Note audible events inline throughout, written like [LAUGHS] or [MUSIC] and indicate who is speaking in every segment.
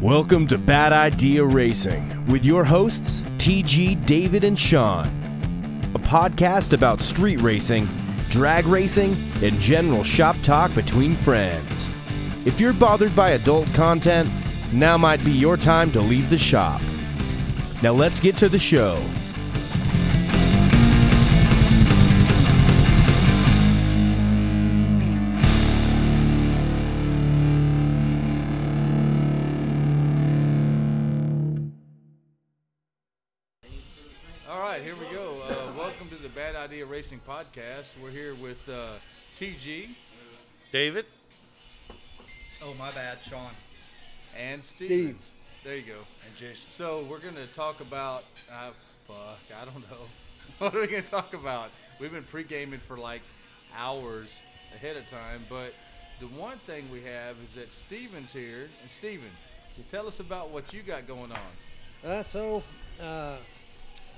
Speaker 1: Welcome to Bad Idea Racing with your hosts, TG, David, and Sean. A podcast about street racing, drag racing, and general shop talk between friends. If you're bothered by adult content, now might be your time to leave the shop. Now let's get to the show.
Speaker 2: All right, here we go. Uh, welcome to the Bad Idea Racing Podcast. We're here with uh, TG
Speaker 3: David,
Speaker 4: Oh, my bad, Sean.
Speaker 2: and Steve.
Speaker 5: Steve.
Speaker 2: There you go.
Speaker 5: And Jason.
Speaker 2: So we're going to talk about. Uh, fuck, I don't know. [LAUGHS] What are we going to talk about? We've been pre gaming for like hours ahead of time, but the one thing we have is that Steven's here. And Steven, you tell us about what you got going on.
Speaker 5: Uh, so, uh,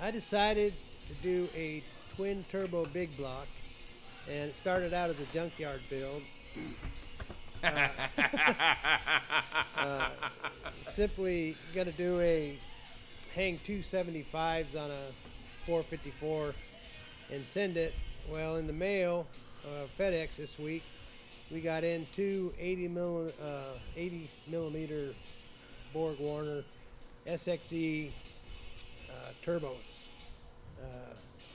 Speaker 5: I decided to do a twin turbo big block, and it started out as a junkyard build. Uh, uh, simply gonna do a hang two seventy fives on a four fifty four, and send it. Well, in the mail, uh, FedEx this week, we got in two 80 milli, uh, eighty millimeter Borg Warner SXE uh, turbos, uh,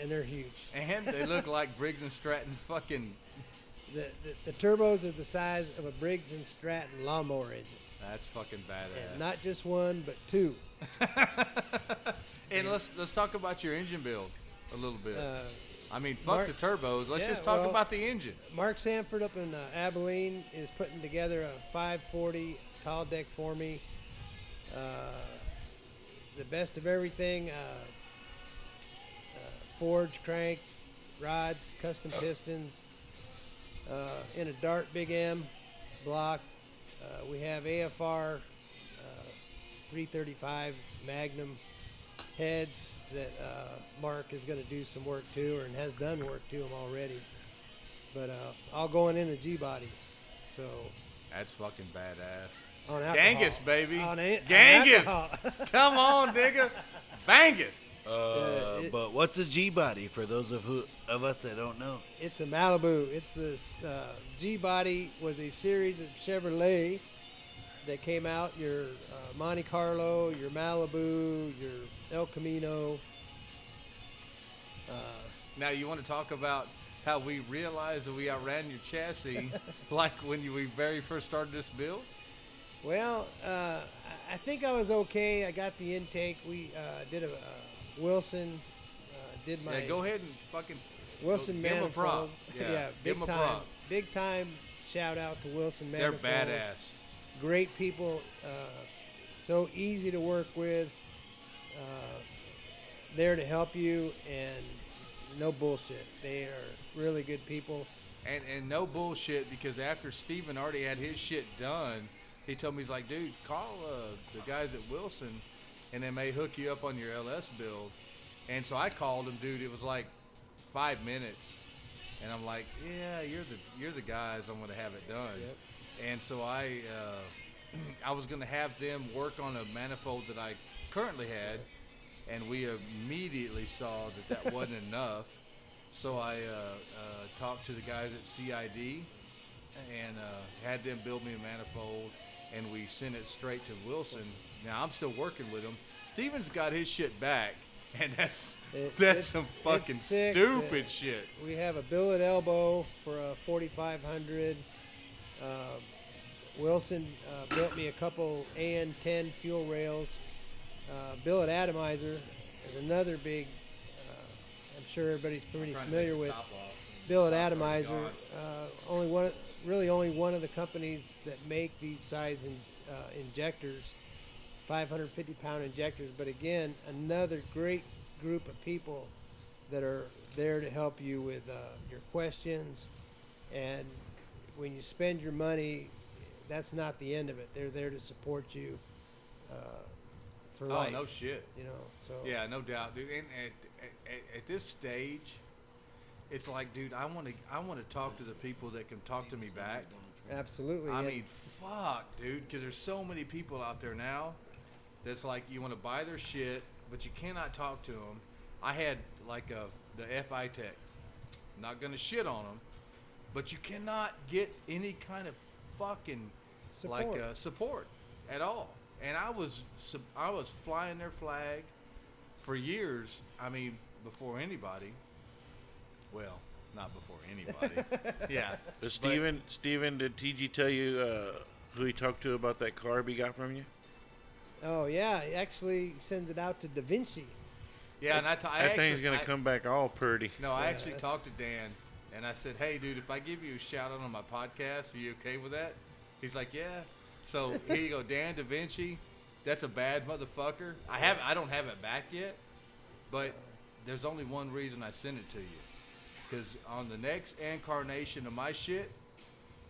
Speaker 5: and they're huge.
Speaker 2: And they look like Briggs and Stratton fucking.
Speaker 5: The, the, the turbos are the size of a Briggs and Stratton lawnmower engine,
Speaker 2: That's fucking badass.
Speaker 5: and not just one but two.
Speaker 2: and let's let's talk about your engine build a little bit.
Speaker 5: Uh,
Speaker 2: I mean, fuck
Speaker 5: Mark-
Speaker 2: the turbos. Let's
Speaker 5: yeah,
Speaker 2: just talk
Speaker 5: well-
Speaker 2: about the engine.
Speaker 5: Mark Sanford up in uh, Abilene is putting together a 540 tall deck for me. Uh, the best of everything uh, uh, forged crank, rods, custom pistons. Uh, in a Dart Big M block, uh, we have AFR uh, 335 Magnum heads that uh, Mark is going to do some work to, or and has done work to them already but uh, all going in a G body. So
Speaker 2: That's fucking badass.
Speaker 5: on alcohol,
Speaker 2: Genghis, baby.
Speaker 5: on a- on
Speaker 2: Genghis.
Speaker 5: alcohol. [LAUGHS]
Speaker 2: [LAUGHS] Come on, nigga. Bangus.
Speaker 5: Uh, it-
Speaker 3: but what's a G body for those of who of us that don't know?
Speaker 5: it's a Malibu. It's this uh, G body was a series of Chevrolet that came out. Your uh, Monte Carlo, your Malibu, your El Camino.
Speaker 2: Now you want to talk about how we realized that we outran your
Speaker 5: [LAUGHS]
Speaker 2: chassis, like when you, we very first started this build.
Speaker 5: Well, uh, I- I think I was okay. I got the intake. We uh, did a uh, Wilson. Uh, did my
Speaker 2: Yeah, go ahead and fucking
Speaker 5: Wilson
Speaker 2: give 'em a
Speaker 5: Manifolds.
Speaker 2: prop.
Speaker 5: [LAUGHS]
Speaker 2: Yeah, give
Speaker 5: big
Speaker 2: 'em a
Speaker 5: time.
Speaker 2: prop.
Speaker 5: Big time shout out to Wilson
Speaker 2: They're
Speaker 5: Manifolds.
Speaker 2: badass.
Speaker 5: Great people, uh, so easy to work with. Uh, there to help you and no bullshit. They are really good people.
Speaker 2: And and no bullshit because after Steven already had his shit done, he told me he's like, dude, call uh, the guys at Wilson, and they may hook you up on your LS build. And so I called him, dude. It was like five minutes, and I'm like, yeah, you're the you're the guys. I'm gonna have it done.
Speaker 5: Yep.
Speaker 2: And so I uh, [CLEARS THROAT] I was gonna have them work on a manifold that I currently had, and we immediately saw that
Speaker 5: [LAUGHS]
Speaker 2: that wasn't enough. So I uh, uh, talked to the guys at CID and uh, had them build me a manifold, and we sent it straight to Wilson. Now I'm still working with him. Steven's got his shit back, [LAUGHS] and that's
Speaker 5: It-
Speaker 2: that's
Speaker 5: it's-
Speaker 2: some
Speaker 5: it's
Speaker 2: fucking
Speaker 5: sick
Speaker 2: stupid
Speaker 5: that-
Speaker 2: shit.
Speaker 5: We have a billet elbow for a 4500. Uh, Wilson uh, built me a couple AN10 fuel rails. Uh, billet atomizer is another big. Uh, I'm sure everybody's pretty familiar with billet atomizer. Uh, only one, really only one of the companies that make these size in, uh, injectors, 550 pound injectors. But again, another great group of people that are there to help you with uh, your questions. And when you spend your money, that's not the end of it. They're there to support you uh, for
Speaker 2: Oh
Speaker 5: life.
Speaker 2: no shit.
Speaker 5: You know, so
Speaker 2: Yeah, no doubt, dude. And at, at, at this stage, it's like, dude, I want to I want to talk to the people that can talk to me back.
Speaker 5: Absolutely.
Speaker 2: I
Speaker 5: and-
Speaker 2: mean, fuck, dude, because there's so many people out there now that's like you want to buy their shit, but you cannot talk to them. I had like a the FI Tech. Not gonna shit on them, but you cannot get any kind of fucking
Speaker 5: Support.
Speaker 2: like uh, support at all. And I was sub- I was flying their flag for years. I mean, before anybody. Well, not before
Speaker 5: [LAUGHS]
Speaker 2: anybody. yeah.
Speaker 6: But
Speaker 2: but-
Speaker 6: Steven, Steven, did TG tell you uh, who he talked to about that carb he got from you?
Speaker 5: oh yeah, he actually sends it out to Da Vinci.
Speaker 2: Yeah, and I ta- I
Speaker 6: that thing's
Speaker 2: actually-
Speaker 6: gonna
Speaker 2: I-
Speaker 6: come back all pretty.
Speaker 2: No, I
Speaker 5: Yeah,
Speaker 2: actually
Speaker 5: that's-
Speaker 2: talked to Dan and I said, "Hey, dude, if I give you a shout out on my podcast, are you okay with that?" He's like, "Yeah." So here you
Speaker 5: [LAUGHS]
Speaker 2: go, Dan Da Vinci. That's a bad motherfucker. I have I don't have it back yet, but there's only one reason I sent it to you, because on the next incarnation of my shit,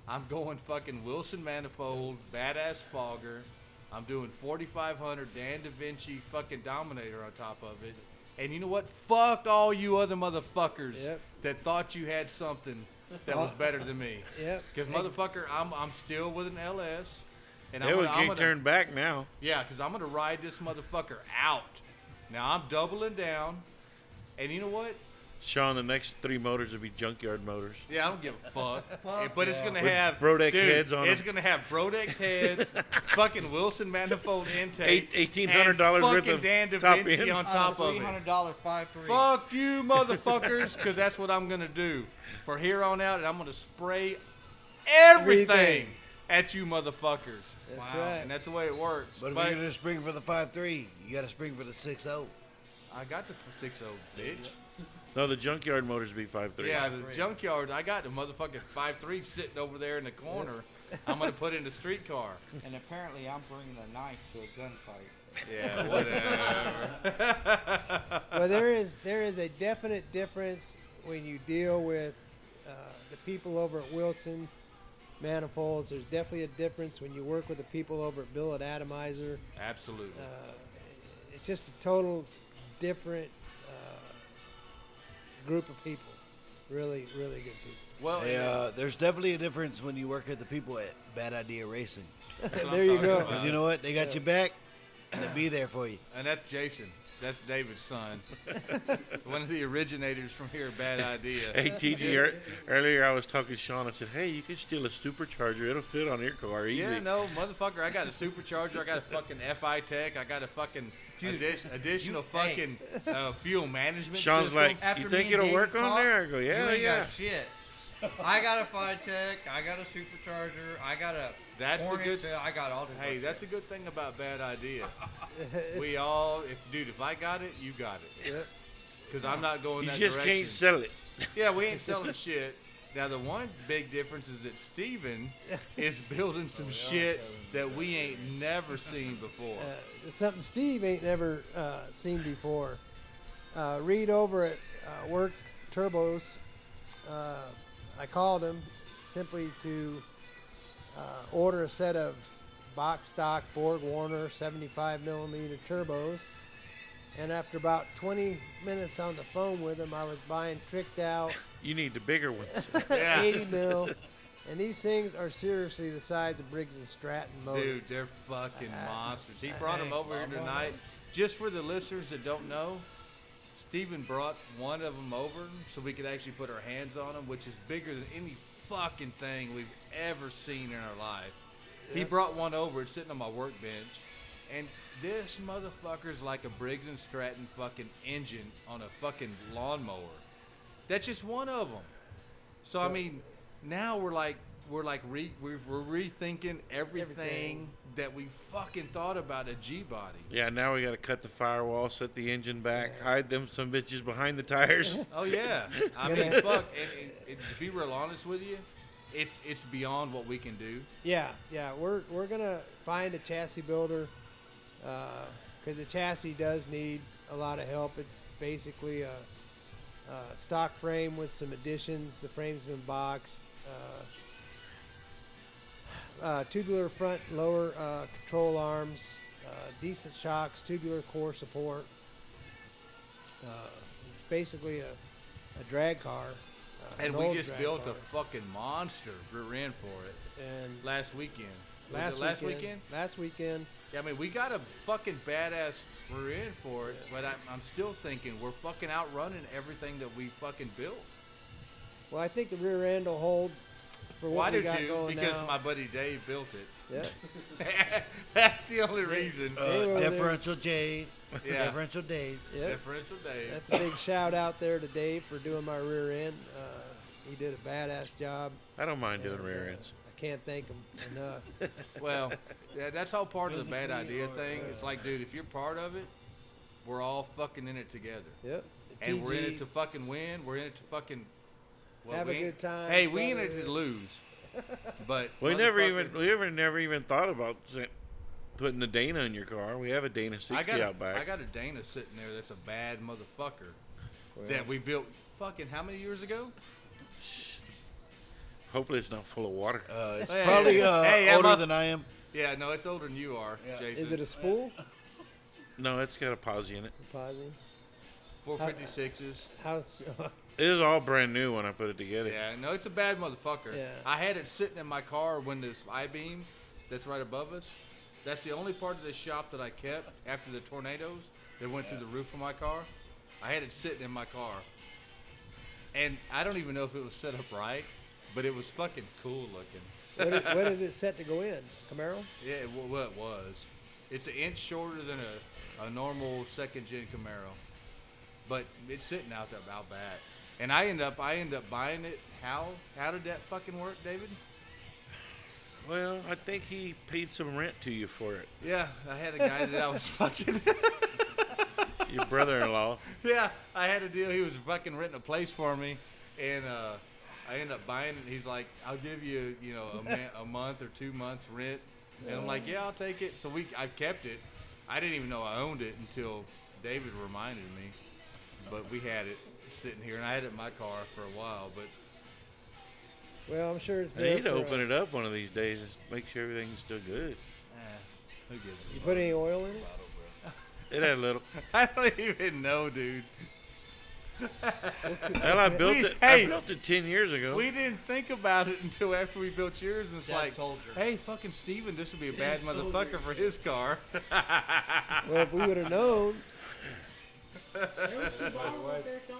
Speaker 2: I'm going fucking Wilson Manifold, badass Fogger. I'm doing 4500 Dan Da Vinci fucking Dominator on top of it. And you know what? Fuck all you other motherfuckers
Speaker 5: Yep.
Speaker 2: that thought you had something that was better than me.
Speaker 5: [LAUGHS] Yep.
Speaker 2: Because motherfucker, I'm I'm still with an LS. And
Speaker 6: It
Speaker 2: I'm
Speaker 6: was
Speaker 2: gonna, I'm
Speaker 6: getting
Speaker 2: gonna,
Speaker 6: turned back now.
Speaker 2: yeah, because I'm gonna ride this motherfucker out. Now I'm doubling down. And you know what?
Speaker 6: Sean, the next three motors would be junkyard motors.
Speaker 2: Yeah, I don't give a fuck.
Speaker 4: Fuck
Speaker 2: but it's
Speaker 4: yeah.
Speaker 2: gonna
Speaker 6: With
Speaker 2: have
Speaker 6: Brodex
Speaker 2: dude,
Speaker 6: heads on
Speaker 2: It's
Speaker 6: 'em.
Speaker 2: gonna have Brodex heads,
Speaker 6: [LAUGHS]
Speaker 2: fucking Wilson manifold intake,
Speaker 6: Eight-
Speaker 2: and
Speaker 6: $1,800 worth
Speaker 2: fucking
Speaker 6: of
Speaker 2: Dan Da
Speaker 6: top
Speaker 2: Vinci
Speaker 6: end.
Speaker 2: on top
Speaker 5: Oh,
Speaker 4: uh,
Speaker 2: of
Speaker 4: three
Speaker 2: it.
Speaker 4: hundred dollar five three.
Speaker 2: Fuck you, motherfuckers, because that's what I'm gonna do for here on out, and I'm gonna spray everything,
Speaker 5: Everything.
Speaker 2: at you, motherfuckers.
Speaker 5: That's
Speaker 4: Wow.
Speaker 5: right.
Speaker 2: And that's the way it works.
Speaker 3: But if
Speaker 2: But
Speaker 3: you're gonna spring for the five three, you gotta spring for the six oh. zero.
Speaker 2: I got the six oh bitch.
Speaker 6: No, the junkyard motors would be five three.
Speaker 2: Yeah, the junkyard. I got the motherfucking five three sitting over there in the corner. I'm gonna put in the streetcar.
Speaker 7: [LAUGHS] And apparently, I'm bringing a knife to a gunfight.
Speaker 2: Yeah, whatever.
Speaker 5: well, there is there is a definite difference when you deal with uh, the people over at Wilson Manifolds. There's definitely a difference when you work with the people over at Bill at Atomizer.
Speaker 2: Absolutely.
Speaker 5: Uh, it's just a total different uh, group of people. Really, really good people.
Speaker 4: Oh,
Speaker 2: well,
Speaker 3: They, uh, there's definitely a difference when you work at the people at Bad Idea Racing.
Speaker 2: that's what
Speaker 5: there
Speaker 2: I'm
Speaker 5: you
Speaker 2: talking
Speaker 5: go.
Speaker 2: about.
Speaker 3: Cause you know what? They got your back, and they'll be there for you.
Speaker 2: and that's Jason. That's David's son. One of the originators from here. Bad idea.
Speaker 6: Hey TG, ear- earlier I was talking to Sean. I said, "Hey, you could steal a supercharger. It'll fit on your car easy."
Speaker 2: Yeah, no, motherfucker. I got a supercharger. I got a fucking FI Tech. I got a fucking addi- additional fucking
Speaker 4: hey.
Speaker 2: uh, fuel management.
Speaker 6: Sean's
Speaker 2: system.
Speaker 6: like,
Speaker 4: After
Speaker 6: You
Speaker 4: me
Speaker 6: think
Speaker 4: and
Speaker 6: it'll
Speaker 4: David
Speaker 6: work on
Speaker 4: talk,
Speaker 6: there? I go,
Speaker 4: you
Speaker 6: yeah,
Speaker 4: ain't
Speaker 6: yeah.
Speaker 4: Got shit. I got a Flytech. I got a supercharger. I got a.
Speaker 2: That's the
Speaker 4: Hornet,
Speaker 2: good-
Speaker 4: uh, I got all the.
Speaker 2: Hey, that's a good thing about bad [LAUGHS] idea. we all, if dude, if I got it, you got it.
Speaker 5: Yep.
Speaker 2: Because I'm not going
Speaker 6: you
Speaker 2: that
Speaker 6: just
Speaker 2: direction.
Speaker 6: can't sell it.
Speaker 2: Yeah, we ain't selling shit. Now the one big difference is that Steven is building some shit that we ain't never seen before.
Speaker 5: uh, something Steve ain't never uh, seen before. Uh, Reed over at uh, Work Turbos, uh, I called him simply to uh, order a set of box stock Borg Warner 75 millimeter turbos. And after about 20 minutes on the phone with him, I was buying tricked out
Speaker 6: You need the bigger ones. [LAUGHS]
Speaker 5: 80 mil. And these things are seriously the size of Briggs and Stratton motors.
Speaker 2: Dude, they're fucking monsters. He brought them over here tonight. Just for the listeners that don't know, Steven brought one of them over so we could actually put our hands on them, which is bigger than any fucking thing we've ever seen in our life. He brought one over. It's sitting on my workbench, and this motherfucker's like a Briggs and Stratton fucking engine on a fucking lawnmower. That's just one of them. So I mean, now we're like we're like re, we're, we're rethinking everything,
Speaker 5: Everything.
Speaker 2: that we fucking thought about a G body.
Speaker 6: yeah, now we got to cut the firewall, set the engine back, hide them some bitches behind the tires.
Speaker 2: [LAUGHS] Oh yeah, I mean fuck. And, and, and to be real honest with you, it's it's beyond what we can do.
Speaker 5: Yeah, yeah, we're we're gonna find a chassis builder because the chassis does need a lot of help. It's basically a, a stock frame with some additions. The frame's been boxed. Uh, uh, tubular front lower uh, control arms, uh, decent shocks, tubular core support. Uh, it's basically a, a drag car
Speaker 2: And
Speaker 5: an
Speaker 2: we
Speaker 5: old
Speaker 2: just
Speaker 5: drag
Speaker 2: built
Speaker 5: car.
Speaker 2: a fucking monster. We ran for it
Speaker 5: And
Speaker 2: last weekend. Was
Speaker 5: last,
Speaker 2: it last weekend?
Speaker 5: Last weekend.
Speaker 2: Yeah, I mean, we got a fucking badass. We're in for it, but I, I'm still thinking we're fucking outrunning everything that we fucking built.
Speaker 5: Well, I think the rear end will hold for what
Speaker 2: Why
Speaker 5: we
Speaker 2: did
Speaker 5: got
Speaker 2: you?
Speaker 5: going
Speaker 2: Because
Speaker 5: now.
Speaker 2: my buddy Dave built [LAUGHS]
Speaker 5: yeah.
Speaker 2: it. That's the only reason.
Speaker 5: They were
Speaker 3: Uh,
Speaker 5: there.
Speaker 3: differential Dave.
Speaker 2: [LAUGHS] Yeah.
Speaker 3: Differential Dave.
Speaker 5: yeah.
Speaker 2: Differential Dave.
Speaker 5: That's a big shout out there to Dave for doing my rear end. Uh, he did a badass job.
Speaker 6: I don't mind doing
Speaker 5: and,
Speaker 6: rear
Speaker 5: uh,
Speaker 6: ends.
Speaker 5: I can't thank him
Speaker 2: [LAUGHS]
Speaker 5: enough. [LAUGHS]
Speaker 2: Well, yeah, that's all part of the bad
Speaker 3: Physically
Speaker 2: idea
Speaker 3: or,
Speaker 2: thing. It's like, dude, if you're part of it, we're all fucking in it together.
Speaker 5: Yep.
Speaker 2: And we're in
Speaker 5: TG,
Speaker 2: it to fucking win. We're in it to fucking well,
Speaker 5: Have a
Speaker 2: we ain't-
Speaker 5: good time,
Speaker 2: Hey, we in it
Speaker 5: brother.
Speaker 2: to
Speaker 5: [LAUGHS]
Speaker 2: lose. But
Speaker 6: We never
Speaker 2: motherfucker,
Speaker 6: even we ever never even thought about sa- putting the Dana in your car. We have a Dana sixty
Speaker 2: I got a,
Speaker 6: out back.
Speaker 2: I got a Dana sitting there that's a bad motherfucker that we built fucking how many years ago?
Speaker 6: Hopefully it's not full of water.
Speaker 3: Uh, it's
Speaker 2: Hey,
Speaker 3: probably uh,
Speaker 2: hey, I'm
Speaker 3: older
Speaker 2: up-
Speaker 3: than I am.
Speaker 2: Yeah, no, it's older than you are,
Speaker 3: Yeah.
Speaker 2: Jason.
Speaker 5: Is it a spool?
Speaker 6: No, it's got a posse in it.
Speaker 5: Pausing.
Speaker 2: 456s?
Speaker 5: House.
Speaker 6: It was all brand new when I put it together.
Speaker 2: Yeah, no, it's a bad motherfucker.
Speaker 5: Yeah.
Speaker 2: I had it sitting in my car when this I beam that's right above us. That's the only part of this shop that I kept after the tornadoes that went through the roof of my car. I had it sitting in my car. And I don't even know if it was set up right, but it was fucking cool looking.
Speaker 5: [LAUGHS] what, is, what is it set to go in? Camaro?
Speaker 2: Yeah, it, wa- well, it was. It's an inch shorter than a, a normal second gen Camaro, but it's sitting out there about back. And I end up I end up buying it. How how did that fucking work, David?
Speaker 6: Well, I think he paid some rent to you for it.
Speaker 2: Yeah, I had a guy that I was [LAUGHS] fucking. [LAUGHS]
Speaker 6: Your brother-in-law.
Speaker 2: yeah, I had a deal. He was fucking renting a place for me, and uh, I ended up buying it. He's like, "I'll give you, you know, a, man, a month or two months rent," and I'm like, "Yeah, I'll take it." So we, I kept it. I didn't even know I owned it until David reminded me. But we had it sitting here, and I had it in my car for a while. But
Speaker 5: Well, I'm sure it's
Speaker 6: I
Speaker 5: there.
Speaker 6: need to
Speaker 5: for,
Speaker 6: open
Speaker 5: uh,
Speaker 6: it up one of these days and make sure everything's still good.
Speaker 2: eh, who gives a
Speaker 5: You put any oil in it?
Speaker 6: It had a little.
Speaker 2: [LAUGHS] I don't even know, dude.
Speaker 6: Well, I
Speaker 2: [LAUGHS]
Speaker 6: built
Speaker 2: We-
Speaker 6: it.
Speaker 2: hey.
Speaker 6: I built it ten years ago.
Speaker 2: We didn't think about it until after we built yours, and it's
Speaker 7: Dead
Speaker 2: like,
Speaker 7: soldier.
Speaker 2: hey, fucking Steven, this would be a bad motherfucker for his car.
Speaker 5: Well, if we would have known,
Speaker 8: There was two bottles up there, Sean.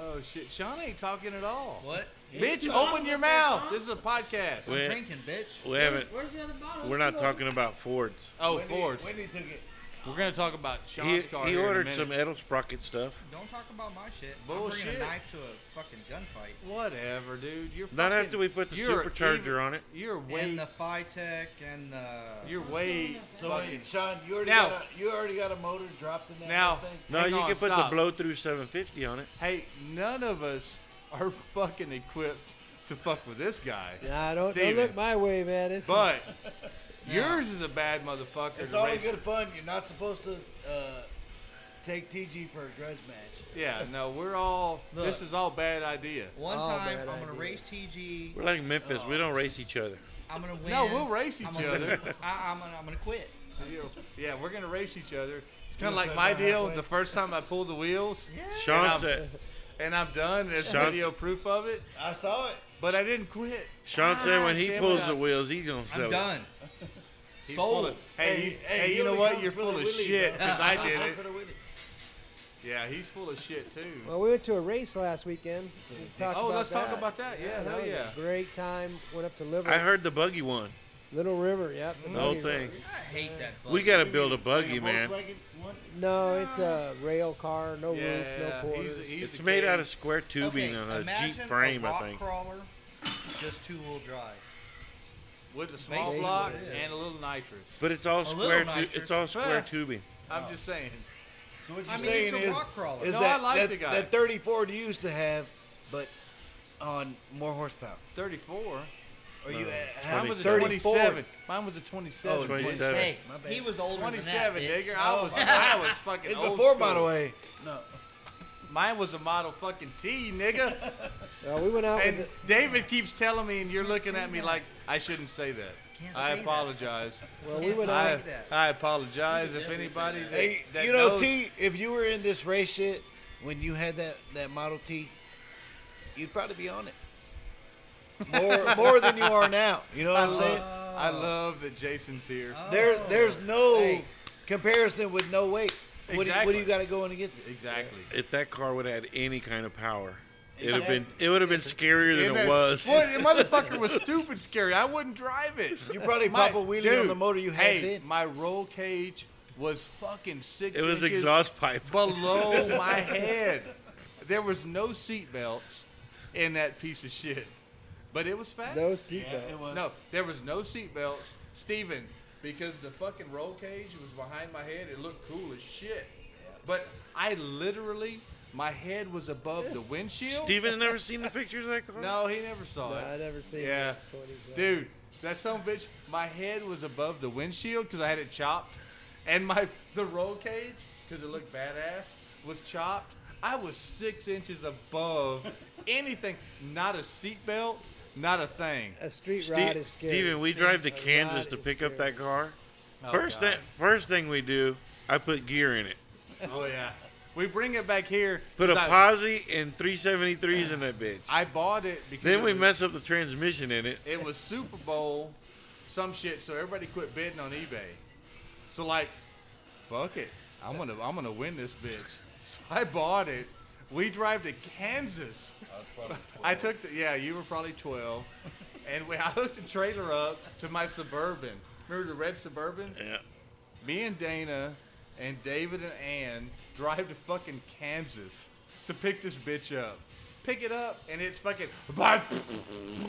Speaker 2: Oh shit, Sean ain't talking at all.
Speaker 4: What?
Speaker 2: Bitch,
Speaker 8: Yeah.
Speaker 2: open your mouth.
Speaker 8: Huh?
Speaker 2: This is a podcast.
Speaker 4: I'm
Speaker 6: We-
Speaker 4: drinking, bitch.
Speaker 6: we haven't.
Speaker 8: Where's the other bottle?
Speaker 6: We're not talking about Fords.
Speaker 2: Oh,
Speaker 3: Wendy-
Speaker 2: Fords.
Speaker 3: Wendy took it.
Speaker 2: We're gonna talk about
Speaker 6: He,
Speaker 2: Sean's car.
Speaker 6: he
Speaker 2: here in a
Speaker 6: ordered
Speaker 2: minute.
Speaker 6: some Edelsprocket stuff.
Speaker 4: Don't talk about my shit. I'm
Speaker 2: Bullshit.
Speaker 4: bringing a knife to a fucking gunfight.
Speaker 2: Whatever, dude. You're
Speaker 6: e- Not
Speaker 2: fucking-
Speaker 6: after we put the
Speaker 2: you're
Speaker 6: supercharger
Speaker 2: even-
Speaker 6: on it.
Speaker 2: You're way.
Speaker 4: And the Phytech and the.
Speaker 2: You're way.
Speaker 3: So
Speaker 2: fucking.
Speaker 3: wait, Sean, you already
Speaker 2: Now-
Speaker 3: got a, you already got a motor dropped in that
Speaker 2: Now-
Speaker 3: Mustang?
Speaker 6: No,
Speaker 2: Hang
Speaker 6: you
Speaker 2: on,
Speaker 6: can put
Speaker 2: stop.
Speaker 6: the blow through 750 on it.
Speaker 2: Hey, none of us are fucking equipped to fuck with this guy.
Speaker 5: nah, don't, don't
Speaker 2: Steven.
Speaker 5: look my way, man. This is-
Speaker 2: But yours is a bad motherfucker.
Speaker 3: It's
Speaker 2: to
Speaker 3: all
Speaker 2: race-
Speaker 3: good fun. You're not supposed to uh, take TG for a grudge match.
Speaker 2: Yeah, no, we're all.
Speaker 4: Look.
Speaker 2: This is all bad idea.
Speaker 4: One
Speaker 5: Oh,
Speaker 4: time, I'm
Speaker 5: bad
Speaker 4: gonna
Speaker 5: idea.
Speaker 4: race TG.
Speaker 6: We're like Memphis. We don't race each other.
Speaker 4: I'm gonna win.
Speaker 2: No, we'll race each
Speaker 4: I'm gonna-
Speaker 2: other.
Speaker 4: I, I'm gonna, I'm gonna quit.
Speaker 2: Yeah, we're gonna race each other. It's kind of
Speaker 3: You
Speaker 2: like
Speaker 3: said
Speaker 2: my
Speaker 3: not
Speaker 2: deal.
Speaker 3: halfway.
Speaker 2: The first time I pulled the wheels,
Speaker 6: Sean
Speaker 2: I'm-
Speaker 6: said.
Speaker 2: and I'm done. There's
Speaker 6: Shots-
Speaker 2: video proof of it,
Speaker 3: I saw it.
Speaker 2: but I didn't quit.
Speaker 6: Sean said when
Speaker 2: God
Speaker 6: he
Speaker 2: damn
Speaker 6: pulls
Speaker 2: it.
Speaker 6: the wheels, he's gonna
Speaker 4: I'm
Speaker 6: sell it.
Speaker 4: done.
Speaker 2: He's full
Speaker 4: Sold.
Speaker 2: of- hey,
Speaker 3: Hey,
Speaker 2: you,
Speaker 3: hey,
Speaker 2: hey,
Speaker 3: you
Speaker 2: you know
Speaker 3: only
Speaker 2: what?
Speaker 3: come
Speaker 2: You're
Speaker 3: for
Speaker 2: full
Speaker 3: the
Speaker 2: of
Speaker 3: wheelie,
Speaker 2: shit
Speaker 3: bro.
Speaker 2: because I did
Speaker 3: I'm
Speaker 2: it.
Speaker 3: for the win.
Speaker 2: Yeah, he's full of shit too.
Speaker 5: Well, we went to a race last weekend. We talked
Speaker 2: oh,
Speaker 5: about
Speaker 2: let's
Speaker 5: that.
Speaker 2: talk about that. Yeah,
Speaker 5: that
Speaker 2: hell
Speaker 5: was
Speaker 2: yeah.
Speaker 5: a great time. Went up to Little,
Speaker 6: I heard the buggy one.
Speaker 5: Little River. Yep.
Speaker 6: The whole
Speaker 5: Buggy River.
Speaker 6: thing.
Speaker 4: I hate that. Bug.
Speaker 6: We gotta build a buggy,
Speaker 3: Like a
Speaker 6: man.
Speaker 3: Volkswagen one?
Speaker 5: No, it's a rail car. No roof. No
Speaker 2: Yeah, he's,
Speaker 5: quarters.
Speaker 2: he's
Speaker 6: It's
Speaker 2: a
Speaker 6: made
Speaker 2: kid.
Speaker 6: out of square tubing
Speaker 4: okay,
Speaker 6: and a
Speaker 4: imagine
Speaker 6: Jeep frame,
Speaker 4: a
Speaker 6: I
Speaker 4: rock
Speaker 6: think.
Speaker 4: crawler, just two-wheel drive.
Speaker 2: with a small
Speaker 4: Basically,
Speaker 2: block
Speaker 4: yeah.
Speaker 2: and a little nitrous.
Speaker 6: But it's all
Speaker 4: little
Speaker 6: square. Tu-
Speaker 4: nitrous.
Speaker 6: it's all square
Speaker 2: Yeah.
Speaker 6: tubing.
Speaker 2: I'm just saying.
Speaker 3: So what you're
Speaker 4: I mean,
Speaker 3: saying
Speaker 4: it's a
Speaker 3: is,
Speaker 4: rock crawler.
Speaker 3: is
Speaker 2: No,
Speaker 3: that,
Speaker 2: I like
Speaker 3: that,
Speaker 2: the guy.
Speaker 3: that 30 Ford you used to have, but on more horsepower.
Speaker 2: 34.
Speaker 3: Or you uh,
Speaker 2: Mine was a
Speaker 3: 30
Speaker 2: 27. Mine was a 27.
Speaker 6: Oh, 27.
Speaker 4: Hey,
Speaker 3: My bad.
Speaker 4: he was older than
Speaker 2: 27,
Speaker 4: that. bitch.
Speaker 2: nigga. I was, I was fucking
Speaker 3: It's
Speaker 2: old
Speaker 3: before
Speaker 2: school.
Speaker 3: Model A. No.
Speaker 2: Mine was a model fucking T, nigga.
Speaker 5: Uh, we went out
Speaker 2: And
Speaker 5: with
Speaker 2: David keeps telling me, and you're looking at me like I shouldn't say that.
Speaker 4: Can't
Speaker 2: I
Speaker 4: say that.
Speaker 2: apologize.
Speaker 5: the, well, we went
Speaker 4: I-
Speaker 5: out.
Speaker 2: I,
Speaker 4: say that.
Speaker 2: I apologize if anybody that,
Speaker 3: Hey,
Speaker 2: that
Speaker 3: you know,
Speaker 2: knows-
Speaker 3: T, if you were in this race shit when you had that, that Model T,
Speaker 9: you'd probably be on it.
Speaker 2: [LAUGHS]
Speaker 9: More more than you are now. You know what
Speaker 2: I
Speaker 9: I'm saying? Oh.
Speaker 2: love, I love that Jason's here.
Speaker 9: There there's no
Speaker 2: Oh. Hey.
Speaker 9: comparison with no weight. What, do you, what
Speaker 2: Exactly.
Speaker 9: do you got to go in against it?
Speaker 2: Exactly.
Speaker 6: If that car would have had any kind of power, it'd have been it would have been scarier than
Speaker 2: And
Speaker 6: it
Speaker 2: that-
Speaker 6: was.
Speaker 2: Boy,
Speaker 6: [LAUGHS]
Speaker 2: that motherfucker was stupid scary. I wouldn't drive it.
Speaker 9: You probably
Speaker 2: My-
Speaker 9: pop a wheelie on
Speaker 2: dude,
Speaker 9: the motor you had
Speaker 2: hey,
Speaker 9: then.
Speaker 2: My roll cage was fucking six.
Speaker 6: It was
Speaker 2: inches
Speaker 6: exhaust pipe. [LAUGHS]
Speaker 2: below my head. There was no seat belts in that piece of shit, but it was fast.
Speaker 5: No seatbelt.
Speaker 2: No, there was no seat belts, Steven, because the fucking roll cage was behind my head. It looked cool as shit, but I literally my head was above the windshield.
Speaker 6: Steven never seen the pictures of that car.
Speaker 2: No, he never saw
Speaker 5: Mm-hmm. No,
Speaker 2: it.
Speaker 5: I never seen
Speaker 2: Yeah.
Speaker 5: that 20 so.
Speaker 2: Dude, that son of a bitch, my head was above the windshield because I had it chopped, and my the roll cage because it looked badass was chopped. I was six inches
Speaker 5: [LAUGHS]
Speaker 2: above anything. Not a seatbelt, not a
Speaker 5: [LAUGHS]
Speaker 2: thing.
Speaker 5: A street
Speaker 6: Ste-
Speaker 5: ride is scary.
Speaker 6: Steven, we drive to
Speaker 5: A
Speaker 6: Kansas
Speaker 5: ride
Speaker 6: to
Speaker 5: is
Speaker 6: pick up
Speaker 5: scary.
Speaker 6: that car.
Speaker 2: Oh,
Speaker 6: first
Speaker 2: God.
Speaker 6: that first thing we do, I put gear in it.
Speaker 2: Oh yeah, we bring it back here.
Speaker 6: Put a
Speaker 2: 'cause I-
Speaker 6: posse and 373s in that bitch.
Speaker 2: I bought it because
Speaker 6: then
Speaker 2: it
Speaker 6: we
Speaker 2: was-
Speaker 6: mess up the transmission in it.
Speaker 2: It was Super Bowl, some shit. So everybody quit bidding on eBay. So like, fuck it. I'm gonna I'm gonna win this bitch. [LAUGHS] So I bought it. We drive to Kansas.
Speaker 3: [LAUGHS] I was probably
Speaker 2: [LAUGHS] I took the yeah. You were probably 12, and we, I hooked the trailer up to my suburban. Remember the red suburban?
Speaker 6: Yeah.
Speaker 2: Me and Dana and David and Ann drive to fucking Kansas to pick this bitch up. Pick it up and it's fucking [LAUGHS]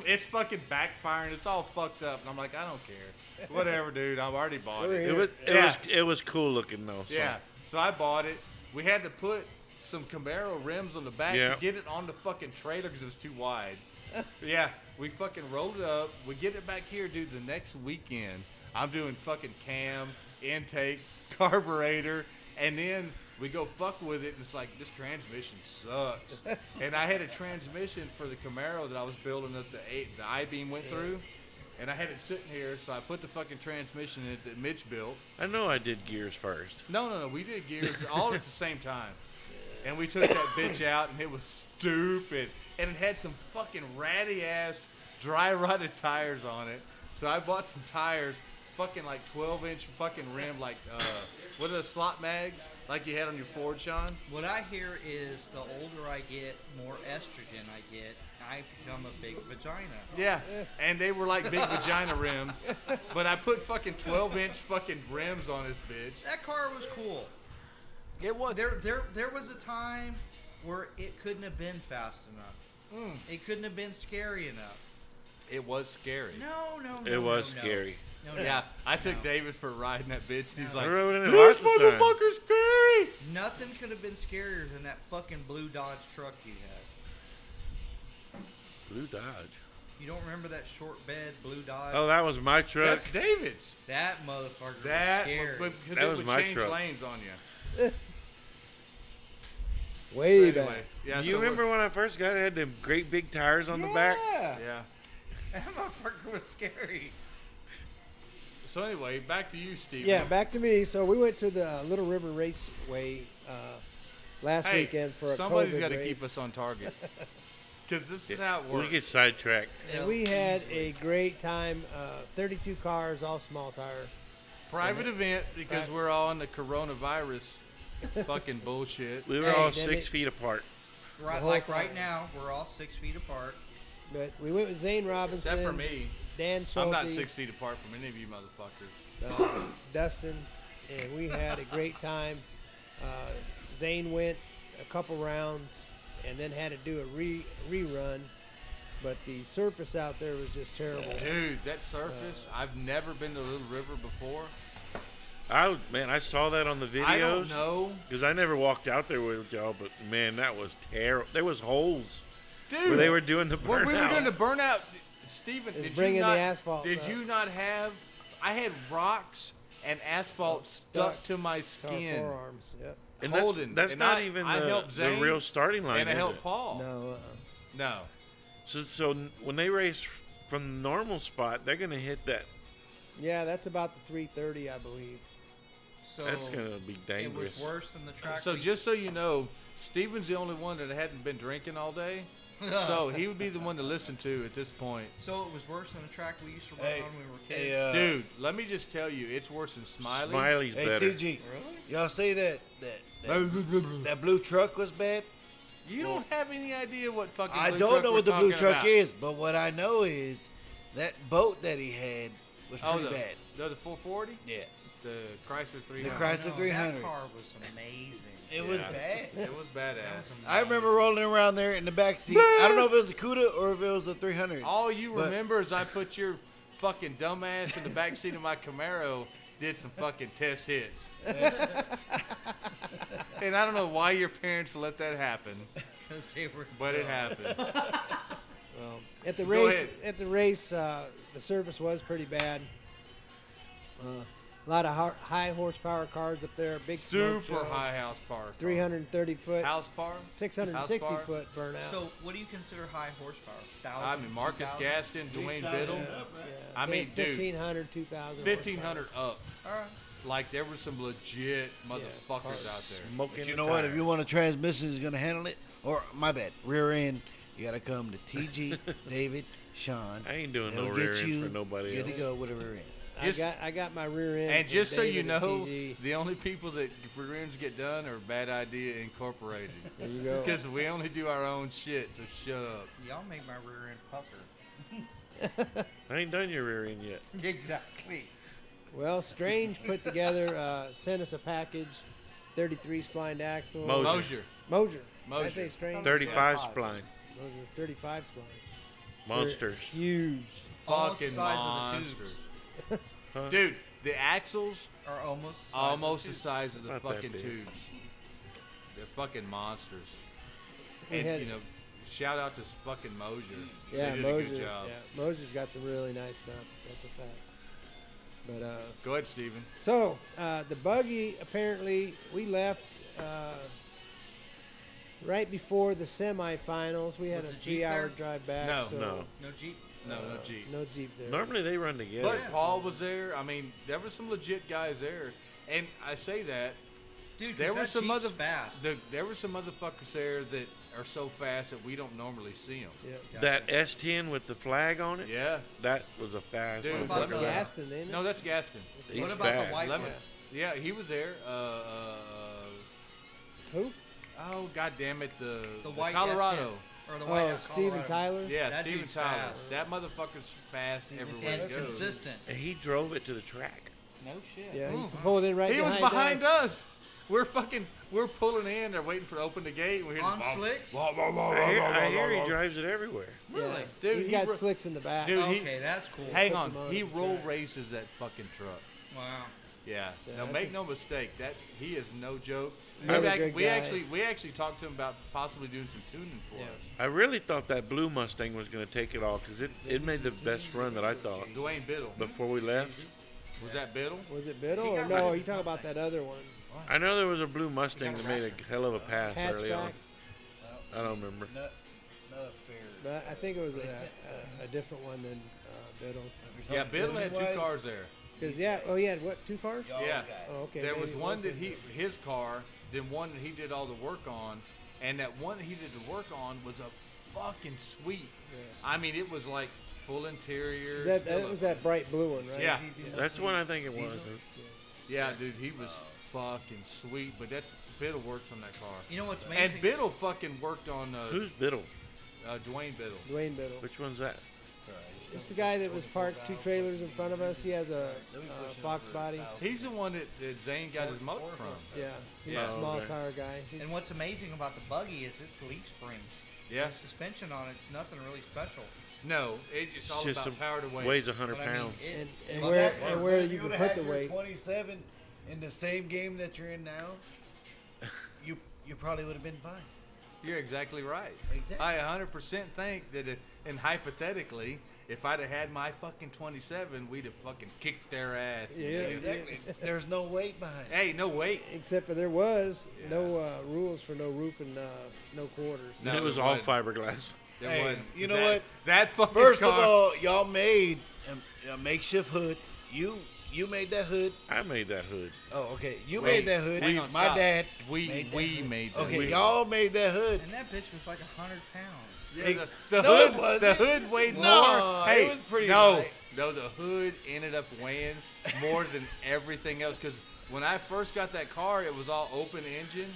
Speaker 2: it's fucking backfiring. It's all fucked up. And I'm like, I don't
Speaker 3: [LAUGHS]
Speaker 2: care. Whatever, dude. I've already bought
Speaker 5: We're
Speaker 2: it.
Speaker 5: here.
Speaker 6: It was it
Speaker 2: Yeah.
Speaker 6: was it was cool looking though. So.
Speaker 2: Yeah. So I bought it. We had to put some Camaro rims on the back
Speaker 6: Yeah.
Speaker 2: to get it on the fucking trailer because it was too wide. [LAUGHS] yeah. We fucking rolled it up. We get it back here, dude. The next weekend, I'm doing fucking cam, intake, [LAUGHS] carburetor, and then we go fuck with it, and it's like this transmission sucks. and I had a transmission for the Camaro that I was building that the A- the I beam went through. And I had it sitting here, so I put the fucking transmission in it that Mitch built.
Speaker 6: I know I did gears first.
Speaker 2: No, no, no. We did gears all at the same time. And we took that bitch out, and it was stupid. And it had some fucking ratty ass dry rotted tires on it. So I bought some tires, fucking like 12 inch fucking rim, like, uh, what are the slot mags? Like you had on your Ford, Sean?
Speaker 4: What I hear is the older I get, more estrogen I get. I become a big vagina.
Speaker 2: Yeah. And they were like big vagina rims. But I put fucking 12 inch fucking rims on this bitch.
Speaker 4: That car was cool. It was. There, there, there was a time where it couldn't have been fast enough. It couldn't have been scary enough.
Speaker 2: It was scary.
Speaker 4: No, no, no.
Speaker 6: It was
Speaker 4: no, no.
Speaker 6: scary.
Speaker 4: No, no.
Speaker 2: Yeah, I took David for a ride in that bitch. and He's like,
Speaker 6: I rode in it
Speaker 2: this
Speaker 6: lots of times."
Speaker 2: motherfucker's scary.
Speaker 4: Nothing could have been scarier than that fucking blue Dodge truck you had.
Speaker 6: Blue Dodge.
Speaker 4: You don't remember that short bed blue Dodge?
Speaker 6: Oh, that was my truck.
Speaker 2: That's David's.
Speaker 4: that motherfucker
Speaker 2: That,
Speaker 4: was scary.
Speaker 2: but because
Speaker 6: That
Speaker 2: it
Speaker 6: was
Speaker 2: would
Speaker 6: my
Speaker 2: change
Speaker 6: truck.
Speaker 2: lanes on you.
Speaker 5: Way
Speaker 2: Anyway,
Speaker 5: back.
Speaker 2: yeah.
Speaker 6: you
Speaker 2: so we're-
Speaker 6: remember when I first got it? It had them great big tires on the back.
Speaker 4: Yeah.
Speaker 2: Yeah.
Speaker 4: [LAUGHS] That motherfucker was scary.
Speaker 2: So anyway, back to you, Steve.
Speaker 5: Yeah, back to me. So we went to the Little River Raceway uh, last
Speaker 2: hey,
Speaker 5: weekend for a
Speaker 2: somebody's
Speaker 5: COVID
Speaker 2: gotta
Speaker 5: race.
Speaker 2: keep us on target.
Speaker 5: [LAUGHS]
Speaker 2: Because this is how it
Speaker 6: We
Speaker 2: works.
Speaker 6: get sidetracked.
Speaker 5: And we had a great time. Uh, 32 cars, all small tire.
Speaker 2: Private event because we're all in the coronavirus
Speaker 5: [LAUGHS]
Speaker 2: fucking bullshit.
Speaker 6: We were
Speaker 5: Hey,
Speaker 6: all
Speaker 5: then
Speaker 6: six
Speaker 5: it-
Speaker 6: feet apart.
Speaker 4: Right,
Speaker 5: whole
Speaker 4: like right
Speaker 5: time.
Speaker 4: now, we're all six feet apart.
Speaker 5: But we went with Zane Robinson,
Speaker 2: Except for me.
Speaker 5: Dan Schulte,
Speaker 2: I'm not six feet apart from any of you motherfuckers.
Speaker 5: uh, Dustin, and we had a great time. Uh, Zane went a couple rounds and then had to do a re- rerun, but the surface out there was just terrible.
Speaker 2: Dude, that surface,
Speaker 5: uh.
Speaker 2: I've never been to Little River before.
Speaker 6: I was- man, I saw that on the videos.
Speaker 2: I don't know.
Speaker 6: Because I never walked out there with y'all, but man, that was terrible. There was holes
Speaker 2: Dude.
Speaker 6: where they were doing the burnout.
Speaker 2: When we were doing the burnout, Steven,
Speaker 5: It's
Speaker 2: did
Speaker 5: bringing
Speaker 2: you
Speaker 5: the
Speaker 2: not,
Speaker 5: asphalt
Speaker 2: Did
Speaker 5: up.
Speaker 2: you not have? I had rocks and asphalt stuck,
Speaker 5: stuck
Speaker 2: to my
Speaker 5: To our
Speaker 2: skin.
Speaker 5: forearms. Yep.
Speaker 6: and
Speaker 2: holding.
Speaker 6: That's, that's
Speaker 2: And
Speaker 6: not
Speaker 2: I-
Speaker 6: even
Speaker 2: I
Speaker 6: the,
Speaker 2: helped
Speaker 6: the
Speaker 2: Zane,
Speaker 6: real starting line.
Speaker 2: and I
Speaker 6: is
Speaker 2: helped
Speaker 6: it?
Speaker 2: Paul.
Speaker 5: No. Uh,
Speaker 2: No.
Speaker 6: So, so n- when they race from the normal spot, they're gonna hit that.
Speaker 5: yeah, that's about the 330, I believe.
Speaker 4: So
Speaker 6: that's gonna be
Speaker 4: it
Speaker 6: dangerous.
Speaker 4: was worse than the track.
Speaker 2: So
Speaker 4: we-
Speaker 6: [LAUGHS]
Speaker 2: just so you know, Steven's the only one that hadn't been drinking all day. so he would be the one to listen to at this point.
Speaker 4: So it was worse than the track we used to run
Speaker 9: Hey,
Speaker 4: on when we were kids.
Speaker 9: hey, uh,
Speaker 2: Dude, let me just tell you, it's worse than Smiley.
Speaker 6: Smiley's
Speaker 9: hey,
Speaker 6: better.
Speaker 9: TG,
Speaker 4: Really?
Speaker 9: y'all see that that that, that blue truck was bad?
Speaker 2: You don't have any idea what fucking.
Speaker 9: I
Speaker 2: blue
Speaker 9: don't
Speaker 2: truck
Speaker 9: know
Speaker 2: we're
Speaker 9: what the blue
Speaker 2: talking
Speaker 9: truck
Speaker 2: about.
Speaker 9: is, but what I know is that boat that he had was
Speaker 2: Oh,
Speaker 9: pretty
Speaker 2: the,
Speaker 9: bad.
Speaker 2: no, the 440,
Speaker 9: Yeah,
Speaker 2: the Chrysler 300.
Speaker 9: the Chrysler
Speaker 4: No,
Speaker 9: 300.
Speaker 4: That car was amazing.
Speaker 9: It was
Speaker 2: Yeah.
Speaker 9: bad.
Speaker 2: It was badass.
Speaker 9: I remember rolling around there in the back seat. I don't know if it was a Cuda or if it was a 300.
Speaker 2: All you
Speaker 9: But-
Speaker 2: remember is I put your fucking dumbass in the back seat of my Camaro, did some fucking test
Speaker 4: [LAUGHS]
Speaker 2: hits. and I don't know why your parents let that happen,
Speaker 4: Because they were.
Speaker 2: but it
Speaker 4: dumb.
Speaker 2: happened.
Speaker 5: At the
Speaker 2: Go
Speaker 5: race,
Speaker 2: ahead.
Speaker 5: at the race, uh, the service was pretty bad. Uh, a lot of har- high horsepower cars up there. Big smoke
Speaker 2: Super
Speaker 5: show,
Speaker 2: high house power.
Speaker 5: 330 foot,
Speaker 2: house power. House
Speaker 5: 660
Speaker 2: power.
Speaker 5: foot burnout.
Speaker 4: So what do you consider high horsepower? Thousand,
Speaker 2: I mean Marcus Gaskin,
Speaker 4: 2000?
Speaker 2: Dwayne Biddle, I mean, dude.
Speaker 5: 1500, 2000.
Speaker 2: fifteen hundred up.
Speaker 4: All right.
Speaker 2: Like there were some legit motherfuckers out there.
Speaker 6: Smoke in
Speaker 9: But you
Speaker 6: the
Speaker 9: know what? If
Speaker 6: tire.
Speaker 9: you want a transmission that's going to handle it, or my bad, rear end, you got to come to
Speaker 6: [LAUGHS]
Speaker 9: TG, David, Sean.
Speaker 6: I ain't doing no
Speaker 9: They'll
Speaker 6: rear
Speaker 9: get
Speaker 6: ends
Speaker 9: you
Speaker 6: for nobody
Speaker 9: good
Speaker 6: else.
Speaker 9: to go with a rear end.
Speaker 2: Just-
Speaker 5: I got I got my rear end.
Speaker 2: And
Speaker 5: from
Speaker 2: just so
Speaker 5: David
Speaker 2: you
Speaker 5: and
Speaker 2: know,
Speaker 5: TG.
Speaker 2: the only people that rear ends get done are Bad Idea Incorporated.
Speaker 5: there you go.
Speaker 2: Because we only do our own shit, so shut up.
Speaker 4: Y'all make my rear end pucker. [LAUGHS]
Speaker 6: I ain't done your rear end yet.
Speaker 4: Exactly.
Speaker 5: Well, Strange put together uh, sent us a package, 33 splined axle.
Speaker 6: Mosier.
Speaker 2: Mosier.
Speaker 5: Mosier. Did I
Speaker 2: Mosier.
Speaker 5: say Strange.
Speaker 6: 35 spline.
Speaker 5: Mosier, 35 spline. They're
Speaker 6: Monsters.
Speaker 5: Huge.
Speaker 4: Almost the
Speaker 2: Fucking
Speaker 4: size of the
Speaker 2: monsters.
Speaker 4: tubes.
Speaker 6: Huh?
Speaker 2: Dude, the axles
Speaker 4: Or almost. the size of
Speaker 2: almost
Speaker 4: two.
Speaker 2: the size of the
Speaker 6: Not that
Speaker 2: fucking
Speaker 6: big.
Speaker 2: tubes. They're fucking monsters.
Speaker 5: We
Speaker 2: And
Speaker 5: had-
Speaker 2: you know, shout out to fucking Mosier.
Speaker 5: Yeah,
Speaker 2: they did a
Speaker 5: Mosier.
Speaker 2: good job.
Speaker 5: Yeah, Mosier's got some really nice stuff. That's a fact. But uh,
Speaker 2: Go ahead, Steven.
Speaker 5: so uh, the buggy apparently we left uh, right before the semifinals. We had
Speaker 4: Was
Speaker 5: a
Speaker 4: the Jeep
Speaker 5: three-hour
Speaker 4: there?
Speaker 5: drive back.
Speaker 2: No.
Speaker 5: so
Speaker 6: No.
Speaker 4: No Jeep.
Speaker 2: No, no
Speaker 4: Uh,
Speaker 2: G.
Speaker 5: no Jeep there.
Speaker 6: Normally they run together.
Speaker 2: But Paul was there. I mean, there were some legit guys there, and I say that
Speaker 4: Dude,
Speaker 2: there were some
Speaker 4: mother
Speaker 2: other
Speaker 4: fast.
Speaker 2: The, there were some motherfuckers there that are so fast that we don't normally see them.
Speaker 5: Yeah.
Speaker 6: that S10 with the flag on it,
Speaker 2: Yeah.
Speaker 6: that was a fast
Speaker 2: Dude,
Speaker 6: one.
Speaker 4: What about
Speaker 5: That's
Speaker 4: the-
Speaker 5: Gaston, ain't it?
Speaker 2: No, that's Gaston.
Speaker 6: He's
Speaker 4: what about
Speaker 6: fast.
Speaker 4: the white
Speaker 2: Let
Speaker 4: one?
Speaker 2: me- yeah, he was there. Uh, uh,
Speaker 5: Who?
Speaker 2: uh, oh god damn it, the,
Speaker 4: The white
Speaker 2: Colorado.
Speaker 4: S10, or the white
Speaker 5: Oh, Steven Tyler.
Speaker 2: Yeah,
Speaker 4: That
Speaker 2: Steven
Speaker 4: dude's
Speaker 2: Tyler.
Speaker 4: fast.
Speaker 2: That motherfucker's fast everywhere
Speaker 4: And
Speaker 2: he goes.
Speaker 4: consistent.
Speaker 6: And he drove it to the track.
Speaker 7: No shit.
Speaker 5: Yeah, you can pull it in right
Speaker 2: Mm-hmm. He was
Speaker 5: behind
Speaker 2: behind
Speaker 5: us.
Speaker 2: us. We're fucking, we're pulling in. They're waiting for open the gate. And we're
Speaker 4: On slicks.
Speaker 6: I hear, I hear he drives it everywhere.
Speaker 5: Yeah.
Speaker 4: Really?
Speaker 2: Dude,
Speaker 5: He's
Speaker 2: he
Speaker 5: got
Speaker 2: ro-
Speaker 5: slicks in the back.
Speaker 2: Dude, he-
Speaker 4: Okay, that's cool.
Speaker 2: hang
Speaker 5: puts
Speaker 2: on.
Speaker 5: him on
Speaker 2: He
Speaker 5: the
Speaker 2: roll
Speaker 5: track.
Speaker 2: races that fucking truck.
Speaker 4: Wow.
Speaker 2: Yeah.
Speaker 5: Yeah,
Speaker 2: now
Speaker 5: that's
Speaker 2: make
Speaker 5: a
Speaker 2: no
Speaker 5: s-
Speaker 2: mistake, that he is no joke.
Speaker 5: Another
Speaker 2: We, ac-
Speaker 5: good
Speaker 2: we
Speaker 5: guy.
Speaker 2: actually we actually talked to him about possibly doing some tuning for us.
Speaker 6: I really thought that blue Mustang was going to take it all because it, it made the best run that I
Speaker 5: Oh.
Speaker 6: thought
Speaker 2: Dwayne Biddle.
Speaker 6: before we left.
Speaker 2: Was that Biddle?
Speaker 5: Was it Biddle
Speaker 4: He
Speaker 5: or
Speaker 4: got
Speaker 5: no?
Speaker 4: rid
Speaker 5: Are
Speaker 4: of
Speaker 5: you talking about that other one?
Speaker 6: I know there was a blue Mustang that made a hell of a pass early on.
Speaker 5: Hatchback?
Speaker 6: I don't remember.
Speaker 9: Not, not a fair.
Speaker 5: But I think it was a, a, a different one than uh, Biddle's.
Speaker 2: Yeah, Biddle had two
Speaker 9: Wise.
Speaker 2: cars there.
Speaker 5: Because yeah, oh he had what? Two cars?
Speaker 9: Y'all
Speaker 2: Yeah.
Speaker 9: got it.
Speaker 5: Oh, okay.
Speaker 2: there
Speaker 5: maybe
Speaker 2: was
Speaker 5: it
Speaker 2: one that
Speaker 5: in
Speaker 2: he
Speaker 5: there.
Speaker 2: his car, then one that he did all the work on, and that one that he did the work on was a fucking sweet. I mean, it was like full interior.
Speaker 5: Is that,
Speaker 2: still
Speaker 5: that
Speaker 2: a-
Speaker 5: was that bright blue one, right?
Speaker 2: Yeah.
Speaker 6: That's what I think it was.
Speaker 2: Yeah, dude, he was
Speaker 5: Oh.
Speaker 2: fucking sweet. But that's Biddle works on that car.
Speaker 4: You know what's amazing?
Speaker 2: And Biddle fucking worked on uh,
Speaker 6: Who's Biddle?
Speaker 2: uh, Dwayne Biddle.
Speaker 5: Dwayne Biddle.
Speaker 6: Which one's that?
Speaker 5: It's the guy that was parked two trailers in front of us. He has a uh, Fox body.
Speaker 2: He's the one that, that Zane got his moat from.
Speaker 5: Yeah. He's
Speaker 2: Yeah.
Speaker 5: a small
Speaker 6: Okay.
Speaker 5: tire guy. He's,
Speaker 4: And what's amazing about the buggy is it's leaf springs. The
Speaker 2: Yes.
Speaker 4: suspension on it's nothing really special.
Speaker 2: No, it's just all about
Speaker 6: some-
Speaker 2: power to weight.
Speaker 6: weighs 100
Speaker 4: But I mean,
Speaker 6: pounds.
Speaker 4: it,
Speaker 5: and,
Speaker 4: it-
Speaker 5: and
Speaker 9: But
Speaker 5: where
Speaker 9: that-
Speaker 5: and
Speaker 9: but
Speaker 5: where
Speaker 9: if
Speaker 5: you can
Speaker 9: would've
Speaker 5: put
Speaker 9: had
Speaker 5: the
Speaker 9: your
Speaker 5: weight.
Speaker 9: 27 in the same game that you're in
Speaker 6: [LAUGHS]
Speaker 9: now, you you probably would have been fine.
Speaker 2: You're exactly right.
Speaker 9: Exactly.
Speaker 2: I 100% think that, it, and hypothetically, if I'd have had my fucking 27, we'd have fucking kicked their ass.
Speaker 5: Yeah.
Speaker 9: Exactly. There's no weight behind it.
Speaker 2: Hey, no wait.
Speaker 5: Except for there was no uh, rules for no roof and uh, no quarters.
Speaker 2: No,
Speaker 6: it was
Speaker 2: there
Speaker 6: all
Speaker 2: wasn't.
Speaker 6: fiberglass.
Speaker 2: There
Speaker 9: Hey,
Speaker 2: wasn't.
Speaker 9: you know
Speaker 2: That-
Speaker 9: what?
Speaker 2: That fucking
Speaker 9: First
Speaker 2: car.
Speaker 9: of all, y'all made a, a makeshift hood. You you made that hood.
Speaker 6: I made that hood.
Speaker 9: Oh, okay. You
Speaker 2: Wait,
Speaker 9: made that hood.
Speaker 2: hang on,
Speaker 9: My
Speaker 2: stop.
Speaker 9: dad.
Speaker 2: We-
Speaker 9: made that
Speaker 2: we
Speaker 9: hood.
Speaker 2: made that
Speaker 9: Okay,
Speaker 2: hood.
Speaker 9: y'all made that hood.
Speaker 4: and that bitch was like a hundred pounds.
Speaker 2: Hey, the
Speaker 9: No, it
Speaker 2: hood, the
Speaker 9: wasn't.
Speaker 2: hood weighed
Speaker 9: No,
Speaker 2: more.
Speaker 9: it
Speaker 2: Hey,
Speaker 9: was pretty
Speaker 2: no,
Speaker 9: light.
Speaker 2: no, the hood ended up weighing more than everything else. Because when I first got that car, it was all open engine,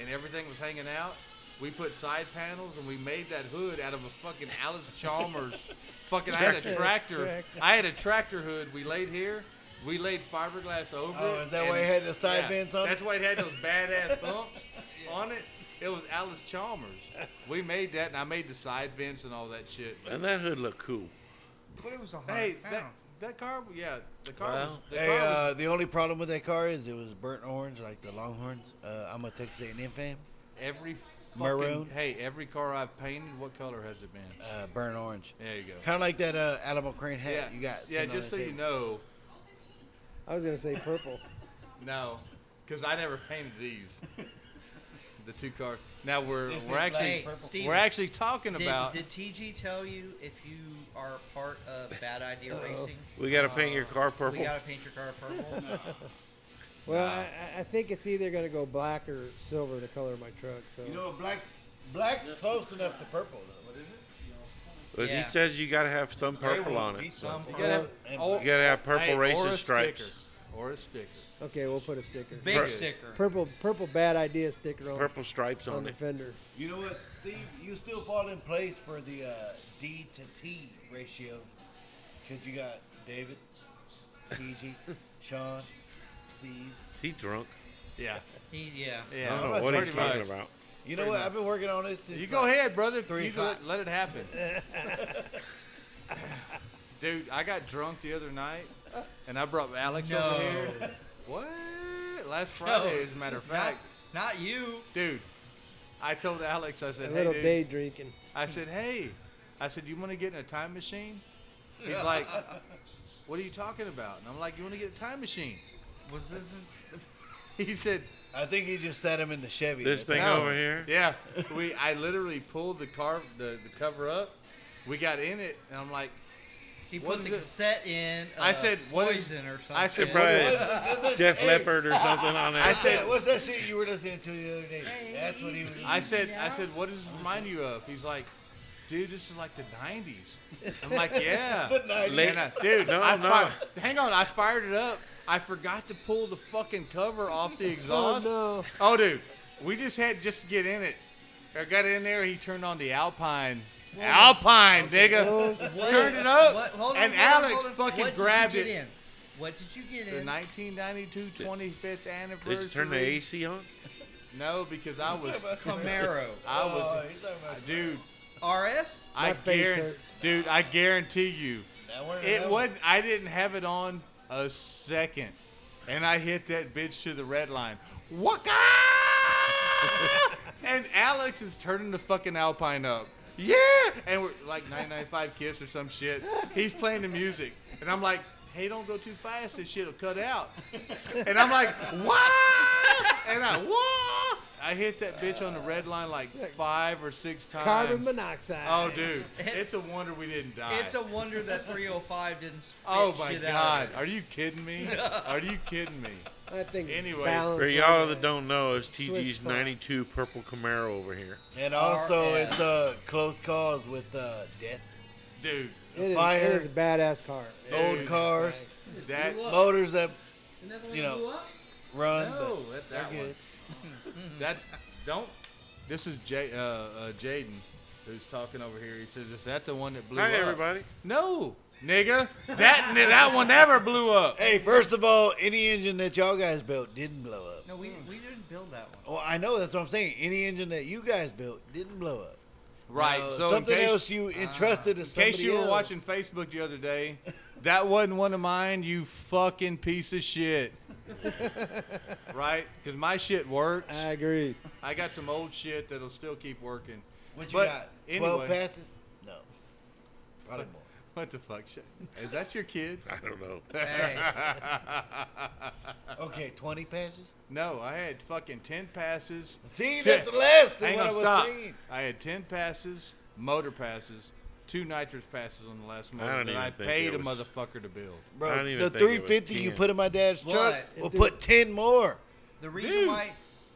Speaker 2: and everything was hanging out. We put side panels, and we made that hood out of a fucking Alice
Speaker 9: [LAUGHS]
Speaker 2: Chalmers. fucking, I had a tractor.
Speaker 5: Tractor.
Speaker 2: I had a tractor hood. We laid here. We laid fiberglass over
Speaker 9: Oh,
Speaker 2: it,
Speaker 9: is that
Speaker 2: and-
Speaker 9: why it had the side
Speaker 2: yeah,
Speaker 9: vents on it?
Speaker 2: That's why it had those badass bumps on it. It was Alice Chalmers. We made that, and I made the side vents and all that shit. But
Speaker 6: And that hood looked cool.
Speaker 4: But it was a hundred
Speaker 2: hey, that,
Speaker 4: pounds.
Speaker 2: that car, yeah, the car was.
Speaker 6: Well,
Speaker 2: The
Speaker 9: Hey,
Speaker 2: car was-
Speaker 9: uh, the only problem with that car is it was burnt orange, like the Longhorns. Uh, I'm a Texas A&M fan.
Speaker 2: every
Speaker 9: maroon?
Speaker 2: fucking, Hey, every car I've painted, what color has it been?
Speaker 9: Uh, burnt orange.
Speaker 2: There you go.
Speaker 9: Kind of like that uh, Alamo Crane hat
Speaker 2: yeah,
Speaker 9: you got.
Speaker 2: Yeah,
Speaker 9: sitting on
Speaker 2: just
Speaker 9: that
Speaker 2: so you
Speaker 9: table.
Speaker 2: know,
Speaker 5: I was gonna say purple.
Speaker 2: no, because I never painted these. the two cars. Now we're
Speaker 9: Just
Speaker 2: we're
Speaker 9: the
Speaker 2: actually
Speaker 4: Hey, Steven,
Speaker 2: we're actually talking
Speaker 4: did,
Speaker 2: about.
Speaker 4: did TG tell you if you are part of Bad Idea Racing? Uh,
Speaker 6: We gotta paint your car
Speaker 4: We
Speaker 6: purple.
Speaker 4: gotta paint your car
Speaker 2: [LAUGHS]
Speaker 4: purple.
Speaker 5: Well, I I, I think it's either gonna go black or silver, the color of my truck. So
Speaker 9: You know what? Black, black's close enough to purple, though.
Speaker 6: But
Speaker 4: Yeah.
Speaker 6: he says you gotta have some purple on it.
Speaker 9: Some
Speaker 2: you gotta have,
Speaker 9: and
Speaker 2: or-
Speaker 6: You gotta have purple
Speaker 2: hey, or
Speaker 6: racing
Speaker 2: a
Speaker 6: stripes.
Speaker 2: sticker, or a sticker.
Speaker 5: okay, we'll put a sticker.
Speaker 4: Big
Speaker 6: Pur-
Speaker 4: sticker.
Speaker 5: Purple, purple bad idea sticker on
Speaker 6: Purple stripes
Speaker 5: on
Speaker 6: on
Speaker 5: the
Speaker 6: it.
Speaker 5: fender.
Speaker 9: You know what, Steve? You still fall in place for the uh, D to T ratio because you got David, TG, Sean, Steve.
Speaker 6: Is he drunk?
Speaker 2: Yeah,
Speaker 4: He, yeah.
Speaker 2: yeah.
Speaker 6: I don't know what he's
Speaker 2: pretty
Speaker 6: talking
Speaker 2: much.
Speaker 6: about.
Speaker 9: You know what? I've been working on this since.
Speaker 2: You go
Speaker 9: like-
Speaker 2: ahead, brother.
Speaker 9: three
Speaker 2: you let,
Speaker 9: o'clock.
Speaker 2: let it happen. Dude, I got drunk the other night, and I brought Alex over here. What? Last Friday, as a matter of fact.
Speaker 4: Not, not you.
Speaker 2: Dude, I told Alex, I
Speaker 5: A
Speaker 2: said, hey,
Speaker 5: little
Speaker 2: dude.
Speaker 5: day drinking.
Speaker 2: I said, hey. I said, you want to get in a time machine? He's like, what are you talking about? And I'm like, you want to get a time machine?
Speaker 4: Was
Speaker 2: [LAUGHS]
Speaker 4: this? in-
Speaker 2: He said,
Speaker 9: uh, I think he just sat him in the Chevy.
Speaker 6: This
Speaker 9: That's-
Speaker 6: thing
Speaker 2: No.
Speaker 6: over here.
Speaker 2: Yeah, we I literally pulled the car the, the cover up. We got in it, and I'm like,
Speaker 4: He
Speaker 2: What
Speaker 4: put
Speaker 2: is
Speaker 4: the
Speaker 2: it?
Speaker 4: cassette in. Uh,
Speaker 2: I said, what is-
Speaker 4: poison or something.
Speaker 2: I said,
Speaker 6: It probably
Speaker 2: What
Speaker 6: had Def Leppard or something on
Speaker 2: I
Speaker 6: it.
Speaker 9: What's
Speaker 2: said,
Speaker 9: that- what's that shit you were listening to the other day? That's what he was.
Speaker 2: I said, I said, what does this remind you of? He's like, dude, this is like the '90s. I'm like,
Speaker 4: [LAUGHS]
Speaker 2: yeah,
Speaker 9: The 90s.
Speaker 2: And I- dude,
Speaker 6: No,
Speaker 2: I
Speaker 6: no.
Speaker 2: fi- hang on, I fired it up. I forgot to pull the fucking cover off
Speaker 4: [LAUGHS]
Speaker 2: the exhaust.
Speaker 5: no.
Speaker 2: Oh, dude, we just had just to get in it. I got in there. He turned on the Alpine. Alpine, nigga.
Speaker 4: What-
Speaker 2: Turned it up,
Speaker 4: what- hold on,
Speaker 2: and
Speaker 4: hold on,
Speaker 2: Alex
Speaker 4: hold on.
Speaker 2: fucking
Speaker 4: what
Speaker 2: grabbed
Speaker 4: did you
Speaker 2: it.
Speaker 4: get In? What did you get
Speaker 2: The
Speaker 4: in?
Speaker 2: 1992 25th anniversary.
Speaker 6: Did you turn the AC on?
Speaker 2: No, because
Speaker 5: [LAUGHS]
Speaker 2: I was,
Speaker 5: Oh,
Speaker 4: Camaro
Speaker 2: I
Speaker 9: Oh,
Speaker 2: was,
Speaker 9: he's talking about
Speaker 2: dude.
Speaker 4: RS.
Speaker 2: I
Speaker 5: face
Speaker 2: guarantee,
Speaker 5: hurts.
Speaker 2: dude. I guarantee you,
Speaker 9: that one or
Speaker 2: it
Speaker 9: that
Speaker 2: was.
Speaker 9: one?
Speaker 2: I didn't have it on a second, and I hit that bitch to the red line. Waka! and Alex is turning the fucking Alpine up. Yeah, and we're like 995 Kiss or some shit. He's playing the music, and I'm like, "Hey, don't go too fast. This shit'll cut out." And I'm like, "What?" And I, "What?" I hit that bitch on the red line like five or six times.
Speaker 5: Carbon monoxide.
Speaker 2: Oh, dude, it's a wonder we didn't die.
Speaker 4: It's a wonder that 305 didn't spit
Speaker 2: oh my
Speaker 4: shit
Speaker 2: god,
Speaker 4: out.
Speaker 2: are you kidding me? Are you kidding me?
Speaker 5: That thing's
Speaker 2: Anyways,
Speaker 5: balanced
Speaker 6: For
Speaker 5: like
Speaker 6: y'all
Speaker 5: a-
Speaker 6: that don't know, it's
Speaker 5: Swiss
Speaker 6: TG's
Speaker 5: fuck.
Speaker 6: 92 purple Camaro over here.
Speaker 9: And also,
Speaker 4: RS.
Speaker 9: it's uh, close calls with uh, death.
Speaker 2: Dude,
Speaker 5: It is,
Speaker 9: fire.
Speaker 5: it is a badass car.
Speaker 9: Old cars,
Speaker 2: that
Speaker 8: Blew up.
Speaker 9: motors that
Speaker 8: Another one
Speaker 9: you know,
Speaker 8: blew up?
Speaker 9: run. but-
Speaker 2: no, that's that one. [LAUGHS] That's don't. This is Jay, uh, uh, Jaden, who's talking over here. He says, "Is that the one that blew
Speaker 6: Hi,
Speaker 2: up?"
Speaker 6: everybody.
Speaker 2: No, nigga, that that one never blew up.
Speaker 9: [LAUGHS] Hey, first of all, any engine that y'all guys built didn't blow up.
Speaker 4: No, we, we didn't build that
Speaker 2: [LAUGHS]
Speaker 4: one.
Speaker 9: Well, I know that's what I'm saying. Any engine that you guys built didn't blow up.
Speaker 2: Right.
Speaker 9: Uh,
Speaker 2: so in
Speaker 9: something
Speaker 2: case- Ah,
Speaker 9: else you entrusted to
Speaker 2: In
Speaker 9: somebody
Speaker 2: case you were
Speaker 9: else.
Speaker 2: watching Facebook the other day, that wasn't one of mine, you fucking piece of shit. right? Because my shit works.
Speaker 5: I agree.
Speaker 2: I got some old shit that'll still keep working.
Speaker 9: what you
Speaker 2: but
Speaker 9: got?
Speaker 2: anyway-
Speaker 9: Twelve passes? No, probably more.
Speaker 2: [LAUGHS] What the fuck? shit? Is that your kid?
Speaker 6: [LAUGHS] I don't know.
Speaker 4: Hey,
Speaker 9: Okay, twenty passes.
Speaker 2: No, I had fucking 10 passes.
Speaker 9: See,
Speaker 2: Shit.
Speaker 9: that's less than
Speaker 2: Hang
Speaker 9: what
Speaker 2: on,
Speaker 9: I was
Speaker 2: stop.
Speaker 9: seeing.
Speaker 2: I had 10 passes, motor passes, two nitrous passes on the last motor
Speaker 6: don't
Speaker 2: that
Speaker 6: even
Speaker 2: I
Speaker 6: think
Speaker 2: paid
Speaker 6: it
Speaker 2: a
Speaker 6: was-
Speaker 2: motherfucker to build.
Speaker 6: I
Speaker 9: Bro,
Speaker 6: don't even
Speaker 9: the
Speaker 6: think it was
Speaker 9: 350 you
Speaker 6: 10.
Speaker 9: put in my dad's truck
Speaker 4: What?
Speaker 9: will
Speaker 5: Dude.
Speaker 9: put ten more.
Speaker 4: the reason
Speaker 2: Dude.
Speaker 4: why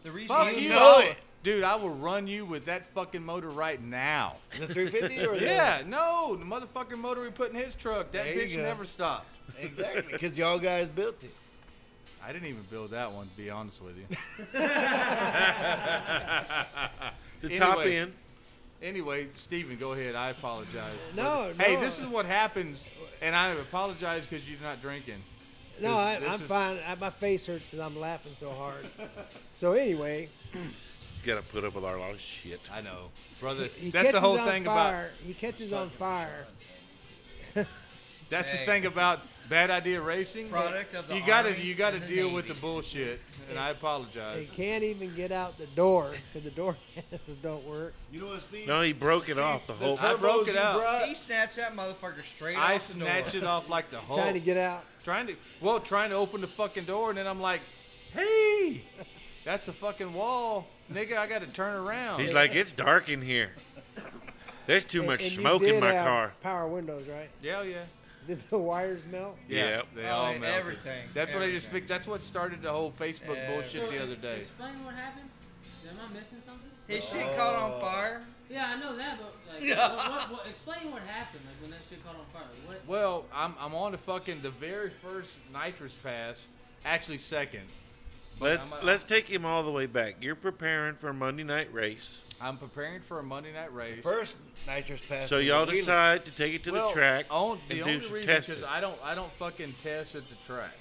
Speaker 4: the reason
Speaker 2: Fuck
Speaker 4: you
Speaker 2: you.
Speaker 9: know it.
Speaker 2: Dude, I will run you with that fucking motor right now.
Speaker 9: The 350 or the-
Speaker 2: Yeah, no, the motherfucking motor we put in his truck, that
Speaker 9: There you
Speaker 2: bitch
Speaker 9: go.
Speaker 2: never stopped.
Speaker 9: Exactly, because y'all guys built it.
Speaker 2: I didn't even build that one, to be honest with you.
Speaker 6: The top
Speaker 2: Anyway.
Speaker 6: end.
Speaker 2: Anyway, Steven, go ahead. I apologize.
Speaker 5: No,
Speaker 2: But- Hey,
Speaker 5: no.
Speaker 2: this is what happens, and I apologize because you're not drinking.
Speaker 5: No, I,
Speaker 2: This
Speaker 5: I'm
Speaker 2: is-
Speaker 5: fine. I, my face hurts because I'm laughing so
Speaker 9: [LAUGHS]
Speaker 5: hard. so anyway,
Speaker 6: He's got to put up with our lot of shit.
Speaker 2: I know, brother.
Speaker 5: he
Speaker 2: that's the
Speaker 5: catches
Speaker 2: whole
Speaker 5: on
Speaker 2: thing
Speaker 5: fire. He catches on fire.
Speaker 2: about. That's the
Speaker 4: Hey.
Speaker 2: thing about bad idea racing.
Speaker 4: Product of the
Speaker 2: you gotta
Speaker 4: Army
Speaker 2: you gotta
Speaker 4: and the
Speaker 2: deal with the
Speaker 4: Navy.
Speaker 2: bullshit, and I
Speaker 5: He
Speaker 2: apologize.
Speaker 5: can't even get out the door because the door [LAUGHS] handles don't work.
Speaker 9: You know what, Steve?
Speaker 6: No, he broke it off. The whole.
Speaker 2: I broke
Speaker 9: turbos
Speaker 2: it
Speaker 9: you
Speaker 2: out.
Speaker 9: brought-
Speaker 4: He snatched that motherfucker straight
Speaker 2: Uh, I
Speaker 4: off the door.
Speaker 2: snatch it off like the
Speaker 9: Oh.
Speaker 2: Hulk.
Speaker 5: [LAUGHS] Trying to get out.
Speaker 2: trying to well, trying to open the fucking door, and then I'm like, hey,
Speaker 5: [LAUGHS]
Speaker 2: that's the fucking wall, nigga. I gotta turn around.
Speaker 6: He's like, it's dark in here. There's too much
Speaker 5: And you
Speaker 6: smoke in
Speaker 5: did
Speaker 6: my
Speaker 5: have
Speaker 6: car.
Speaker 5: Power windows, right? [LAUGHS]
Speaker 2: yeah, yeah.
Speaker 5: Did the wires melt?
Speaker 2: Yeah,
Speaker 6: Yep.
Speaker 2: they
Speaker 4: Oh,
Speaker 2: all
Speaker 4: e-
Speaker 2: melted.
Speaker 4: everything,
Speaker 2: That's what I just fixed.
Speaker 4: everything.
Speaker 2: That's what started the whole Facebook bullshit the other day.
Speaker 8: Explain what happened. Am I missing something?
Speaker 4: His shit caught
Speaker 2: Oh.
Speaker 4: on fire.
Speaker 8: Yeah, I know that, but like, what, what, what, explain what happened. Like when that shit caught on fire. Like, what?
Speaker 2: Well, I'm I'm on the fucking the very first nitrous pass, actually second.
Speaker 6: Let's
Speaker 2: I'm a-
Speaker 6: let's take him all the way back. You're preparing for a Monday night race,
Speaker 2: I'm preparing for a Monday night race.
Speaker 9: First nitrous pass.
Speaker 6: so
Speaker 9: was
Speaker 6: y'all
Speaker 9: a wheelie.
Speaker 6: decide to take it to
Speaker 2: Well,
Speaker 6: the track
Speaker 2: On, the
Speaker 6: and
Speaker 2: only
Speaker 6: do some
Speaker 2: reason
Speaker 6: testing.
Speaker 2: because I don't I don't fucking test at the track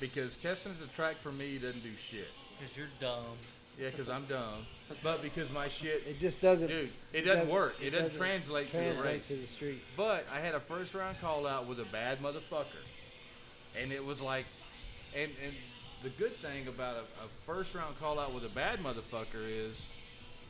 Speaker 2: because testing at the track for me doesn't do shit.
Speaker 4: Cause you're dumb.
Speaker 2: Yeah, because I'm dumb, but because my
Speaker 4: [LAUGHS]
Speaker 2: shit,
Speaker 5: It just doesn't.
Speaker 2: dude, it doesn't work. It doesn't translate to the
Speaker 5: translate
Speaker 2: race.
Speaker 5: to the street.
Speaker 2: But I had a first round call out with a bad motherfucker. And it was like and and the good thing about a, a first round call out with a bad motherfucker is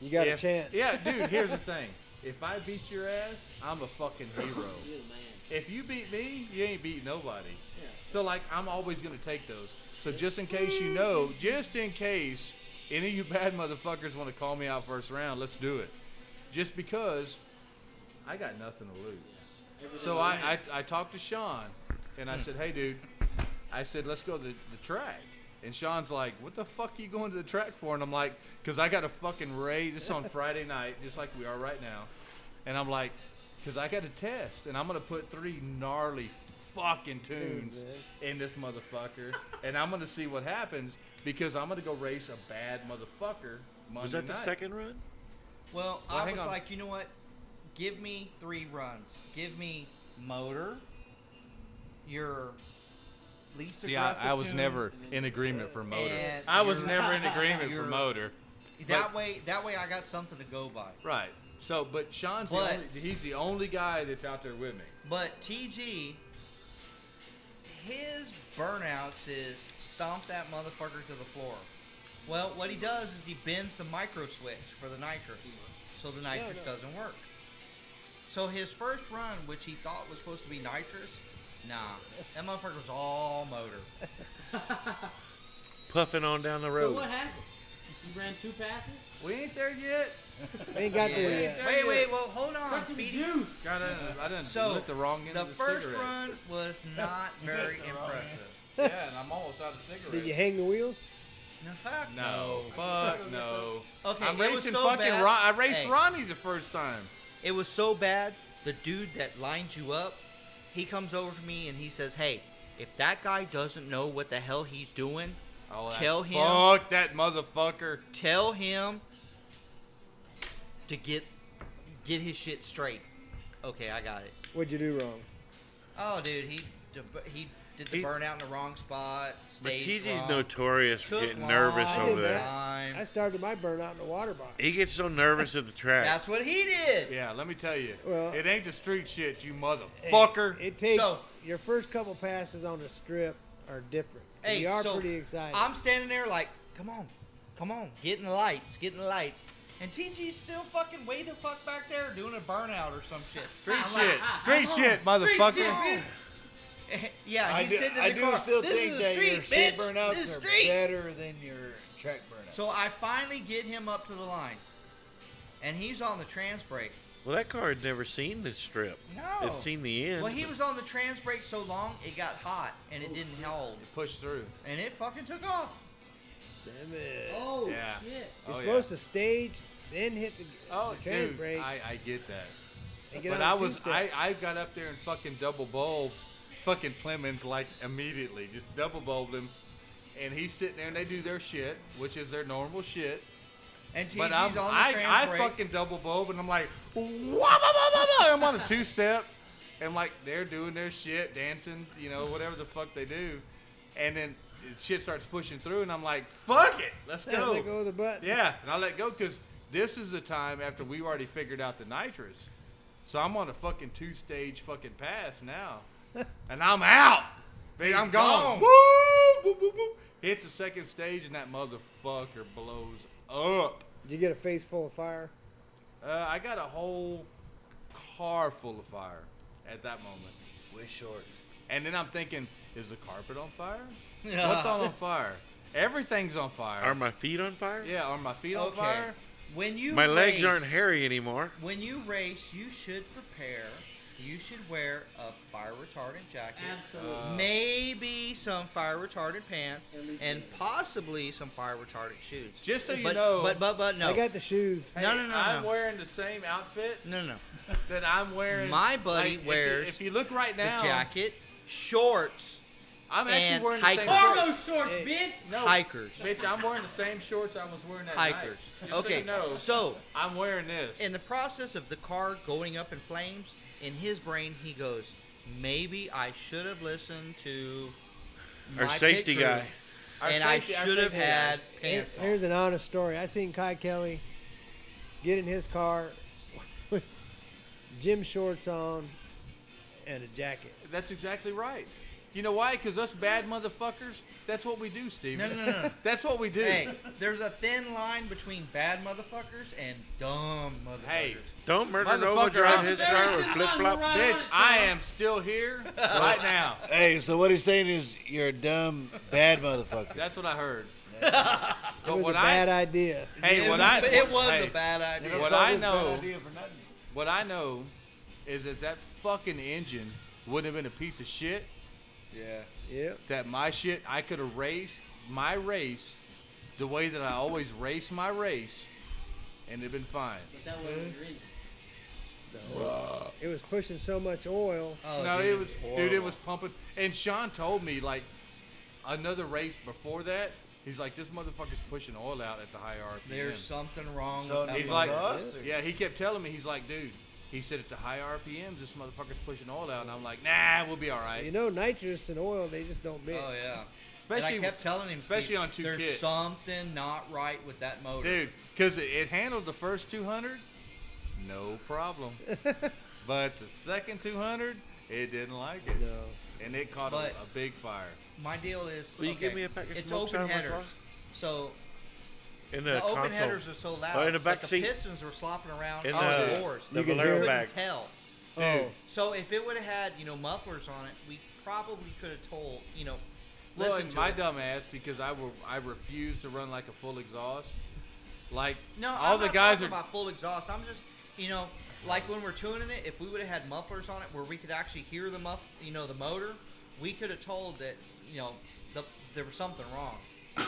Speaker 5: You got
Speaker 2: if-
Speaker 5: a chance.
Speaker 2: Yeah, dude,
Speaker 5: [LAUGHS]
Speaker 2: here's the thing. If I beat your ass, I'm a
Speaker 8: [COUGHS]
Speaker 2: fucking hero.
Speaker 8: You're the man.
Speaker 2: If you beat me, you ain't beat nobody.
Speaker 8: Yeah.
Speaker 2: So like I'm always gonna take those. So just in case you know, just in case any of you bad motherfuckers want to call me out first round, let's do it. Just because I got nothing to lose. So I, I I talked to Sean and
Speaker 4: Hmm.
Speaker 2: I said, Hey dude, I said, let's go to the track. And Sean's like, what the fuck are you going to the track for? And I'm like, because I got a fucking race. It's on Friday night, just like we are right now. And I'm like, because I got a test, and I'm going to put three gnarly fucking tunes in this motherfucker. and I'm going to see what happens because I'm going to go race a bad motherfucker Monday
Speaker 6: was that the
Speaker 2: night.
Speaker 6: second run?
Speaker 4: Well,
Speaker 2: Well,
Speaker 4: I
Speaker 2: hang
Speaker 4: was
Speaker 2: on.
Speaker 4: like, you know what? Give me three runs. Give me motor. Your least
Speaker 2: See,
Speaker 4: aggressive
Speaker 2: I, I was
Speaker 4: tune.
Speaker 2: never in agreement for motor.
Speaker 4: And
Speaker 2: I was
Speaker 4: you're-
Speaker 2: never in agreement for
Speaker 4: you're-
Speaker 2: motor.
Speaker 4: that way. That way, I got something to go by.
Speaker 2: Right. So, but Sean's
Speaker 4: But-
Speaker 2: the only, he's the only guy that's out there with me.
Speaker 4: But TG, his burnouts is stomp that motherfucker to the floor. Well, what he does is he bends the micro switch for the nitrous, so the nitrous doesn't work. So his first run, which he thought was supposed to be nitrous, nah, that motherfucker was all motor. [LAUGHS]
Speaker 6: Puffing on down the
Speaker 8: So
Speaker 6: road.
Speaker 8: what happened? You ran two passes.
Speaker 2: We ain't there yet.
Speaker 5: We ain't got
Speaker 4: Yeah.
Speaker 5: there yet.
Speaker 4: Wait, wait, well, hold on,
Speaker 8: Got some
Speaker 4: Speedy.
Speaker 8: juice.
Speaker 2: God, I done- I done
Speaker 4: So
Speaker 2: lit the wrong end
Speaker 4: the
Speaker 2: of the
Speaker 4: first
Speaker 2: cigarette.
Speaker 4: run [LAUGHS] was not very impressive.
Speaker 2: yeah, and I'm almost out of cigarettes.
Speaker 5: uh, Did you hang the wheels?
Speaker 4: No, fuck
Speaker 2: No, fuck no.
Speaker 4: Okay,
Speaker 2: I'm
Speaker 4: it was
Speaker 2: racing
Speaker 4: so
Speaker 2: fucking.
Speaker 4: bad-
Speaker 2: Ron- I raced
Speaker 4: Hey.
Speaker 2: Ronnie the first time.
Speaker 4: It was so bad, the dude that lines you up, he comes over to me and he says, Hey, if that guy doesn't know what the hell he's doing,
Speaker 2: Oh, that-
Speaker 4: Tell him-
Speaker 2: Fuck that motherfucker.
Speaker 4: tell him to get get his shit straight. Okay, I got it.
Speaker 5: What'd you do wrong?
Speaker 4: Oh, dude, he deb- he did the
Speaker 6: He-
Speaker 4: burnout in the wrong spot.
Speaker 6: But
Speaker 4: Staged
Speaker 6: TG's
Speaker 4: wrong,
Speaker 6: notorious for
Speaker 4: took
Speaker 6: getting nervous
Speaker 4: long
Speaker 5: I
Speaker 6: over
Speaker 5: did
Speaker 6: there.
Speaker 5: that.
Speaker 4: time.
Speaker 5: I started my burnout in a water box.
Speaker 6: He gets so nervous at the track.
Speaker 4: That's what he did.
Speaker 2: Yeah, let me tell you.
Speaker 5: Well-
Speaker 2: it ain't the street shit, you motherfucker.
Speaker 5: It takes
Speaker 4: So-
Speaker 5: your first couple passes on the strip are different.
Speaker 4: Hey,
Speaker 5: we are
Speaker 4: so
Speaker 5: pretty excited.
Speaker 4: I'm standing there like, come on, come on, get in the lights, get in the lights. And TG's still fucking way the fuck back there doing a burnout or some shit.
Speaker 2: street
Speaker 4: I'm
Speaker 2: shit.
Speaker 4: like- eh,
Speaker 2: Street shit, motherfucker.
Speaker 8: bitch.
Speaker 4: yeah,
Speaker 9: I
Speaker 4: he's
Speaker 9: do,
Speaker 4: sitting in the
Speaker 9: I do
Speaker 4: car.
Speaker 9: still
Speaker 4: this
Speaker 9: think
Speaker 4: is the
Speaker 9: that
Speaker 4: street,
Speaker 9: your street
Speaker 4: bitch.
Speaker 9: burnouts
Speaker 4: This is
Speaker 9: are
Speaker 4: street.
Speaker 9: better than your track burnouts.
Speaker 4: So I finally get him up to the line, and he's on the trans brake.
Speaker 6: well, that car had never seen this strip.
Speaker 4: No.
Speaker 6: It's seen the end.
Speaker 4: Well, he was on the trans brake so long it got hot and it didn't hold,
Speaker 2: Push through.
Speaker 4: and it fucking took off.
Speaker 5: Damn it.
Speaker 8: Oh
Speaker 2: Yeah.
Speaker 8: shit!
Speaker 5: You're
Speaker 2: Oh, yeah.
Speaker 5: supposed to stage, then hit the,
Speaker 2: Oh,
Speaker 5: the train
Speaker 2: dude,
Speaker 5: brake.
Speaker 2: I, I get that.
Speaker 5: and get
Speaker 2: but
Speaker 5: on
Speaker 2: I
Speaker 5: the
Speaker 2: was,
Speaker 5: two-step.
Speaker 2: I, I got up there and fucking double bulbed fucking Clemens like immediately. Just double bulbed him. And he's sitting there and they do their shit, which is their normal shit.
Speaker 4: And TG's
Speaker 2: But
Speaker 4: on
Speaker 2: I'm,
Speaker 4: the
Speaker 2: I,
Speaker 4: trans
Speaker 2: I
Speaker 4: brake.
Speaker 2: fucking double bulb and I'm like, "Wah, wah, wah, wah, wah." I'm on a two step. And like, they're doing their shit, dancing, you know, whatever the fuck they do. And then shit starts pushing through and I'm like, fuck it, let's
Speaker 5: Yeah,
Speaker 2: go.
Speaker 5: let go of the button.
Speaker 2: Yeah, and I let go because this is the time after we already figured out the nitrous. So I'm on a fucking two stage fucking pass now. and I'm out. Big, I'm gone. Woo! Woo, woo, woo. Hits the second stage and that motherfucker blows up.
Speaker 5: Did you get a face full of fire?
Speaker 2: Uh, I got a whole car full of fire at that moment.
Speaker 9: Way short.
Speaker 2: And then I'm thinking, is the carpet on fire? What's all on fire? Everything's on fire.
Speaker 6: Are my feet on fire?
Speaker 2: yeah, are my feet on
Speaker 4: Okay.
Speaker 2: fire?
Speaker 4: When you
Speaker 6: My legs
Speaker 4: race-
Speaker 6: aren't hairy anymore.
Speaker 4: When you race, you should prepare. You should wear a fire retardant jacket.
Speaker 8: Absolutely.
Speaker 4: Maybe some fire retardant pants
Speaker 8: At least
Speaker 4: and
Speaker 8: maybe.
Speaker 4: possibly some fire retardant shoes.
Speaker 2: Just so you
Speaker 4: but,
Speaker 2: know,
Speaker 4: But but but no.
Speaker 5: I got the shoes.
Speaker 4: no no no
Speaker 2: I'm
Speaker 4: no.
Speaker 2: wearing the same outfit
Speaker 4: no no.
Speaker 2: that I'm wearing.
Speaker 4: My buddy
Speaker 2: if you-
Speaker 4: wears
Speaker 2: If you, look right now,
Speaker 4: the jacket, shorts,
Speaker 2: I'm actually
Speaker 4: and
Speaker 2: wearing the same
Speaker 4: hiking.
Speaker 2: shorts.
Speaker 8: Cargo shorts,
Speaker 5: Hey.
Speaker 8: bitch.
Speaker 2: No,
Speaker 4: hikers,
Speaker 2: bitch, I'm wearing the same shorts I was wearing that
Speaker 4: hikers.
Speaker 2: night. Just
Speaker 4: Okay.
Speaker 2: so, you know,
Speaker 4: so
Speaker 2: I'm wearing this.
Speaker 4: in the process of the car going up in flames, in his brain he goes, maybe I should have listened to
Speaker 6: Our
Speaker 4: my pit
Speaker 6: safety
Speaker 4: crew,
Speaker 6: guy.
Speaker 2: Our
Speaker 4: and I
Speaker 2: safety- our
Speaker 4: should have
Speaker 2: safety guy.
Speaker 4: had
Speaker 5: Here-
Speaker 4: pants
Speaker 5: Here's
Speaker 4: on.
Speaker 5: an honest story. I seen Kai Kelly get in his car [LAUGHS] with gym shorts on and a jacket.
Speaker 2: That's exactly right. You know why? Because us bad motherfuckers, that's what we do, Steven.
Speaker 4: No, no, no, no.
Speaker 2: [LAUGHS] that's what we do.
Speaker 4: Hey, there's a thin line between bad motherfuckers and dumb motherfuckers.
Speaker 2: Hey.
Speaker 6: Don't murder Nova
Speaker 2: Motherfucker, I'm
Speaker 6: drive his
Speaker 8: very
Speaker 6: car with
Speaker 8: good
Speaker 6: flip
Speaker 8: on
Speaker 6: flops.
Speaker 8: Mariah.
Speaker 2: bitch, I am still
Speaker 4: [LAUGHS]
Speaker 2: here right now.
Speaker 9: Hey, so what he's saying is you're a dumb, bad
Speaker 2: [LAUGHS]
Speaker 9: motherfucker.
Speaker 2: That's what I
Speaker 4: [LAUGHS]
Speaker 2: heard.
Speaker 5: It
Speaker 2: But
Speaker 5: was a
Speaker 2: what
Speaker 5: bad
Speaker 2: I,
Speaker 5: idea.
Speaker 2: hey,
Speaker 4: it
Speaker 2: what
Speaker 4: was,
Speaker 2: I,
Speaker 4: it was
Speaker 2: hey,
Speaker 4: a bad idea.
Speaker 2: What
Speaker 9: Thought
Speaker 2: I
Speaker 9: it was a
Speaker 2: know-
Speaker 9: Bad idea for nothing.
Speaker 2: What I know is that that fucking engine would have been a piece of shit.
Speaker 7: Yeah.
Speaker 5: Yep.
Speaker 2: That my shit, I could have raced my race the way that I always race my race, and it'd been fine.
Speaker 8: But that wasn't your engine.
Speaker 5: It was pushing so much oil.
Speaker 4: Oh,
Speaker 2: no,
Speaker 4: dude,
Speaker 2: it was, dude, it
Speaker 4: horrible.
Speaker 2: was pumping. And Sean told me like another race before that. He's like, this motherfucker's pushing oil out at the high RPM.
Speaker 4: There's something wrong.
Speaker 9: So
Speaker 4: with that Oh,
Speaker 9: he's
Speaker 2: He's
Speaker 9: like,
Speaker 2: like,
Speaker 9: us, or-
Speaker 2: yeah, he kept telling me, he's like, dude, he said at the high RPMs, this motherfucker's pushing oil out, and I'm like, nah, we'll be all right.
Speaker 5: You know, nitrous and oil, they just don't mix.
Speaker 4: Oh yeah.
Speaker 2: Especially-
Speaker 4: and I kept telling him,
Speaker 2: especially
Speaker 4: Steve,
Speaker 2: on two
Speaker 4: There's
Speaker 2: kids.
Speaker 4: something not right with that motor.
Speaker 2: dude, because it, it handled the first 200, no
Speaker 4: [LAUGHS]
Speaker 2: problem, but the second 200, it didn't like it,
Speaker 5: No.
Speaker 2: and it caught a,
Speaker 4: But-
Speaker 2: a big fire.
Speaker 4: My deal is,
Speaker 6: Will you
Speaker 4: okay,
Speaker 6: give me a pack of
Speaker 4: it's
Speaker 6: smokes out
Speaker 4: open
Speaker 6: of my
Speaker 4: headers.
Speaker 6: car?
Speaker 4: So
Speaker 6: In
Speaker 4: the,
Speaker 6: the,
Speaker 4: open
Speaker 6: console.
Speaker 4: headers are so loud
Speaker 6: Oh, in the back
Speaker 4: that the
Speaker 6: seat.
Speaker 4: pistons were slopping around
Speaker 6: In
Speaker 4: on
Speaker 6: the-
Speaker 4: the doors.
Speaker 6: the
Speaker 5: You can
Speaker 6: Valero
Speaker 5: hear it.
Speaker 4: couldn't
Speaker 6: bag.
Speaker 4: tell.
Speaker 5: Oh.
Speaker 4: So if it would have had you know mufflers on it, we probably could have told you know.
Speaker 2: Well,
Speaker 4: listen
Speaker 2: and
Speaker 4: to
Speaker 2: my
Speaker 4: it.
Speaker 2: dumb ass, because I will, I refuse to run like a full exhaust. Like
Speaker 4: No,
Speaker 2: all
Speaker 4: I'm
Speaker 2: the
Speaker 4: not
Speaker 2: guys
Speaker 4: talking
Speaker 2: are.
Speaker 4: about full exhaust. I'm just, you know, like when we're tuning it, if we would have had mufflers on it where we could actually hear the muff, you know, the motor, we could have told that, you know, the, there was something wrong.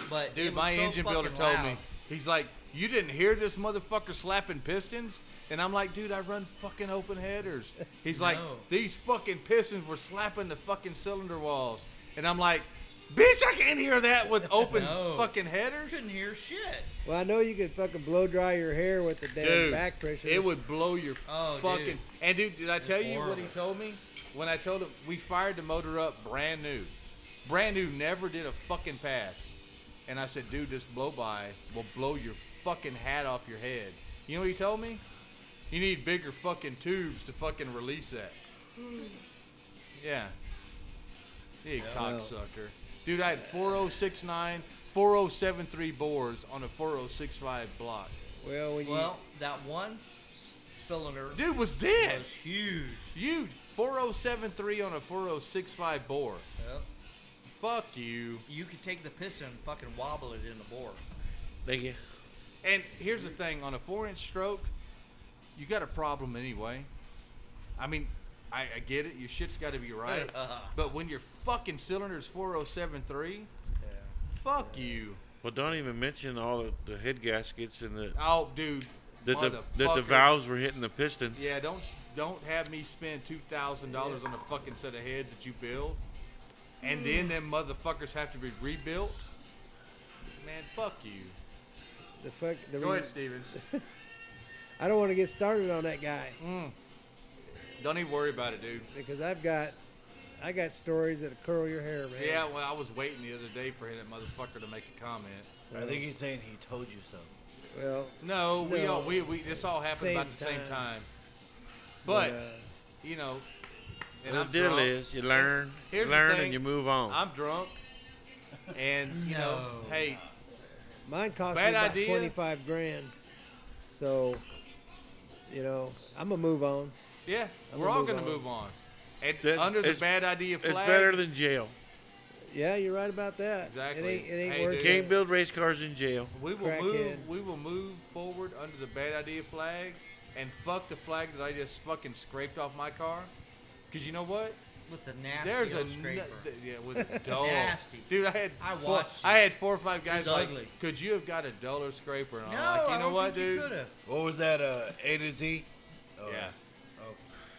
Speaker 4: But it
Speaker 2: Dude,
Speaker 4: was
Speaker 2: my
Speaker 4: so
Speaker 2: engine builder
Speaker 4: fucking
Speaker 2: told me,
Speaker 4: loud.
Speaker 2: he's like, you didn't hear this motherfucker slapping pistons? And I'm like, dude, I run fucking open headers. He's like,
Speaker 4: No.
Speaker 2: these fucking pistons were slapping the fucking cylinder walls. And I'm like, bitch, I can't hear that with open
Speaker 4: No.
Speaker 2: fucking
Speaker 4: I
Speaker 2: headers.
Speaker 4: couldn't hear shit.
Speaker 5: Well, I know you could fucking blow dry your hair with the damn
Speaker 2: Dude,
Speaker 5: back pressure.
Speaker 2: it would blow your
Speaker 4: Oh,
Speaker 2: fucking.
Speaker 4: dude.
Speaker 2: And dude, did I tell you what he
Speaker 4: horrible.
Speaker 2: told me? When I told him we fired the motor up brand new, brand new, never did a fucking pass. And I said, dude, this blow by will blow your fucking hat off your head. You know what he told me? You need bigger fucking tubes to fucking release that.
Speaker 4: [SIGHS]
Speaker 2: Yeah. You cocksucker. Dude, I had 4069, 4073 bores on a 4065 block.
Speaker 5: well, when you
Speaker 4: Well, that one c- cylinder
Speaker 2: Dude was dead.
Speaker 4: was huge.
Speaker 2: Huge. 4073 on a 4065 bore.
Speaker 4: Yep.
Speaker 2: Fuck you.
Speaker 4: You could take the piston and fucking wobble it in the bore.
Speaker 6: Thank you.
Speaker 2: And here's the thing on a four inch stroke, you got a problem anyway. I mean, I, I get it. Your shit's got to be right. But when your fucking cylinder's 4073, fuck you.
Speaker 6: Well, don't even mention all the, the head gaskets and
Speaker 4: Ah,
Speaker 6: the
Speaker 2: Oh, dude.
Speaker 6: that the that the
Speaker 2: motherfucker.
Speaker 6: valves were hitting the pistons.
Speaker 2: Yeah, don't s- don't have me spend two thousand dollars on a fucking set of heads that you build, and then them motherfuckers have to be rebuilt. Man, fuck you.
Speaker 5: The fuck. The
Speaker 2: Go ahead,
Speaker 5: reason-
Speaker 2: Steven.
Speaker 5: I don't want to get started on that guy
Speaker 2: Mm. Don't even worry about it, dude.
Speaker 5: because I've got, I got stories that curl your hair, man.
Speaker 2: Yeah, well, I was waiting the other day for that motherfucker to make a comment.
Speaker 9: I think he's saying he told you so.
Speaker 5: Well,
Speaker 2: No, we
Speaker 5: No.
Speaker 2: all we, we this all happened
Speaker 5: Same
Speaker 2: about the same
Speaker 5: time.
Speaker 2: time. But
Speaker 5: uh,
Speaker 2: you know, and
Speaker 6: the
Speaker 2: I'm
Speaker 6: deal
Speaker 2: drunk.
Speaker 6: is you learn,
Speaker 2: Here's the
Speaker 6: learn,
Speaker 2: thing.
Speaker 6: and you move on.
Speaker 2: I'm drunk, and you know,
Speaker 4: No.
Speaker 2: hey,
Speaker 5: mine cost
Speaker 2: Bad
Speaker 5: me about
Speaker 2: idea.
Speaker 5: twenty five grand. So, you know, I'm gonna move on.
Speaker 2: yeah,
Speaker 5: I'm
Speaker 2: we're
Speaker 5: gonna
Speaker 2: all
Speaker 5: move
Speaker 2: gonna
Speaker 5: on.
Speaker 2: move on. And
Speaker 6: That-
Speaker 2: under the
Speaker 6: it's-
Speaker 2: bad idea
Speaker 6: it's
Speaker 2: flag,
Speaker 6: better than jail.
Speaker 5: Yeah, you're right about that.
Speaker 2: Exactly.
Speaker 5: It ain't, it ain't
Speaker 2: Hey,
Speaker 5: worth
Speaker 2: dude.
Speaker 5: it.
Speaker 6: Can't build race cars in jail.
Speaker 2: We will
Speaker 5: Crackhead.
Speaker 2: move. We will move forward under the bad idea flag, and fuck the flag that I just fucking scraped off my car. Cause you know what?
Speaker 4: With the nasty
Speaker 2: There's a
Speaker 4: old
Speaker 2: nu-
Speaker 4: scraper.
Speaker 2: th- yeah, it was [LAUGHS] dull.
Speaker 4: Nasty.
Speaker 2: Dude, I had
Speaker 4: I
Speaker 2: four,
Speaker 4: watched
Speaker 2: I
Speaker 4: it.
Speaker 2: had four or five guys
Speaker 4: was
Speaker 2: like,
Speaker 4: ugly.
Speaker 2: could you have got a duller scraper? And
Speaker 4: no,
Speaker 2: I'm like, you
Speaker 4: I
Speaker 2: know
Speaker 4: don't
Speaker 2: what,
Speaker 4: think you
Speaker 2: dude?
Speaker 4: coulda.
Speaker 9: What was that? Uh, A to Z. Oh,
Speaker 2: Yeah.
Speaker 9: Oh,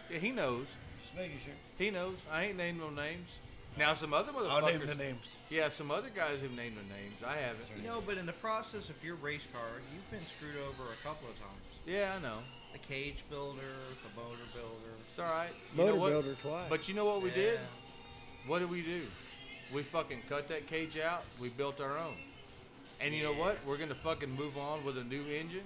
Speaker 2: yeah, he knows.
Speaker 9: just making sure.
Speaker 2: He knows. I ain't named no names. Now some other motherfuckers.
Speaker 9: I'll name the names.
Speaker 2: Yeah, some other guys have named their names. I haven't.
Speaker 4: You know, but in the process of your race car, you've been screwed over a couple of times.
Speaker 2: Yeah, I know.
Speaker 4: The cage builder, the motor builder.
Speaker 2: It's all right. You
Speaker 5: Motor
Speaker 2: know what?
Speaker 5: builder twice.
Speaker 2: But you know what we did?
Speaker 4: Yeah.
Speaker 2: What did we do? We fucking cut that cage out. We built our own. And you know what? We're gonna fucking move on with a new engine.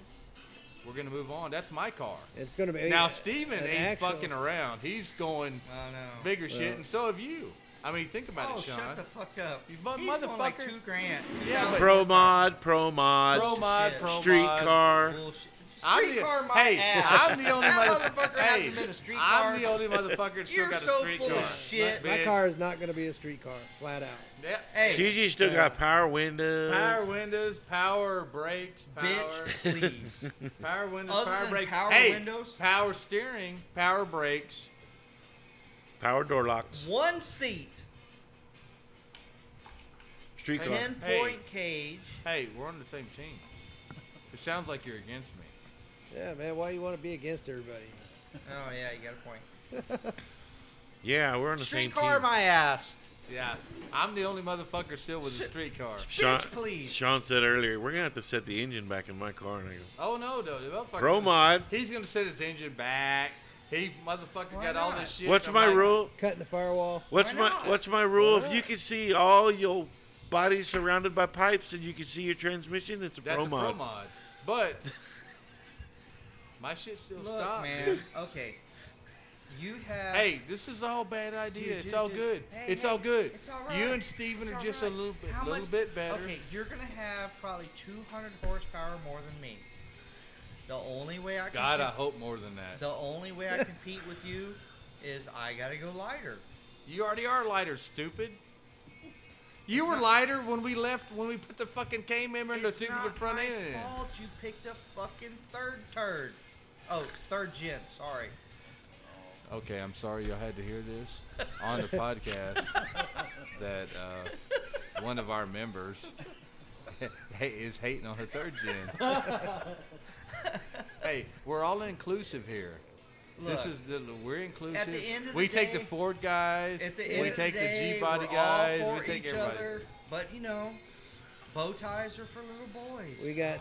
Speaker 2: We're gonna move on. That's my car.
Speaker 5: It's gonna be
Speaker 2: Now
Speaker 5: a-
Speaker 2: Steven
Speaker 5: an
Speaker 2: ain't
Speaker 5: actual-
Speaker 2: fucking around. He's going
Speaker 4: Oh no.
Speaker 2: bigger shit, and so have you. I mean, think about
Speaker 4: oh,
Speaker 2: it, Sean.
Speaker 4: shut the fuck up.
Speaker 2: You mu-
Speaker 4: He's going like
Speaker 2: motherfucker.
Speaker 4: two grand.
Speaker 2: Yeah, but-
Speaker 6: Pro mod, pro mod,
Speaker 2: pro mod,
Speaker 4: shit.
Speaker 2: pro mod.
Speaker 6: street car.
Speaker 4: Bullshit.
Speaker 2: I'm the-
Speaker 4: Streetcar, my
Speaker 2: hey,
Speaker 4: ass.
Speaker 2: I'm the only
Speaker 4: That
Speaker 2: motherf-
Speaker 4: motherfucker
Speaker 2: hey,
Speaker 4: hasn't been a street car.
Speaker 2: I'm the only motherfucker that still
Speaker 4: You're
Speaker 2: got a
Speaker 4: so
Speaker 2: street
Speaker 4: full
Speaker 2: car.
Speaker 4: of shit.
Speaker 5: My
Speaker 2: Bitch.
Speaker 5: car is not gonna be a street car, flat out.
Speaker 2: Yeah.
Speaker 4: Hey,
Speaker 6: TG still got power windows.
Speaker 2: Power windows, power brakes, power,
Speaker 4: bitch, please.
Speaker 2: [LAUGHS] power windows,
Speaker 4: Other
Speaker 2: power
Speaker 4: than
Speaker 2: brakes.
Speaker 4: power
Speaker 2: hey,
Speaker 4: windows?
Speaker 2: power steering, power brakes.
Speaker 6: Power door locks.
Speaker 4: One seat,
Speaker 6: Street car.
Speaker 4: ten point cage. Oh,
Speaker 2: Hey, we're on the same team. It sounds like you're against me.
Speaker 5: Yeah, man. Why do you want to be against everybody?
Speaker 4: Oh yeah, you got a point.
Speaker 6: Yeah, we're on the same
Speaker 4: Street
Speaker 6: team.
Speaker 4: car, my ass.
Speaker 2: Yeah, I'm the only motherfucker still with a street car.
Speaker 6: Sean,
Speaker 4: Bitch, please.
Speaker 6: Sean said earlier, we're gonna have to set the engine back in my car, and I go,
Speaker 2: Oh no, no, the motherfucker.
Speaker 6: pro mod.
Speaker 2: He's gonna set his engine back. He motherfucker
Speaker 4: Why
Speaker 2: got all
Speaker 4: not?
Speaker 2: this shit.
Speaker 6: What's
Speaker 2: I'm
Speaker 6: my
Speaker 2: like,
Speaker 6: rule?
Speaker 5: Cutting the firewall.
Speaker 6: What's
Speaker 4: Why
Speaker 6: my
Speaker 4: not?
Speaker 6: what's my rule? If you can see all your body surrounded by pipes and you can see your transmission, it's a
Speaker 2: That's
Speaker 6: pro
Speaker 2: a
Speaker 6: mod.
Speaker 2: pro mod. But my shit still
Speaker 4: Look,
Speaker 2: stopped.
Speaker 4: man. Okay. You have.
Speaker 2: Hey, this is all bad idea.
Speaker 4: Dude,
Speaker 2: it's
Speaker 4: dude,
Speaker 2: all
Speaker 4: dude.
Speaker 2: good.
Speaker 4: Hey,
Speaker 2: it's
Speaker 4: hey,
Speaker 2: all good.
Speaker 4: it's all right.
Speaker 2: You and Steven
Speaker 4: It's
Speaker 2: are
Speaker 4: all
Speaker 2: just a
Speaker 4: right.
Speaker 2: little bit,
Speaker 4: How
Speaker 2: little
Speaker 4: much-
Speaker 2: bit better.
Speaker 4: Okay, you're gonna have probably 200 horsepower more than me. The only way I
Speaker 2: God, I
Speaker 4: compete,
Speaker 2: hope more than that.
Speaker 4: the only way I compete with you is I gotta go lighter.
Speaker 2: You already are lighter, stupid. You were lighter when we left when we put the fucking K member in the
Speaker 4: It's
Speaker 2: seat
Speaker 4: not
Speaker 2: of the front
Speaker 4: my
Speaker 2: end. in.
Speaker 4: fault you picked a fucking third turd. Oh, third gen. Sorry.
Speaker 2: Okay, I'm sorry y'all had to hear this on the
Speaker 4: [LAUGHS]
Speaker 2: podcast that uh, one of our members [LAUGHS] ha- is hating on the third gen.
Speaker 4: [LAUGHS]
Speaker 2: hey, we're all inclusive here. this
Speaker 4: Look,
Speaker 2: is the we're inclusive.
Speaker 4: end of the
Speaker 2: we take the
Speaker 4: day-
Speaker 2: Ford guys.
Speaker 4: At the
Speaker 2: we
Speaker 4: end of
Speaker 2: take
Speaker 4: the, day,
Speaker 2: G body
Speaker 4: we're
Speaker 2: guys.
Speaker 4: all for
Speaker 2: we take
Speaker 4: each
Speaker 2: everybody.
Speaker 4: other. But you know, bow ties are for little boys.
Speaker 5: We got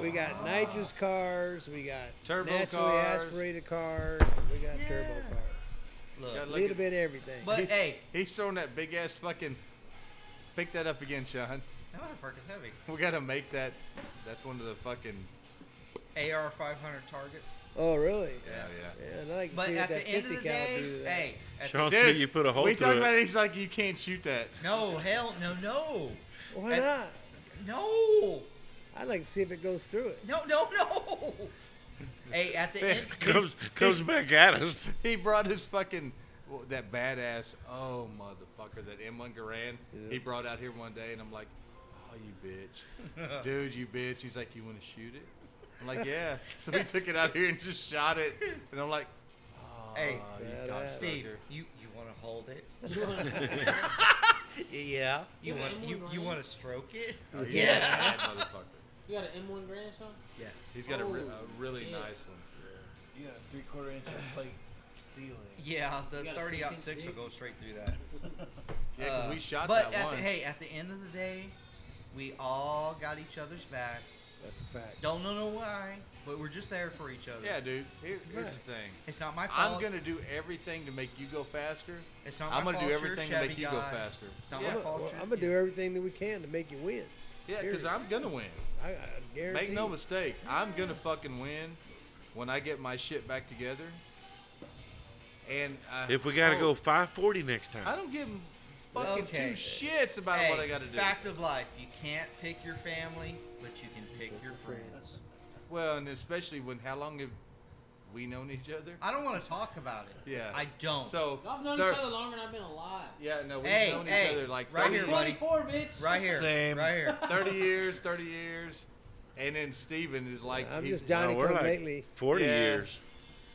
Speaker 5: we got nitrous cars. We got
Speaker 2: Turbo
Speaker 5: naturally
Speaker 2: cars.
Speaker 5: aspirated cars. We got turbo
Speaker 4: Yeah.
Speaker 5: cars.
Speaker 4: Look,
Speaker 2: Gotta
Speaker 5: A
Speaker 2: look
Speaker 5: little
Speaker 2: at-
Speaker 5: bit of everything.
Speaker 4: but
Speaker 2: he's-
Speaker 4: hey,
Speaker 2: He's throwing that big ass fucking. Pick that up again, Sean. [LAUGHS]
Speaker 4: that motherfucker's heavy.
Speaker 2: We gotta make that. That's one of the fucking.
Speaker 4: AR 500 targets.
Speaker 5: oh, really?
Speaker 2: Yeah, yeah.
Speaker 5: Yeah, and I like to
Speaker 4: But
Speaker 5: see
Speaker 4: at
Speaker 5: what that
Speaker 4: the end of
Speaker 5: 50
Speaker 4: the
Speaker 5: cal do
Speaker 4: day,
Speaker 5: to that.
Speaker 4: hey, at the,
Speaker 6: Sean said you put a hole
Speaker 2: we
Speaker 6: through
Speaker 2: talked
Speaker 6: it.
Speaker 2: about it. He's like, you can't shoot that. [LAUGHS]
Speaker 4: no, hell, no, no,
Speaker 5: why
Speaker 4: at-
Speaker 5: not?
Speaker 4: no,
Speaker 5: I'd like to see if it goes through it.
Speaker 4: no, no, no.
Speaker 2: [LAUGHS]
Speaker 4: hey, at the end,
Speaker 6: [LAUGHS] comes comes back at us.
Speaker 2: He brought his fucking well, that badass. Oh motherfucker, that M1 Garand. He brought out here one day, and I'm like, oh you
Speaker 4: [LAUGHS]
Speaker 2: bitch, dude, you bitch. He's like, you want to shoot it? I'm like, yeah. [LAUGHS] So he took it out here and just shot it, and I'm like, oh,
Speaker 4: Hey,
Speaker 2: you
Speaker 5: Badass.
Speaker 2: cocksucker.
Speaker 5: [LAUGHS]
Speaker 4: Steve, you you want to hold it?
Speaker 8: You wanna-
Speaker 4: [LAUGHS] Yeah. You
Speaker 8: Yeah,
Speaker 4: want
Speaker 8: M1
Speaker 4: you, you
Speaker 8: Grand?
Speaker 4: want to stroke it?
Speaker 2: Oh, he's a
Speaker 4: Yeah.
Speaker 2: bad motherfucker.
Speaker 8: You got an M1 Grand, Sean?
Speaker 4: Yeah.
Speaker 2: He's got a, re-
Speaker 8: Oh,
Speaker 2: a really
Speaker 8: yeah.
Speaker 2: nice one.
Speaker 9: You got a three quarter inch plate steel in.
Speaker 4: Yeah. The
Speaker 8: You got a
Speaker 4: thirty out
Speaker 8: 16
Speaker 4: six will go straight through that.
Speaker 2: Yeah, because
Speaker 4: Uh,
Speaker 2: we shot
Speaker 4: but
Speaker 2: that
Speaker 4: at
Speaker 2: one.
Speaker 4: The, hey, at the end of the day, we all got each other's back.
Speaker 3: That's a fact.
Speaker 4: Don't know why, but we're just there for each other.
Speaker 2: yeah, dude. Here's, here's the thing.
Speaker 4: It's not my fault.
Speaker 2: I'm gonna do everything to make you go faster.
Speaker 4: It's not my
Speaker 2: I'm gonna
Speaker 4: fault
Speaker 2: do
Speaker 4: you're a
Speaker 2: everything to make
Speaker 4: Chevy
Speaker 2: you go
Speaker 4: guy.
Speaker 2: faster.
Speaker 4: It's not
Speaker 2: yeah,
Speaker 4: my
Speaker 5: I'm,
Speaker 4: fault. you're-
Speaker 5: gonna do everything that we can to make you win.
Speaker 2: yeah, because
Speaker 5: Period.
Speaker 2: I'm gonna win.
Speaker 5: I, I guarantee.
Speaker 2: Make no
Speaker 5: it.
Speaker 2: mistake, I'm gonna fucking win when I get my shit back together. And I,
Speaker 6: If we gotta
Speaker 2: oh,
Speaker 6: go 540 next
Speaker 2: I
Speaker 6: time, Oh,
Speaker 2: don't give a fucking
Speaker 4: Okay.
Speaker 2: two shits about
Speaker 4: hey,
Speaker 2: what I gotta do.
Speaker 4: Fact of life: you can't pick your family, but you can pick your friends.
Speaker 2: Well, and especially when how long have we known each other?
Speaker 4: I don't want to talk about it.
Speaker 2: Yeah.
Speaker 4: I don't.
Speaker 2: So
Speaker 8: Y'all have known
Speaker 2: thir-
Speaker 8: each other longer than I've been alive.
Speaker 2: Yeah, no, we've
Speaker 4: Hey,
Speaker 2: known
Speaker 4: hey,
Speaker 2: each other like
Speaker 4: right
Speaker 2: 30,
Speaker 4: here, buddy.
Speaker 8: 24, bitch.
Speaker 4: right here,
Speaker 9: Same.
Speaker 2: [LAUGHS]
Speaker 4: right here.
Speaker 2: 30 years, 30 years. And then Steven is like,
Speaker 5: I'm
Speaker 2: he's-
Speaker 5: just Johnny
Speaker 6: No, we're
Speaker 5: come
Speaker 6: like
Speaker 5: lately.
Speaker 6: 40
Speaker 2: Yeah.
Speaker 6: years.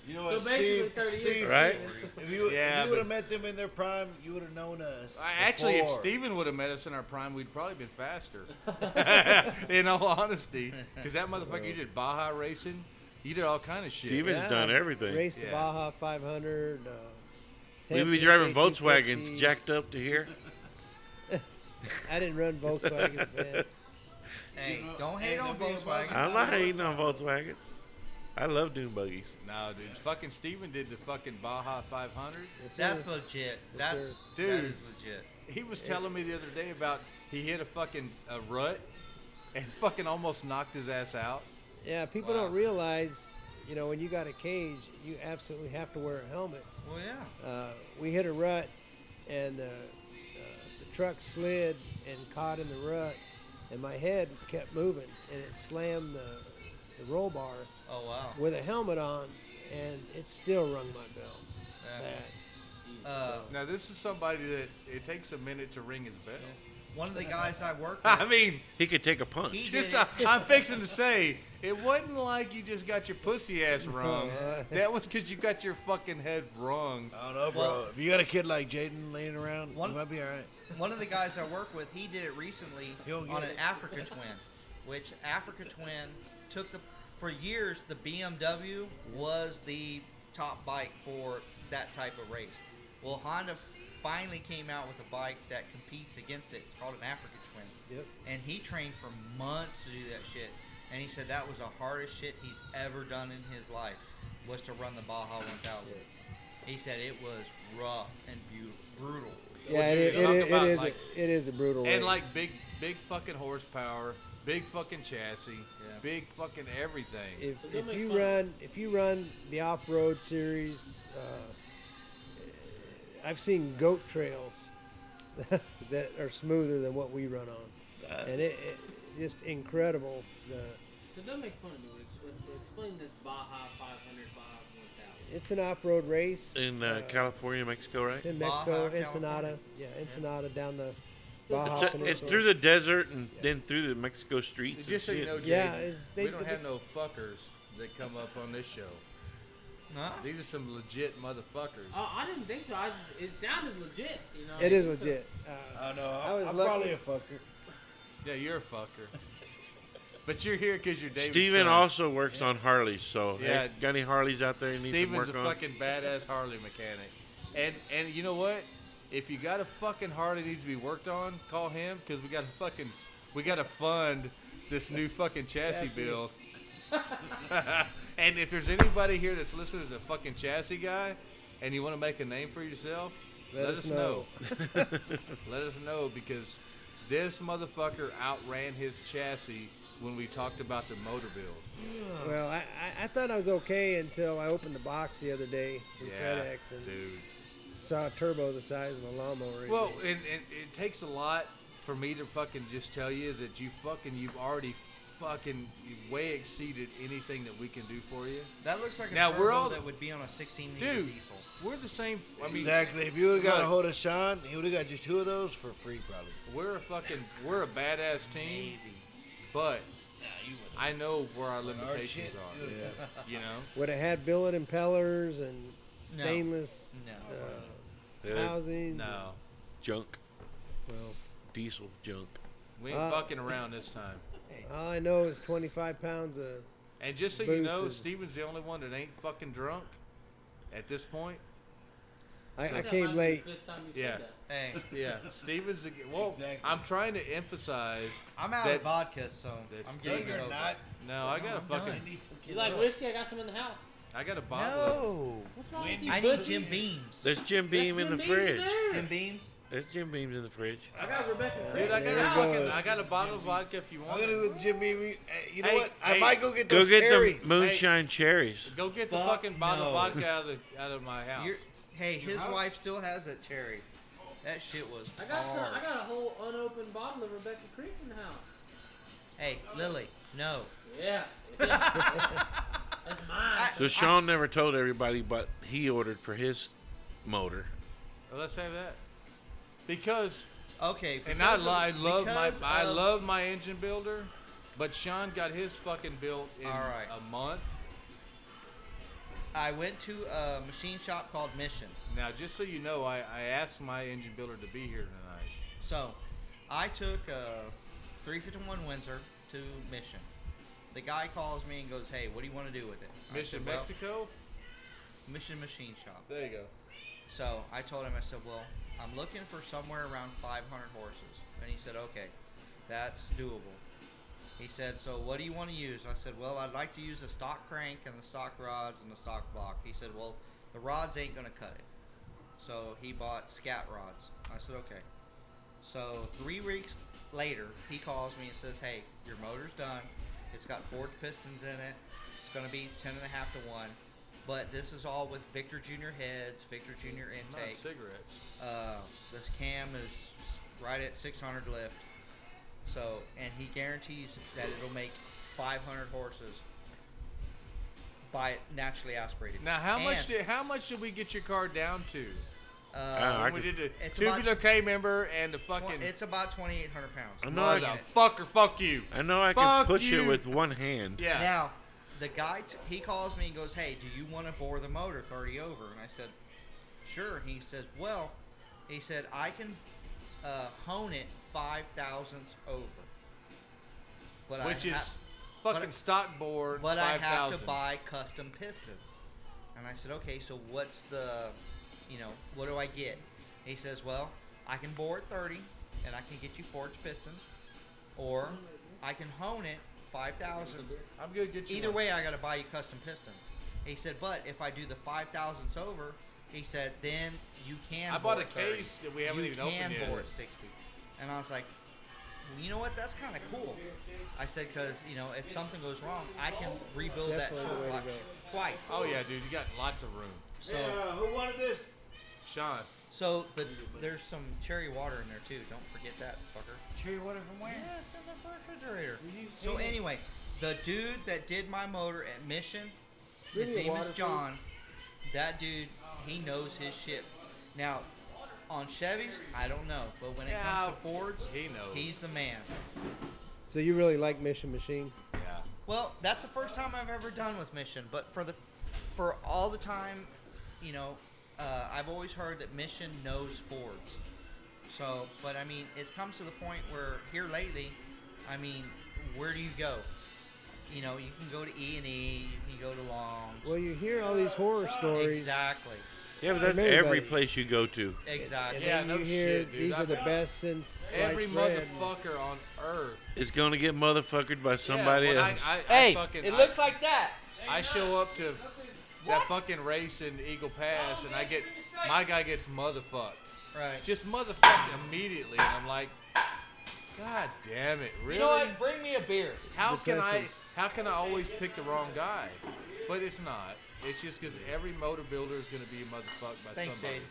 Speaker 9: You know
Speaker 8: So
Speaker 9: what,
Speaker 8: basically,
Speaker 9: Steve?
Speaker 8: 30
Speaker 9: Steve,
Speaker 8: years.
Speaker 6: Right?
Speaker 9: If you,
Speaker 2: Yeah,
Speaker 9: would
Speaker 2: but-
Speaker 9: have met them in their prime, you would have known us.
Speaker 2: I- Actually, if
Speaker 9: before.
Speaker 2: Steven would have met us in our prime, we'd probably been faster. [LAUGHS] in all honesty, because that motherfucker, you did Baja racing, you did all kind of shit.
Speaker 6: Steven's
Speaker 5: Yeah,
Speaker 6: done
Speaker 5: I
Speaker 6: everything.
Speaker 5: Raced
Speaker 2: Yeah.
Speaker 5: the Baja 500. Uh,
Speaker 6: we
Speaker 5: San
Speaker 6: be driving
Speaker 5: Felipe 250.
Speaker 6: Volkswagens jacked up to here.
Speaker 5: I didn't
Speaker 6: [LAUGHS]
Speaker 5: run Volkswagens, man.
Speaker 4: Hey,
Speaker 9: You know,
Speaker 4: don't hate
Speaker 9: and
Speaker 4: on
Speaker 9: the BMW
Speaker 4: Volkswagen.
Speaker 6: I'm not hating on Volkswagens. I love dune buggies.
Speaker 2: No, dude, fucking Steven did the fucking Baja 500.
Speaker 5: Yes, sir.
Speaker 4: That's legit. That's
Speaker 2: sir.
Speaker 4: that
Speaker 2: Dude.
Speaker 4: is legit.
Speaker 2: He was telling me the other day about he hit a fucking a rut and [LAUGHS] fucking almost knocked his ass out.
Speaker 5: yeah, people
Speaker 2: Wow.
Speaker 5: don't realize, you know, when you got a cage, you absolutely have to wear a helmet.
Speaker 4: Well, yeah.
Speaker 5: Uh, we hit a rut, and uh, uh, the truck slid and caught in the rut, and my head kept moving, and it slammed the, the roll bar
Speaker 4: Oh wow.
Speaker 5: with a helmet on, and it still rung my bell.
Speaker 4: Yeah.
Speaker 5: Bad.
Speaker 4: Uh,
Speaker 2: Now this is somebody that it takes a minute to ring his bell. [LAUGHS]
Speaker 4: one of the guys I work with.
Speaker 2: I mean,
Speaker 6: He could take a punch.
Speaker 4: He did
Speaker 2: just
Speaker 4: it.
Speaker 2: I, I'm fixing to say it wasn't like you just got your pussy ass
Speaker 5: [LAUGHS]
Speaker 2: wrong. that was because you got your fucking head wrong.
Speaker 9: I don't know, bro.
Speaker 4: Well-
Speaker 9: if you got a kid like Jaden laying around,
Speaker 4: One-
Speaker 9: you might be all right.
Speaker 4: one of the guys I work with, he did it recently
Speaker 9: He'll
Speaker 4: on
Speaker 9: get
Speaker 4: an
Speaker 9: it.
Speaker 4: Africa Twin, which Africa Twin took the for years the BMW was the top bike for that type of race. Well, Honda finally came out with a bike that competes against it. It's called an Africa Twin.
Speaker 5: Yep.
Speaker 4: And he trained for months to do that shit. And he said that was the hardest shit he's ever done in his life was to run the Baja 1000. He said it was rough and beautiful, brutal.
Speaker 5: Yeah, it,
Speaker 2: dude,
Speaker 5: it,
Speaker 2: talk
Speaker 5: it, it
Speaker 2: about,
Speaker 5: is.
Speaker 2: like-
Speaker 5: a, it is a brutal.
Speaker 2: And
Speaker 5: race.
Speaker 2: like big, big fucking horsepower, big fucking chassis,
Speaker 4: Yeah.
Speaker 2: big fucking everything.
Speaker 5: if,
Speaker 8: So go
Speaker 5: if
Speaker 8: make
Speaker 5: you
Speaker 8: fun.
Speaker 5: run if you run the off-road series uh, i've seen goat trails [LAUGHS] that are smoother than what we run on and it, it just incredible the,
Speaker 8: So don't make fun of me. Ex- ex- Explain this Baja 500, Baja 1000.
Speaker 5: it's an off-road race
Speaker 6: in uh, California, Mexico, right?
Speaker 5: it's in
Speaker 4: Baja,
Speaker 5: mexico
Speaker 4: California.
Speaker 5: ensenada yeah ensenada down the Baja
Speaker 6: It's, it's
Speaker 5: Peninsula.
Speaker 6: through the desert and then through the Mexico streets.
Speaker 2: Just so
Speaker 6: and
Speaker 2: you
Speaker 6: shit.
Speaker 2: know, Jay,
Speaker 5: Yeah, it's- they-
Speaker 2: we don't
Speaker 5: they-
Speaker 2: have no fuckers that come up on this show.
Speaker 4: Huh?
Speaker 2: These are some legit motherfuckers.
Speaker 8: Oh, I didn't think so. I just, it sounded legit. You know.
Speaker 5: it is legit uh,
Speaker 9: I know. I,
Speaker 5: I was
Speaker 9: am
Speaker 5: lucky.
Speaker 9: probably a fucker.
Speaker 2: Yeah, you're a fucker. but you're here because you're David.
Speaker 6: Steven also works on Harleys, so
Speaker 2: uh, Yeah.
Speaker 6: hey, got any Harleys out there you need some
Speaker 2: Steven's
Speaker 6: work
Speaker 2: a
Speaker 6: on?
Speaker 2: fucking badass Harley mechanic. And and you know what? If you got a fucking Harley that needs to be worked on, call him because we got to fucking s- we got to fund this new fucking chassis
Speaker 5: Chassis.
Speaker 2: build. [LAUGHS] and if there's anybody here that's listening as a fucking chassis guy, and you want to make a name for yourself, let, us know. [LAUGHS] let us know because this motherfucker outran his chassis when we talked about the motor build.
Speaker 5: well I, I, I thought i was okay until i opened the box the other day from fedex and
Speaker 2: dude.
Speaker 5: saw a turbo the size of a lawnmower
Speaker 2: Well, and, and it takes a lot for me to fucking just tell you that you fucking you've already fucking you've way exceeded anything that we can do for you,
Speaker 4: That looks like a
Speaker 2: Now,
Speaker 4: now,
Speaker 2: we're
Speaker 4: turbo
Speaker 2: all-
Speaker 4: that would be on a 16 liter
Speaker 2: dude.
Speaker 4: diesel.
Speaker 2: We're the same. I mean,
Speaker 9: Exactly. If you would have got a
Speaker 2: look.
Speaker 9: hold of Sean, he would have got you two of those for free, probably.
Speaker 2: We're a fucking we're a badass team, but I know where
Speaker 4: Oh,
Speaker 2: our
Speaker 9: Our
Speaker 2: limitations
Speaker 9: shit,
Speaker 2: are.
Speaker 9: dude.
Speaker 2: You know,
Speaker 4: [LAUGHS]
Speaker 5: Would have had billet impellers and stainless
Speaker 4: No.
Speaker 5: uh,
Speaker 6: Yeah,
Speaker 5: housing.
Speaker 2: no.
Speaker 6: junk.
Speaker 5: Well,
Speaker 6: Diesel joke.
Speaker 2: We ain't
Speaker 5: Uh,
Speaker 2: fucking around this time.
Speaker 5: all I know is 25 pounds of.
Speaker 2: And just so you know,
Speaker 5: Booses.
Speaker 2: Steven's the only one that ain't fucking drunk at this point.
Speaker 5: I, I
Speaker 8: That might be
Speaker 5: came
Speaker 8: the
Speaker 5: late.
Speaker 8: fifth time you said
Speaker 2: Yeah.
Speaker 8: that.
Speaker 4: Hey,
Speaker 2: Yeah, Steven's. the- Well,
Speaker 9: Exactly.
Speaker 2: I'm trying to emphasize.
Speaker 4: I'm out
Speaker 2: That-
Speaker 4: of vodka, so
Speaker 2: that's-
Speaker 4: I'm
Speaker 9: No,
Speaker 4: getting
Speaker 9: you're
Speaker 4: sober.
Speaker 9: not.
Speaker 2: No, I got a fucking.
Speaker 9: I need to
Speaker 8: You like
Speaker 9: look.
Speaker 8: whiskey? I got some in the house.
Speaker 2: I got a bottle.
Speaker 4: No,
Speaker 8: What's wrong with
Speaker 9: When-
Speaker 8: you?
Speaker 4: I need
Speaker 8: pussy?
Speaker 4: Jim Beams.
Speaker 6: There's Jim
Speaker 8: That's
Speaker 6: Beam in
Speaker 8: Jim
Speaker 6: the
Speaker 8: Beam's
Speaker 6: fridge.
Speaker 8: there.
Speaker 4: Jim Beams.
Speaker 6: There's Jim Beams in the fridge.
Speaker 8: I got Rebecca.
Speaker 2: Dude, I got
Speaker 5: There
Speaker 2: a
Speaker 5: it
Speaker 2: fucking.
Speaker 5: goes.
Speaker 2: I got a bottle of vodka if you
Speaker 9: I'm
Speaker 2: want.
Speaker 9: gonna
Speaker 2: it.
Speaker 9: go with Jimmy. Re- uh, you know
Speaker 2: Hey,
Speaker 9: what? I
Speaker 2: hey,
Speaker 9: might go get
Speaker 6: Go
Speaker 9: those
Speaker 6: get
Speaker 9: cherries.
Speaker 6: the moonshine cherries.
Speaker 2: Go get the
Speaker 4: Fuck
Speaker 2: fucking bottle of
Speaker 4: no.
Speaker 2: vodka out of the, out of my house.
Speaker 4: You're, hey, his
Speaker 9: house?
Speaker 4: wife still has that cherry. That shit was
Speaker 8: I got some.
Speaker 4: hard.
Speaker 8: I got a whole unopened bottle of Rebecca Creek in the house.
Speaker 4: Hey, Lily, no.
Speaker 8: [LAUGHS] Yeah. That's mine.
Speaker 6: So Sean never told everybody, but he ordered for his motor.
Speaker 2: Well, let's have that. Because
Speaker 4: Okay,
Speaker 2: and I,
Speaker 4: because
Speaker 2: lo- I
Speaker 4: of-
Speaker 2: love my
Speaker 4: because
Speaker 2: I
Speaker 4: of-
Speaker 2: love my engine builder, but Sean got his fucking built in
Speaker 4: All right.
Speaker 2: a month.
Speaker 4: I went to a machine shop called Mission.
Speaker 2: Now, just so you know, I, I asked my engine builder to be here tonight.
Speaker 4: So, I took uh, a 351 Windsor to Mission. The guy calls me and goes, "Hey, what do you want to do with it?" I
Speaker 2: Mission
Speaker 4: said, "Well,
Speaker 2: Mexico.
Speaker 4: Mission Machine Shop.
Speaker 2: There you go.
Speaker 4: So I told him, I said, well, I'm looking for somewhere around 500 horses. And he said, okay, that's doable. He said, so what do you want to use? I said, well, I'd like to use the stock crank and the stock rods and the stock block. He said, well, the rods ain't going to cut it. So he bought scat rods. I said, okay. So three weeks later, he calls me and says, hey, your motor's done. It's got forged pistons in it. It's going to be 10 and a half to 1. But this is all with Victor Jr. heads, Victor Jr.
Speaker 2: Not
Speaker 4: intake.
Speaker 2: cigarettes.
Speaker 4: Uh, this cam is s- right at 600 lift. So, and he guarantees that it'll make 500 horses by naturally aspirated.
Speaker 2: Now, how much
Speaker 4: And,
Speaker 2: did how much did we get your car down to?
Speaker 4: uh,
Speaker 6: I
Speaker 2: When we
Speaker 6: could-
Speaker 2: did the
Speaker 4: It's about-
Speaker 2: tubular K member and the
Speaker 4: tw-
Speaker 2: fucking
Speaker 4: it's about 2,800 pounds.
Speaker 6: I know I can-
Speaker 2: motherfucker. Fuck you.
Speaker 6: I know I can
Speaker 2: Fuck
Speaker 6: push
Speaker 2: you.
Speaker 6: it with one hand.
Speaker 2: Yeah.
Speaker 4: Now, the guy t- he calls me and goes, "Hey, do you want to bore the motor 30 over?" And I said, "Sure." He says, "Well," he said, "I can uh, hone it five thousandths over." But
Speaker 2: Which
Speaker 4: I
Speaker 2: is
Speaker 4: ha-
Speaker 2: fucking
Speaker 4: but-
Speaker 2: stock board.
Speaker 4: but I
Speaker 2: 5,000.
Speaker 4: have to buy custom pistons. And I said, okay, so what's the, you know, what do I get? He says, well, I can bore at 30 and I can get you forged pistons, or I can hone it 5,000.
Speaker 2: I'm gonna get you.
Speaker 4: Either
Speaker 2: one.
Speaker 4: way, I got to buy you custom pistons. He said, but if I do the 5,000s over, he said, then you can.
Speaker 2: I bought a
Speaker 4: bore at 30.
Speaker 2: case that we haven't
Speaker 4: You
Speaker 2: even opened
Speaker 4: can
Speaker 2: yet.
Speaker 4: bore at 60. And I was like, well, you know what? That's kind of cool. I said, because, you know, if something goes wrong, I can rebuild
Speaker 5: Definitely
Speaker 4: that
Speaker 5: the way
Speaker 4: short
Speaker 5: to
Speaker 4: block
Speaker 5: go.
Speaker 4: sh- twice.
Speaker 2: Oh yeah, dude, you got lots of room.
Speaker 4: So,
Speaker 9: Yeah, who wanted this?
Speaker 2: Sean,
Speaker 4: so the, there's some cherry water in there, too. Don't forget that, fucker.
Speaker 9: Cherry water from where?
Speaker 4: Yeah, it's in the refrigerator.
Speaker 9: you
Speaker 4: So,
Speaker 9: say that?
Speaker 4: anyway, the dude that did my motor at Mission,
Speaker 5: Bring
Speaker 4: his
Speaker 5: me a
Speaker 4: name
Speaker 5: water,
Speaker 4: is
Speaker 5: please.
Speaker 4: John. That dude, he knows his shit. Now, on Chevys, I don't know, but when it comes to Fords,
Speaker 2: he knows.
Speaker 4: he's the man.
Speaker 5: So you really like Mission Machine?
Speaker 2: yeah.
Speaker 4: Well, that's the first time I've ever done with Mission, but for the for all the time, you know, uh, I've always heard that Mission knows Fords. So, but I mean, it comes to the point where here lately, I mean, where do you go? You know, you can go to E and E, you can go to Long's.
Speaker 5: Well, you hear all these horror stories.
Speaker 4: exactly,
Speaker 6: Yeah, but that's
Speaker 5: Everybody.
Speaker 6: every place you go to.
Speaker 5: And
Speaker 4: exactly.
Speaker 2: Yeah,
Speaker 5: then
Speaker 2: no
Speaker 5: you hear
Speaker 2: shit, dude.
Speaker 5: these
Speaker 2: I-
Speaker 5: are the best since sliced
Speaker 2: Every
Speaker 5: bread.
Speaker 2: motherfucker on earth.
Speaker 6: It's gonna get motherfuckered by somebody
Speaker 2: yeah, when
Speaker 6: else.
Speaker 2: I, I, I fucking, I-
Speaker 4: like that.
Speaker 2: I show up to that fucking race in Eagle Pass, and I get my guy gets motherfucked,
Speaker 4: Right.
Speaker 2: just motherfucked immediately, and I'm like, God damn it, really?
Speaker 4: Bring me a beer.
Speaker 2: How can I?
Speaker 5: Depressing.
Speaker 2: How can I always pick the wrong guy? But it's not. It's just because every motor builder is going to be motherfucked by
Speaker 4: Thanks,
Speaker 2: somebody.
Speaker 4: Jade.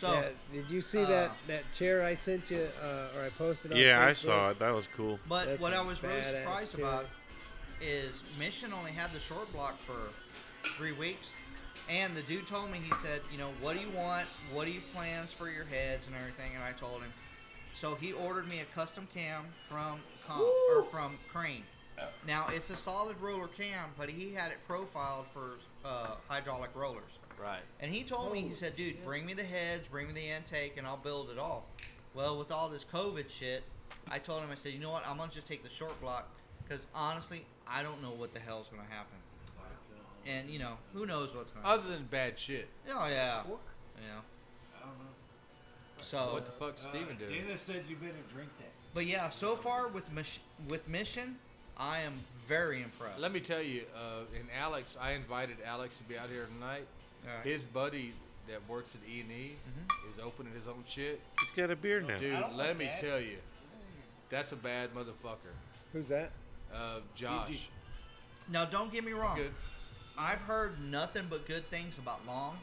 Speaker 4: So,
Speaker 5: Yeah, did you see that,
Speaker 2: Oh.
Speaker 4: Uh,
Speaker 5: that chair I sent you uh, or I posted on
Speaker 6: yeah, I
Speaker 5: Facebook?
Speaker 6: saw it. That was cool.
Speaker 4: But
Speaker 5: That's
Speaker 4: what
Speaker 5: a
Speaker 4: I was really
Speaker 5: badass
Speaker 4: surprised
Speaker 5: chair.
Speaker 4: about is Mission only had the short block for three weeks, and the dude told me he said, you know, what do you want? What are your plans for your heads and everything? And I told him. So he ordered me a custom cam from Com, or from Crane. Now it's a solid roller cam, but he had it profiled for uh, hydraulic rollers.
Speaker 2: Right.
Speaker 4: And he told me, he said, dude, bring me the heads, bring me the intake, and I'll build it all. Well, with all this COVID shit, I told him, I said, you know what? I'm going to just take the short block because honestly, I don't know what the hell's going to happen. And, you know, who knows what's going to happen.
Speaker 2: Other than bad shit.
Speaker 4: Oh, yeah. Yeah.
Speaker 9: I don't know.
Speaker 4: So,
Speaker 2: What the fuck's Steven doing?
Speaker 9: Dana said you better drink that.
Speaker 4: but yeah, so far with, mich- with Mission, I am very impressed.
Speaker 2: Let me tell you, uh, and Alex, I invited Alex to be out here tonight.
Speaker 4: All right.
Speaker 2: His buddy that works at E and E is opening his own shit.
Speaker 6: He's got a beard now.
Speaker 2: Dude,
Speaker 9: don't
Speaker 2: let
Speaker 9: like
Speaker 2: me
Speaker 9: that.
Speaker 2: tell you, that's a bad motherfucker.
Speaker 5: Who's that?
Speaker 2: Uh, Josh,
Speaker 4: Now, don't get me wrong.
Speaker 2: good.
Speaker 4: I've heard nothing but good things about Long,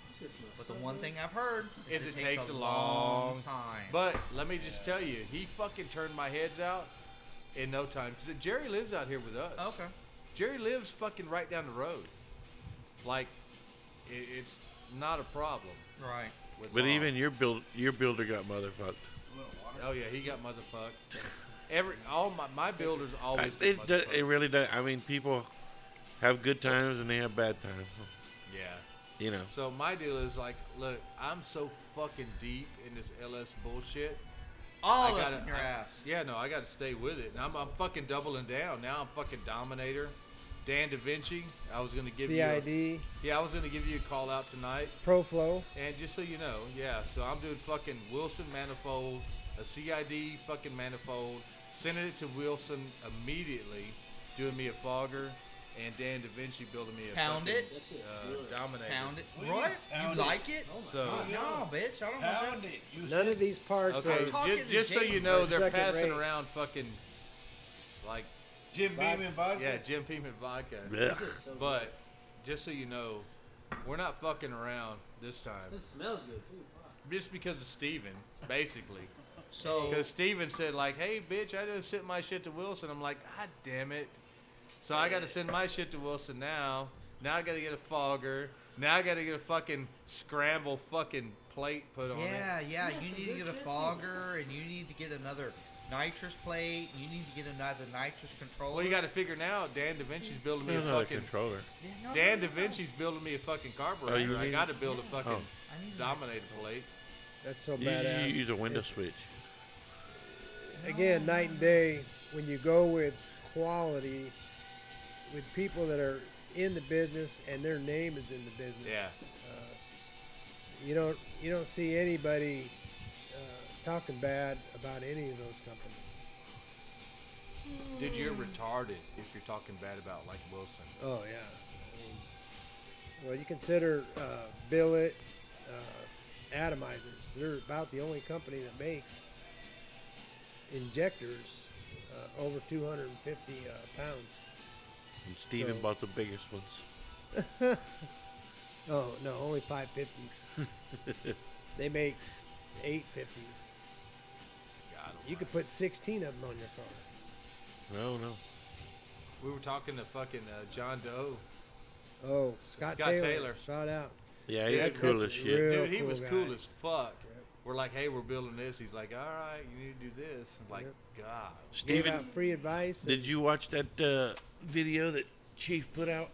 Speaker 4: but the one thing I've heard
Speaker 2: Is it takes a long
Speaker 4: time.
Speaker 2: But let me just tell you, he fucking turned my heads out in no time. 'Cause Jerry lives out here with us.
Speaker 4: okay,
Speaker 2: Jerry lives fucking right down the road. Like, it, it's not a problem.
Speaker 4: right.
Speaker 2: With
Speaker 6: But
Speaker 2: Bob.
Speaker 6: even your build, your builder got motherfucked.
Speaker 2: oh yeah, he got motherfucked. Every all my my builders always. get
Speaker 6: I- it, do, it
Speaker 2: motherfucked.
Speaker 6: really does. I mean, people have good times and they have bad times.
Speaker 2: yeah.
Speaker 6: You know.
Speaker 2: So my deal is like, look, I'm so fucking deep in this LS bullshit.
Speaker 4: All
Speaker 2: I
Speaker 4: up
Speaker 2: gotta-
Speaker 4: in your
Speaker 2: I-
Speaker 4: ass.
Speaker 2: Yeah, no, I got to stay with it. And I'm, I'm fucking doubling down. Now I'm fucking Dominator. Dan Da Vinci. I was gonna give you. A,
Speaker 5: CID,
Speaker 2: yeah, I was gonna give you a call out tonight.
Speaker 5: ProFlow.
Speaker 2: And just so you know, yeah. So I'm doing fucking Wilson manifold, a CID fucking manifold. Sending it to Wilson immediately, doing me a fogger, and Dan Da Vinci building me a
Speaker 4: Pound
Speaker 2: fucking,
Speaker 4: it.
Speaker 8: That shit's
Speaker 2: uh,
Speaker 8: good.
Speaker 2: Dominator.
Speaker 4: Pound it.
Speaker 9: We
Speaker 4: What?
Speaker 9: need pound
Speaker 4: you
Speaker 9: it.
Speaker 4: like it?
Speaker 8: Oh
Speaker 2: So
Speaker 4: No, bitch. I don't want
Speaker 9: Pound
Speaker 4: that.
Speaker 9: it. You
Speaker 5: None
Speaker 9: said
Speaker 5: of these parts
Speaker 2: Okay,
Speaker 5: are.
Speaker 2: ju-
Speaker 4: talking
Speaker 2: just,
Speaker 4: to
Speaker 2: so
Speaker 4: Jake
Speaker 2: you know,
Speaker 5: for
Speaker 2: they're
Speaker 5: second
Speaker 2: passing
Speaker 5: rate.
Speaker 2: around fucking, like,
Speaker 9: Jim Beam and vodka.
Speaker 2: yeah, Jim Beam and vodka.
Speaker 6: Blech.
Speaker 2: But just so you know, we're not fucking around this time.
Speaker 8: This smells good too. Fuck.
Speaker 2: Just because of Steven, basically.
Speaker 6: Oh.
Speaker 4: So
Speaker 2: Because Steven said, like, hey, bitch, I didn't send my shit to Wilson. I'm like, God damn it. So I got to send my shit to Wilson now. Now I got to get a fogger. Now I got to get a fucking scramble fucking plate put on it.
Speaker 4: yeah, yeah.
Speaker 8: Yeah,
Speaker 4: You
Speaker 8: some
Speaker 4: need to
Speaker 8: good
Speaker 4: get a
Speaker 8: shit's
Speaker 4: fogger, and you need to get another nitrous plate. and You need to get another nitrous controller.
Speaker 2: Well, you got to figure now, Dan Da Vinci's building me a
Speaker 6: Another
Speaker 2: fucking
Speaker 6: controller.
Speaker 4: Yeah, no,
Speaker 2: Dan Da
Speaker 4: no, no, no.
Speaker 2: Vinci's building me a fucking carburetor.
Speaker 6: Oh, you
Speaker 2: I
Speaker 6: need-
Speaker 2: got to build a fucking
Speaker 6: Oh.
Speaker 4: I need to-
Speaker 2: Dominator plate.
Speaker 5: That's so
Speaker 6: You,
Speaker 5: badass.
Speaker 6: you use a window switch.
Speaker 5: again, night and day when you go with quality, with people that are in the business and their name is in the business.
Speaker 2: Yeah.
Speaker 5: Uh, you don't you don't see anybody uh, talking bad about any of those companies.
Speaker 2: Dude, you're retarded if you're talking bad about like Wilson.
Speaker 5: Oh yeah. I mean, well, you consider uh, Billet, uh, Atomizers. They're about the only company that makes injectors uh, over 250 uh, pounds.
Speaker 6: And Steven
Speaker 5: So-
Speaker 6: bought the biggest ones.
Speaker 5: Oh no, only five
Speaker 6: [LAUGHS]
Speaker 5: fifties. they make eight fifties.
Speaker 2: God,
Speaker 5: You could put sixteen of them on your car.
Speaker 6: No, no.
Speaker 2: we were talking to fucking uh, John Doe.
Speaker 5: Oh, Scott,
Speaker 2: Scott
Speaker 5: Taylor,
Speaker 2: Taylor.
Speaker 5: shout out.
Speaker 6: Yeah,
Speaker 2: Yeah,
Speaker 6: he's
Speaker 2: that's
Speaker 6: cool as shit.
Speaker 5: real-
Speaker 2: Dude, he
Speaker 5: cool
Speaker 2: was
Speaker 5: guy.
Speaker 2: cool as fuck.
Speaker 5: Yep.
Speaker 2: We're like, hey, we're building this. He's like, all right, you need to do this. I'm like, God.
Speaker 5: Gave
Speaker 6: Steven,
Speaker 5: out free advice.
Speaker 6: did you watch that uh, video that Chief put out?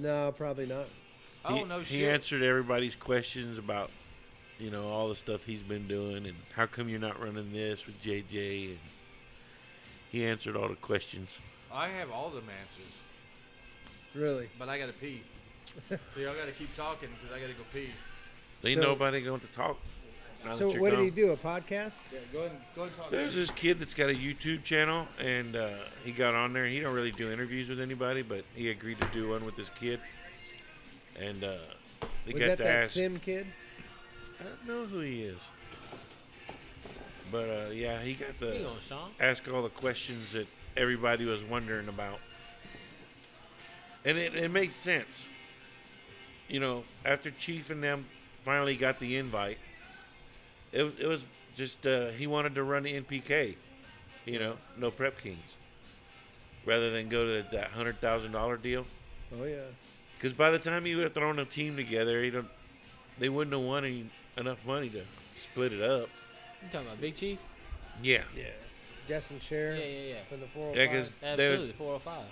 Speaker 5: no, probably not.
Speaker 2: Oh,
Speaker 6: he,
Speaker 2: no
Speaker 6: he
Speaker 2: shit.
Speaker 6: answered everybody's questions about, you know, all the stuff he's been doing and how come you're not running this with JJ. And he answered all the questions.
Speaker 2: I have all them answers,
Speaker 5: Really?
Speaker 2: but I got to pee. so y'all got to keep talking because I got to go pee.
Speaker 6: Ain't
Speaker 5: So-
Speaker 6: nobody going to talk. now that
Speaker 5: So
Speaker 6: you're
Speaker 5: what did
Speaker 6: gone.
Speaker 5: he do? A podcast?
Speaker 2: Yeah, go ahead and, go ahead and talk.
Speaker 6: There's this kid that's got a YouTube channel, and uh, he got on there. He don't really do interviews with anybody, but he agreed to do one with this kid, and uh, they
Speaker 5: Was
Speaker 6: got
Speaker 5: that
Speaker 6: to
Speaker 5: that
Speaker 6: ask.
Speaker 5: Sim kid?
Speaker 6: I don't know who he is, but uh, yeah, he got
Speaker 8: Here you
Speaker 6: to
Speaker 8: go, Sean.
Speaker 6: ask all the questions that everybody was wondering about, and it, it makes sense. You know, after Chief and them finally got the invite, it, was- it was just uh, he wanted to run the NPK, you know, no prep kings, rather than go to that hundred thousand dollar deal.
Speaker 5: Oh yeah.
Speaker 6: Because by the time he would have thrown a team together, he don't, they wouldn't have won any, enough money to split it up.
Speaker 8: You talking about Big Chief?
Speaker 6: Yeah.
Speaker 5: Yeah. Justin Sherr oh
Speaker 8: Yeah, oh yeah, yeah.
Speaker 5: from the 405.
Speaker 6: Yeah, 'cause- They-
Speaker 8: Absolutely, 405.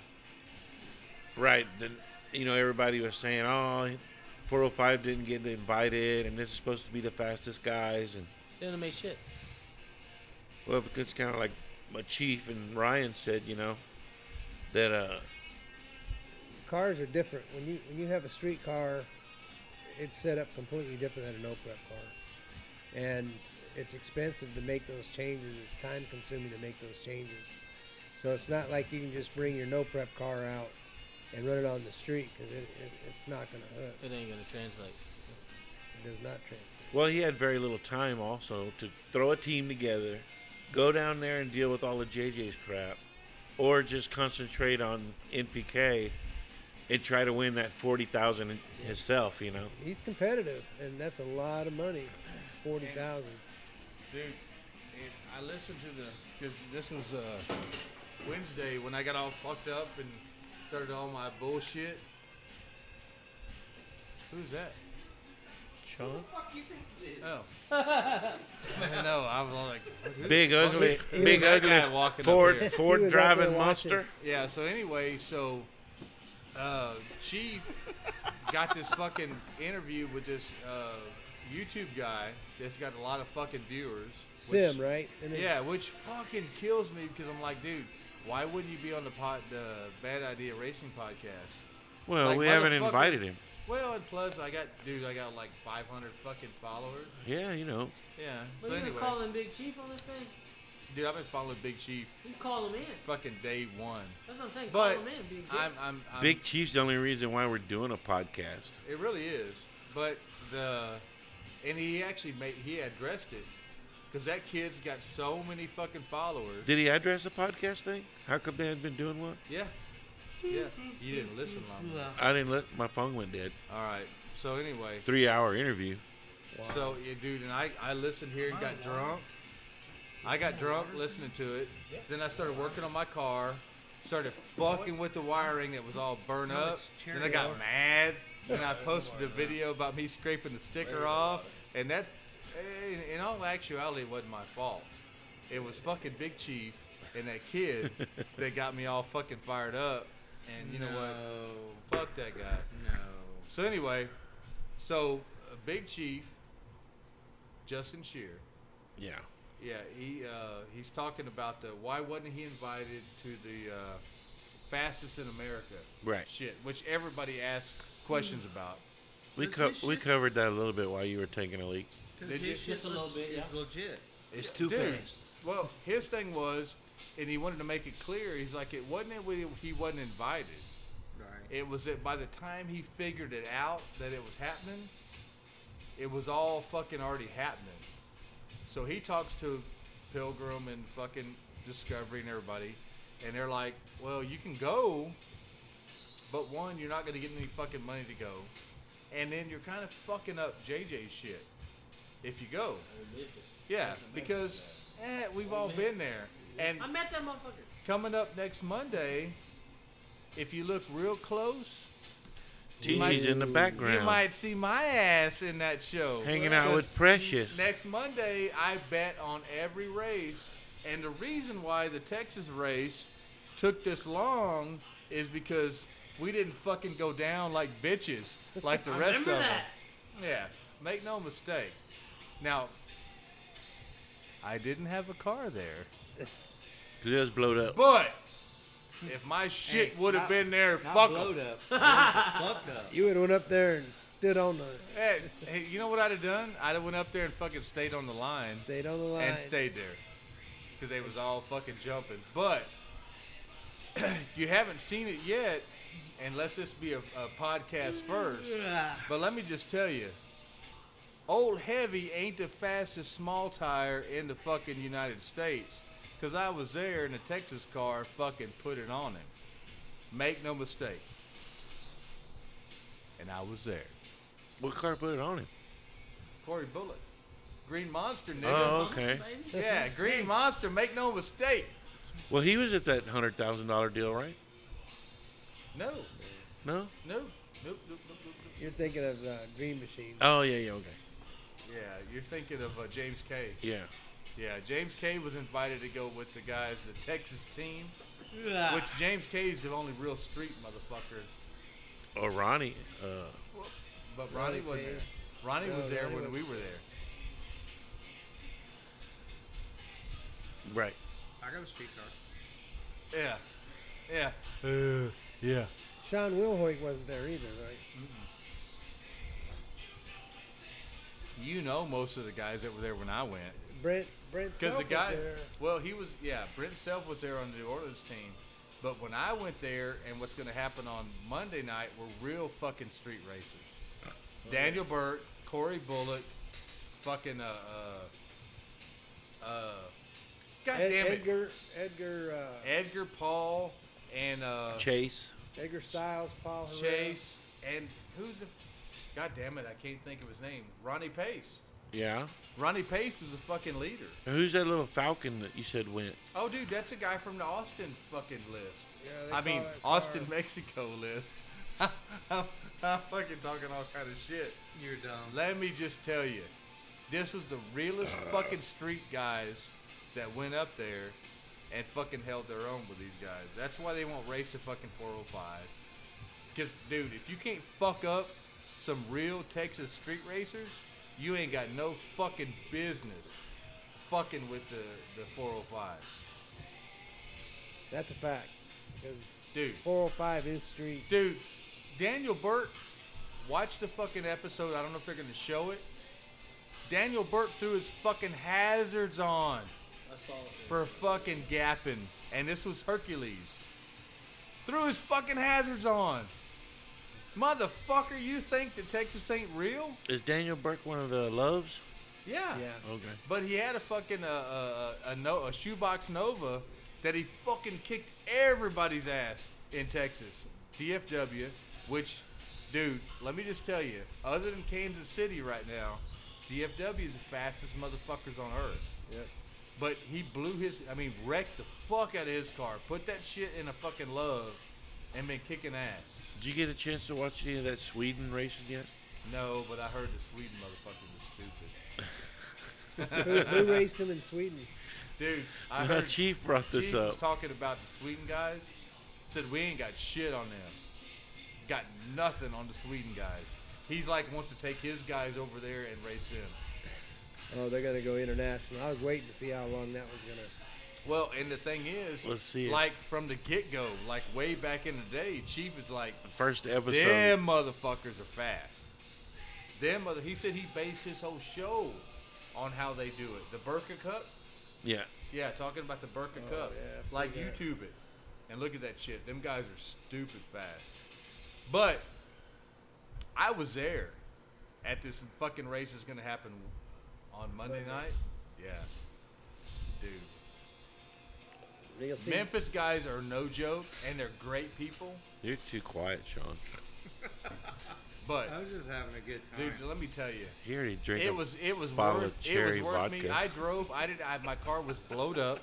Speaker 6: Right. Then you know, everybody was saying, "Oh, 405 didn't get invited, and this is supposed to be the fastest guys." And
Speaker 8: They don't make shit.
Speaker 6: well, because kind of like my chief and Ryan said, you know, that uh,
Speaker 5: Cars are different. When you when you have a street car, it's set up completely different than an no prep car, and it's expensive to make those changes. It's time consuming to make those changes. So it's not like you can just bring your no prep car out and run it on the street because it, it, it's not going to hook.
Speaker 8: It ain't gonna translate.
Speaker 5: It does not translate.
Speaker 6: well, he had very little time also to throw a team together, go down there and deal with all of JJ's crap, or just concentrate on NPK and try to win that 40,000 himself, you know.
Speaker 5: He's competitive, and that's a lot of money, forty thousand.
Speaker 2: Dude, and I listened to the because this was uh, Wednesday when I got all fucked up and started all my bullshit. Who's that? Sean. Oh. [LAUGHS] I know. I was all like, who-
Speaker 6: Big ugly,
Speaker 2: who- who's
Speaker 6: big
Speaker 2: that
Speaker 6: ugly
Speaker 2: guy walking up here?
Speaker 6: Ford,
Speaker 5: He
Speaker 6: Ford
Speaker 5: was out there
Speaker 6: driving
Speaker 5: watching.
Speaker 6: monster.
Speaker 2: Yeah, so anyway, so uh, Chief got this fucking interview with this uh, YouTube guy that's got a lot of fucking viewers. which-
Speaker 5: Sim, right? And
Speaker 2: Yeah,
Speaker 5: it's-
Speaker 2: which fucking kills me because I'm like, dude, why wouldn't you be on the pod, the Bad Idea Racing podcast?
Speaker 6: Well,
Speaker 2: Like,
Speaker 6: Oh, we haven't
Speaker 2: motherfucker.
Speaker 6: invited him.
Speaker 2: Well, and plus, I got, dude, I got like 500 fucking followers.
Speaker 6: Yeah, you know.
Speaker 2: Yeah. so
Speaker 8: What are you
Speaker 2: anyway,
Speaker 8: gonna call him Big Chief on this thing?
Speaker 2: dude, I've been following Big Chief
Speaker 8: You can call him in.
Speaker 2: fucking day one.
Speaker 8: That's what I'm saying.
Speaker 2: But
Speaker 8: call him in, Big Chief.
Speaker 2: I'm, I'm, I'm
Speaker 6: Big Chief's the only reason why we're doing a podcast.
Speaker 2: It really is. But the and he actually made he addressed it because that kid's got so many fucking followers.
Speaker 6: Did he address the podcast thing? How come they hadn't been doing one?
Speaker 2: Yeah, yeah. You didn't listen long. enough.
Speaker 8: [LAUGHS]
Speaker 6: I didn't let my phone went dead.
Speaker 2: All right. So anyway,
Speaker 6: Three hour interview.
Speaker 2: so yeah, dude, and I I listened here and got drunk. I got drunk listening to it. Then I started working on my car. Started fucking with the wiring that was all burnt up.
Speaker 4: it's
Speaker 2: Then I got
Speaker 4: Cheerio.
Speaker 2: mad. Then
Speaker 4: [LAUGHS]
Speaker 2: I posted a video about me scraping the sticker off. And that's, in, in all actuality, it wasn't my fault. It was fucking Big Chief and that kid
Speaker 4: [LAUGHS]
Speaker 2: that got me all fucking fired up. And you know what? Fuck that guy. No. So anyway, so uh, Big Chief, Justin Shear.
Speaker 6: Yeah.
Speaker 2: Yeah, he uh, he's talking about the why wasn't he invited to the uh, fastest in America?
Speaker 6: Right.
Speaker 2: Shit, which everybody asks questions about.
Speaker 6: We
Speaker 4: Does
Speaker 6: co-
Speaker 4: this
Speaker 6: we
Speaker 4: shit-
Speaker 6: covered that a little bit while you were taking a leak.
Speaker 2: They
Speaker 4: Because
Speaker 2: did-
Speaker 4: his shit
Speaker 8: Just a little
Speaker 4: was-
Speaker 8: bit,
Speaker 4: is legit.
Speaker 9: It's too
Speaker 2: Dude,
Speaker 9: fast.
Speaker 2: well, his thing was, and he wanted to make it clear. He's like, it wasn't that we- he wasn't invited.
Speaker 4: Right.
Speaker 2: It was that by the time he figured it out that it was happening, it was all fucking already happening. So he talks to Pilgrim and fucking Discovery and everybody, and they're like, well, you can go, but one, you're not going to get any fucking money to go. And then you're kind of fucking up JJ's shit if you go. Yeah, because eh, we've all been there. And
Speaker 8: I met that motherfucker.
Speaker 2: coming up next Monday, if you look real close, You might-
Speaker 6: TG's in the background,
Speaker 2: you might see my ass in that show.
Speaker 6: hanging out with
Speaker 2: 'Cause
Speaker 6: Precious.
Speaker 2: Next Monday, I bet on every race, and the reason why the Texas race took this long is because we didn't fucking go down like bitches
Speaker 4: [LAUGHS]
Speaker 2: like the
Speaker 8: I
Speaker 2: rest of
Speaker 8: remember
Speaker 2: them.
Speaker 8: that.
Speaker 2: Yeah, make no mistake. Now, I didn't have a car there,
Speaker 6: 'Cause it was blowed up.
Speaker 2: but if my shit
Speaker 4: Hey,
Speaker 2: would have
Speaker 4: not-
Speaker 2: been there,
Speaker 4: Not
Speaker 2: fuck 'em.
Speaker 4: blowed up. fucked up.
Speaker 5: You would have went up there and stood on the
Speaker 2: Hey, hey, you know what I'd have done? I'd have went up there and fucking stayed on the line
Speaker 5: stayed on the line.
Speaker 2: and stayed there because they was all fucking jumping. But [CLEARS THROAT] you haven't seen it yet, and let's just be a, a podcast first. But let me just tell you, old heavy ain't the fastest small tire in the fucking United States. Cause I was there, and the Texas car fucking put it on him. Make no mistake. And I was there.
Speaker 6: What car put it on him?
Speaker 2: Corey Bullock, Green Monster, nigga.
Speaker 6: Oh, okay.
Speaker 2: [LAUGHS]
Speaker 8: Baby.
Speaker 2: Yeah, Green Monster, make no mistake.
Speaker 6: Well, he was at that hundred thousand dollar deal, right?
Speaker 2: No,
Speaker 6: No.
Speaker 2: no, nope, nope, nope, nope, nope.
Speaker 5: You're thinking of uh, Green Machine.
Speaker 6: Oh yeah, yeah, okay,
Speaker 2: Yeah, you're thinking of uh, James K.
Speaker 6: yeah.
Speaker 2: Yeah, James K. was invited to go with the guys, the Texas team, which James K. is the only real street motherfucker
Speaker 6: or Ronnie. Uh,
Speaker 2: But Ronnie wasn't there.
Speaker 5: Page.
Speaker 2: Ronnie
Speaker 5: No,
Speaker 2: was there
Speaker 5: Ronnie
Speaker 2: when we
Speaker 5: wasn't.
Speaker 2: were there.
Speaker 6: right.
Speaker 4: I got a streetcar.
Speaker 2: Yeah. Yeah.
Speaker 5: Sean Wilhoit wasn't there either, right?
Speaker 2: You know most of the guys that were there when I went.
Speaker 5: Brent Brent
Speaker 2: Because
Speaker 5: Self
Speaker 2: the guy,
Speaker 5: was there.
Speaker 2: well, he was, yeah, Brent Self was there on the New Orleans team. But when I went there, and what's going to happen on Monday night were real fucking street racers.
Speaker 5: Oh,
Speaker 2: Daniel Burt, Corey Bullock, fucking, uh, uh, uh God
Speaker 5: Ed-
Speaker 2: damn it. Edgar,
Speaker 5: Edgar Edgar uh,
Speaker 2: Paul, and, uh,
Speaker 6: Chase.
Speaker 5: Edgar Styles, Paul Herrera.
Speaker 2: Chase, and who's the, God damn it, I can't think of his name. Ronnie Pace.
Speaker 6: Yeah.
Speaker 2: Ronnie Pace was the fucking leader.
Speaker 6: And who's that little falcon that you said went?
Speaker 2: Oh, dude, that's a guy from the Austin fucking list.
Speaker 5: Yeah, they
Speaker 2: I
Speaker 5: call
Speaker 2: mean,
Speaker 5: that
Speaker 2: Austin,
Speaker 5: car-
Speaker 2: Mexico list. [LAUGHS] I'm, I'm fucking talking all kind of shit.
Speaker 4: You're dumb.
Speaker 2: Let me just tell you, this was the realest fucking street guys that went up there and fucking held their own with these guys. That's why they won't race the fucking 405. Because, dude, if you can't fuck up some real Texas street racers, you ain't got no fucking business fucking with the, oh the 405.
Speaker 5: That's a fact. Because
Speaker 2: Dude.
Speaker 5: 405 is street. [LAUGHS]
Speaker 2: Dude, Daniel Burt, watch the fucking episode. I don't know if they're going to show it. Daniel Burt threw his fucking hazards on
Speaker 8: I saw it.
Speaker 2: for fucking gapping. And this was Hercules. Threw his fucking hazards on. Motherfucker, you think that Texas ain't real?
Speaker 6: Is Daniel Burke one of the loves?
Speaker 2: Yeah.
Speaker 5: Yeah.
Speaker 6: Okay.
Speaker 2: But he had a fucking uh, uh, uh, a, no, a shoebox Nova that he fucking kicked everybody's ass in Texas. DFW, which, dude, let me just tell you, other than Kansas City right now, DFW is the fastest motherfuckers on earth.
Speaker 5: Yep.
Speaker 2: But he blew his, I mean, wrecked the fuck out of his car, put that shit in a fucking love, and been kicking ass.
Speaker 6: Did you get a chance to watch any of that Sweden racing yet?
Speaker 2: No, but I heard the Sweden motherfucker was stupid.
Speaker 5: who, who raced him in Sweden?
Speaker 2: Dude, I
Speaker 6: The
Speaker 2: heard
Speaker 6: chief brought this
Speaker 2: Chief was
Speaker 6: up.
Speaker 2: talking about the Sweden guys. Said we ain't got shit on them. Got nothing on the Sweden guys. He's like wants to take his guys over there and race him.
Speaker 5: Oh, they're gonna go international. I was waiting to see how long that was gonna.
Speaker 2: Well, and the thing is,
Speaker 6: Let's see it.
Speaker 2: like from the get go, like way back in the day, Chief is like,
Speaker 6: The first episode.
Speaker 2: them motherfuckers are fast. Them mother, he said he based his whole show on how they do it. The Burka Cup,
Speaker 6: Yeah.
Speaker 2: Yeah, talking about the Burka Cup.
Speaker 5: Oh, yeah, I've seen
Speaker 2: like
Speaker 5: that.
Speaker 2: YouTube it. And look at that shit. Them guys are stupid fast. But I was there at this fucking race that's gonna happen on Monday night. Yeah. Dude.
Speaker 5: You'll see.
Speaker 2: Memphis guys are no joke and they're great people.
Speaker 6: You're too quiet, Sean.
Speaker 2: But
Speaker 4: I was just having a good time.
Speaker 2: dude, let me tell you.
Speaker 6: He already drank.
Speaker 2: It
Speaker 6: a-
Speaker 2: was it was
Speaker 6: bottle
Speaker 2: worth
Speaker 6: of
Speaker 2: it was
Speaker 6: cherry
Speaker 2: worth me.
Speaker 6: vodka.
Speaker 2: I drove, I did I my car was blowed up.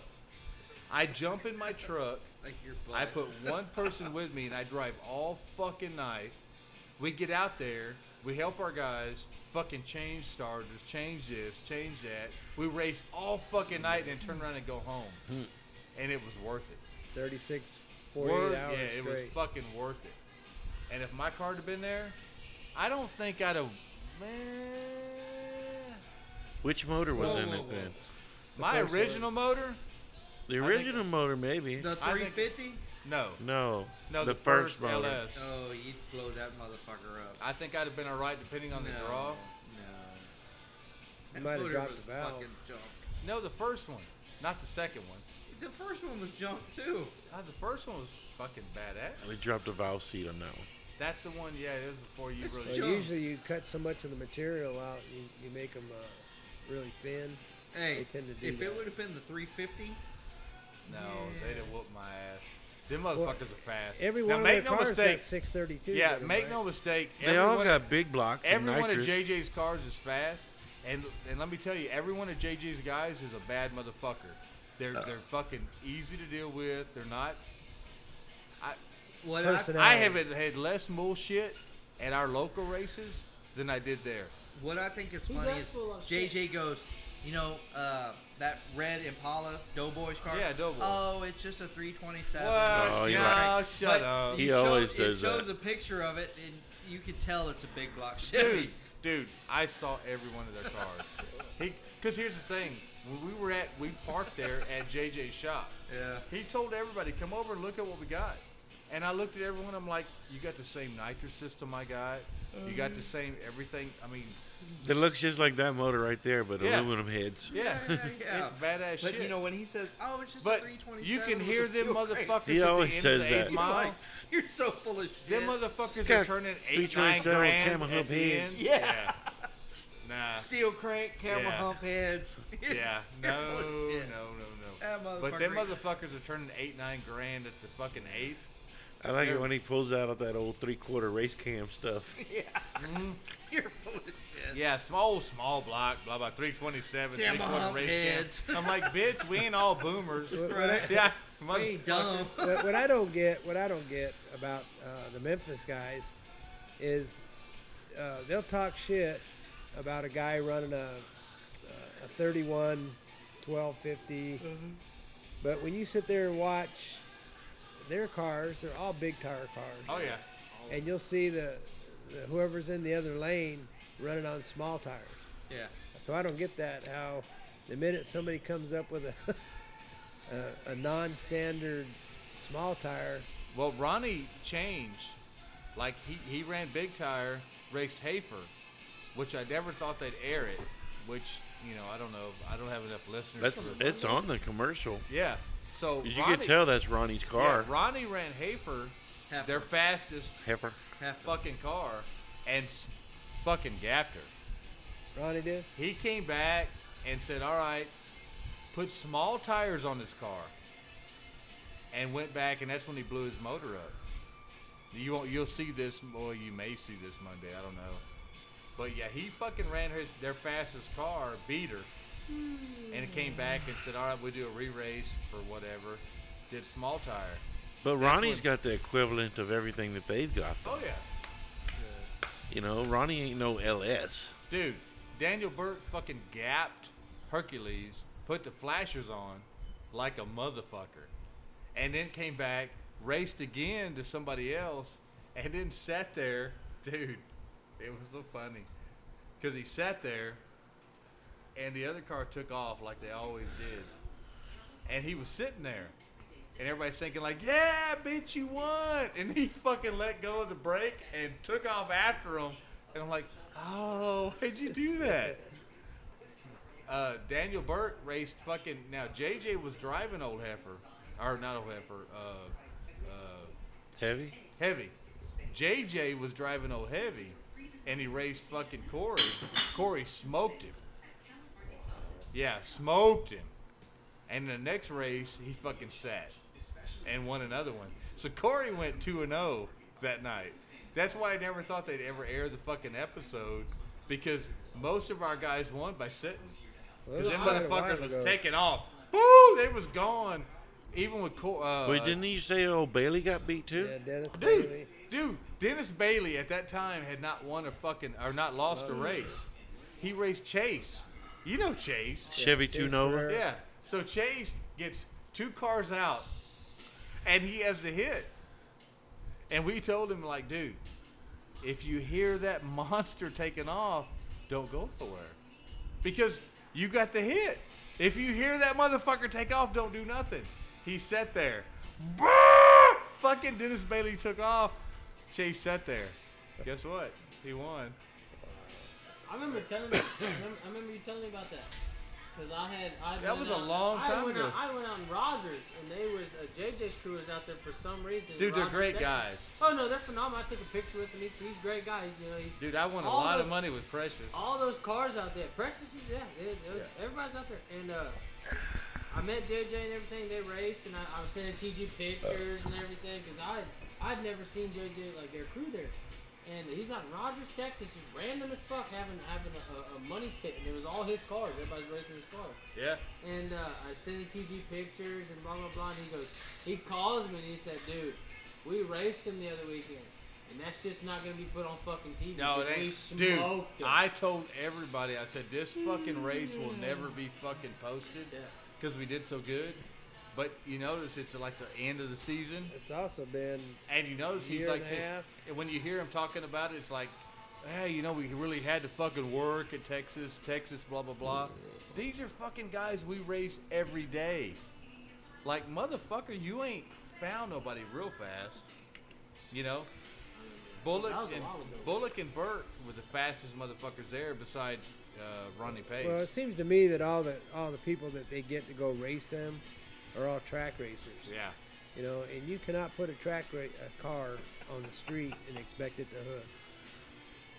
Speaker 2: I jump in my truck.
Speaker 4: like your butt.
Speaker 2: I put one person with me and I drive all fucking night. We get out there, we help our guys fucking change starters, change this, change that. We race all fucking night and then turn around and go home.
Speaker 6: Hmm.
Speaker 2: And it was worth it.
Speaker 5: 36, 48
Speaker 2: Worth-
Speaker 5: hours
Speaker 2: yeah, it was
Speaker 5: straight.
Speaker 2: fucking worth it. And if my car had been there, I don't think I'd have man.
Speaker 6: Which motor was
Speaker 4: Whoa,
Speaker 6: in
Speaker 4: whoa,
Speaker 6: it
Speaker 4: whoa.
Speaker 6: then?
Speaker 2: My
Speaker 5: first
Speaker 2: original motor?
Speaker 6: The original motor, maybe.
Speaker 4: the
Speaker 2: I think-
Speaker 4: 350.
Speaker 2: No.
Speaker 6: no.
Speaker 2: No, the,
Speaker 6: first,
Speaker 2: first,
Speaker 6: motor.
Speaker 2: LS.
Speaker 4: Oh, you'd blow that motherfucker up.
Speaker 2: I think I'd have been alright depending on the
Speaker 4: no,
Speaker 2: draw.
Speaker 4: No.
Speaker 5: You might have
Speaker 4: motor
Speaker 5: dropped
Speaker 4: was
Speaker 5: the valve.
Speaker 4: fucking junk.
Speaker 2: No, the first one, not the second one.
Speaker 4: The first one was junk too.
Speaker 2: Oh, the first one was fucking badass.
Speaker 6: We dropped a valve seat on that one.
Speaker 2: That's the one, yeah, it was before you really.
Speaker 5: Well,
Speaker 4: Sure.
Speaker 5: usually you cut so much of the material out, you, you make them uh, really thin. They
Speaker 4: Hey,
Speaker 5: tend to do
Speaker 4: if
Speaker 5: that.
Speaker 4: it would have been the 350,
Speaker 2: no,
Speaker 4: Yeah.
Speaker 2: they'd have whooped my ass. Them motherfuckers are fast.
Speaker 5: Every
Speaker 2: now,
Speaker 5: one of their
Speaker 2: make no
Speaker 5: cars
Speaker 2: mistake.
Speaker 5: got 632.
Speaker 2: yeah,
Speaker 5: in 'em,
Speaker 2: make
Speaker 5: right?
Speaker 2: no mistake.
Speaker 6: They
Speaker 2: every
Speaker 6: all
Speaker 2: one-
Speaker 6: got big blocks. and
Speaker 2: Every one of
Speaker 6: nitrous.
Speaker 2: JJ's cars is fast, and and let me tell you, every one of JJ's guys is a bad motherfucker. They're they're fucking easy to deal with. They're not. I
Speaker 4: what I,
Speaker 5: Personality.
Speaker 2: I
Speaker 5: Nice.
Speaker 2: haven't had less bullshit at our local races than I did there.
Speaker 4: what I think is
Speaker 8: He
Speaker 4: funny
Speaker 8: does
Speaker 4: is
Speaker 8: pull off
Speaker 4: JJ goes, You know uh, that red Impala Doughboys car?
Speaker 2: Yeah, Doughboy.
Speaker 4: Oh, it's just a 327.
Speaker 6: Oh,
Speaker 2: Well,
Speaker 6: you're
Speaker 2: no,
Speaker 6: right.
Speaker 2: shut
Speaker 4: But
Speaker 2: up.
Speaker 4: it
Speaker 6: He always
Speaker 4: shows-
Speaker 6: says
Speaker 4: It shows
Speaker 6: that.
Speaker 4: a picture of it, and you can tell it's a big block Chevy.
Speaker 2: dude, dude, I saw every one of their cars. He, because here's the thing, when we were at, we parked there at JJ's shop.
Speaker 4: Yeah.
Speaker 2: He told everybody, come over and look at what we got. And I looked at everyone. I'm like, you got the same nitro system I got. You got
Speaker 4: Mm-hmm.
Speaker 2: the same everything. I mean,
Speaker 6: It looks just like that motor right there, but
Speaker 2: Yeah.
Speaker 6: aluminum heads.
Speaker 2: yeah,
Speaker 4: [LAUGHS] yeah.
Speaker 2: it's badass
Speaker 4: But
Speaker 2: shit.
Speaker 4: you know when he says, "Oh, it's just a
Speaker 2: but
Speaker 4: 327,"
Speaker 2: you can
Speaker 4: with
Speaker 2: hear
Speaker 4: a
Speaker 2: them
Speaker 4: steel crate,"
Speaker 2: motherfuckers
Speaker 6: He always
Speaker 2: at the end
Speaker 6: says
Speaker 2: of the
Speaker 6: that.
Speaker 2: eighth
Speaker 4: [LAUGHS] You're
Speaker 2: mile.
Speaker 4: [LAUGHS] like, you're so full of shit.
Speaker 2: Them motherfuckers
Speaker 6: kinda
Speaker 2: are turning eight, nine
Speaker 6: 327
Speaker 2: grand
Speaker 6: Camel
Speaker 2: at
Speaker 6: Hump
Speaker 2: the
Speaker 6: heads.
Speaker 2: end.
Speaker 4: Yeah. [LAUGHS]
Speaker 2: Nah.
Speaker 4: Steel crank, camera
Speaker 2: Yeah.
Speaker 4: hump heads.
Speaker 2: [LAUGHS]
Speaker 4: [LAUGHS]
Speaker 2: Yeah.
Speaker 4: You're
Speaker 2: No,
Speaker 4: full
Speaker 2: no,
Speaker 4: of shit.
Speaker 2: no,
Speaker 4: That
Speaker 2: no. But them
Speaker 4: motherfucker-
Speaker 2: motherfuckers are turning eight, nine grand at the fucking eighth.
Speaker 6: I like
Speaker 2: Yeah.
Speaker 6: it when he pulls out of that old three-quarter race cam stuff.
Speaker 4: Yeah. You're full of shit.
Speaker 2: Yeah, small, small block, blah, blah, 327,
Speaker 4: Damn
Speaker 2: three-quarter
Speaker 4: hump
Speaker 2: race
Speaker 4: heads.
Speaker 2: cam. I'm like, bitch, we ain't all boomers.
Speaker 5: What- what I-
Speaker 4: [LAUGHS] Right.
Speaker 2: yeah,
Speaker 4: We ain't dumb.
Speaker 2: [LAUGHS]
Speaker 5: what, what I don't get, what I don't get about uh, the Memphis guys, is uh, they'll talk shit about a guy running a a 31, 1250,
Speaker 2: Mm-hmm.
Speaker 5: but when you sit there and watch their cars, they're all big tire cars,
Speaker 2: Oh, yeah.
Speaker 5: and you'll see the, the whoever's in the other lane running on small tires.
Speaker 4: Yeah.
Speaker 5: So I don't get that. How the minute somebody comes up with a [LAUGHS] a, a non-standard small tire,
Speaker 2: Well, Ronnie changed. Like, he, he ran big tire, raced Hafer, which I never thought they'd air it, which, you know, I don't know. I don't have enough listeners.
Speaker 6: That's
Speaker 2: for-
Speaker 6: it's on the commercial.
Speaker 2: Yeah. So
Speaker 6: You
Speaker 2: Ronnie,
Speaker 6: can tell that's Ronnie's car.
Speaker 2: Yeah, Ronnie ran Hafer,
Speaker 4: Heifer.
Speaker 2: their fastest
Speaker 6: Heifer.
Speaker 4: Heifer.
Speaker 2: fucking car, and s- fucking gapped her.
Speaker 5: Ronnie did.
Speaker 2: He came back and said, "All right, put small tires on this car," and went back, and that's when he blew his motor up. You won't, you'll see this. Well, you may see this Monday. I don't know, but yeah, he fucking ran his their fastest car, beat her, and it came back and said, "All right, we do a re-race for whatever." Did small tire.
Speaker 6: But
Speaker 2: That's
Speaker 6: Ronnie's
Speaker 2: what-
Speaker 6: got the equivalent of everything that they've got.
Speaker 2: Oh yeah,
Speaker 6: You know, Ronnie ain't no LS.
Speaker 2: dude. Daniel Burke fucking gapped Hercules, put the flashers on like a motherfucker, and then came back, raced again to somebody else, and then sat there, dude. It was so funny because he sat there, and the other car took off like they always did, and he was sitting there. And everybody's thinking like, "Yeah, bitch, you won!" And he [LAUGHS] fucking let go of the brake and took off after him. And I'm like, "Oh, [LAUGHS] why'd you do that?" Uh, Daniel Burke raced fucking. Now JJ was driving Old Heifer, or not Old Heifer, uh, uh,
Speaker 6: Heavy?
Speaker 2: Heavy. JJ was driving Old Heavy, and he raced fucking Corey. Corey smoked him. Yeah, smoked him. And in the next race, he fucking sat and won another one. So Corey went 2 and 0 that night. That's why I never thought they'd ever air the fucking episode because most of our guys won by sitting.
Speaker 5: Well, it
Speaker 2: Because them
Speaker 5: quite a while
Speaker 2: motherfuckers was
Speaker 5: ago.
Speaker 2: taking off. Woo! They was gone. Even with Cor- uh,
Speaker 6: Wait, didn't you say old Bailey got beat too?
Speaker 5: Yeah, Dennis
Speaker 2: Dude,
Speaker 5: Bailey.
Speaker 2: dude, Dennis Bailey at that time had not won a fucking or not lost
Speaker 5: Uh,
Speaker 2: a race. He raced Chase. You know Chase.
Speaker 6: Chevy
Speaker 5: Chase
Speaker 6: 2 Nova?
Speaker 5: Ferrari.
Speaker 2: Yeah. So Chase gets two cars out and he has the hit. And we told him like, dude, if you hear that [LAUGHS] monster taking off, don't go nowhere. Because you got the hit. If you hear that motherfucker take off, don't do nothing. He sat there. Brrr! Fucking Dennis Bailey took off. Chase sat there. Guess what? He won.
Speaker 8: I remember telling you. [COUGHS] I remember, I remember you telling me about that. Cause I had I
Speaker 2: That
Speaker 8: went
Speaker 2: was a
Speaker 8: out-
Speaker 2: long time
Speaker 8: I went
Speaker 2: ago.
Speaker 8: Out, I went out in Rogers and they was uh, JJ's crew was out there for some reason.
Speaker 2: Dude, they're
Speaker 8: Rogers-
Speaker 2: great
Speaker 8: they-
Speaker 2: guys.
Speaker 8: Oh no, they're phenomenal. I took a picture with them. He's, he's a great guy. He's, you know, he,
Speaker 2: Dude, I won a
Speaker 8: All
Speaker 2: lot of
Speaker 8: those-
Speaker 2: money with Precious.
Speaker 8: all those cars out there. Precious, was- yeah, they, they, was-
Speaker 2: Yeah.
Speaker 8: everybody's out there. And uh, I met JJ and everything. They raced, and I, I was sending TG pictures and everything because I I'd never seen JJ like their crew there. And he's out in Rogers, Texas, just random as fuck, having having a, a, a money pit, and it was all his cars. Everybody's racing his car.
Speaker 2: Yeah.
Speaker 8: And uh, I sent him TG pictures and blah blah blah. And he goes, he calls me and he said, dude, we raced him the other weekend. and that's just not gonna be put on fucking TV.
Speaker 2: No, it
Speaker 8: because we
Speaker 2: ain't,
Speaker 8: smoked
Speaker 2: dude.
Speaker 8: 'em. Mm.
Speaker 2: I told everybody. I said this fucking race will never be fucking posted
Speaker 8: Yeah.
Speaker 2: because we did so good. But you notice it's like the end of the season,
Speaker 5: It's also been
Speaker 2: and you notice he's
Speaker 5: Year
Speaker 2: like,
Speaker 5: and a
Speaker 2: ta-
Speaker 5: half.
Speaker 2: and when you hear him talking about it, it's like, hey, you know, we really had to fucking work at Texas, Texas, blah blah blah. These are fucking guys we race every day. Like motherfucker, you ain't found nobody real fast. You know, Bullock
Speaker 8: That was a
Speaker 2: and
Speaker 8: while ago.
Speaker 2: Bullock and Burke were the fastest motherfuckers there, besides uh, Ronnie Page.
Speaker 5: Well, it seems to me that all the all the people that they get to go race them are all track racers.
Speaker 2: yeah,
Speaker 5: You know, and you cannot put a track ra- a car on the street and expect it to hook.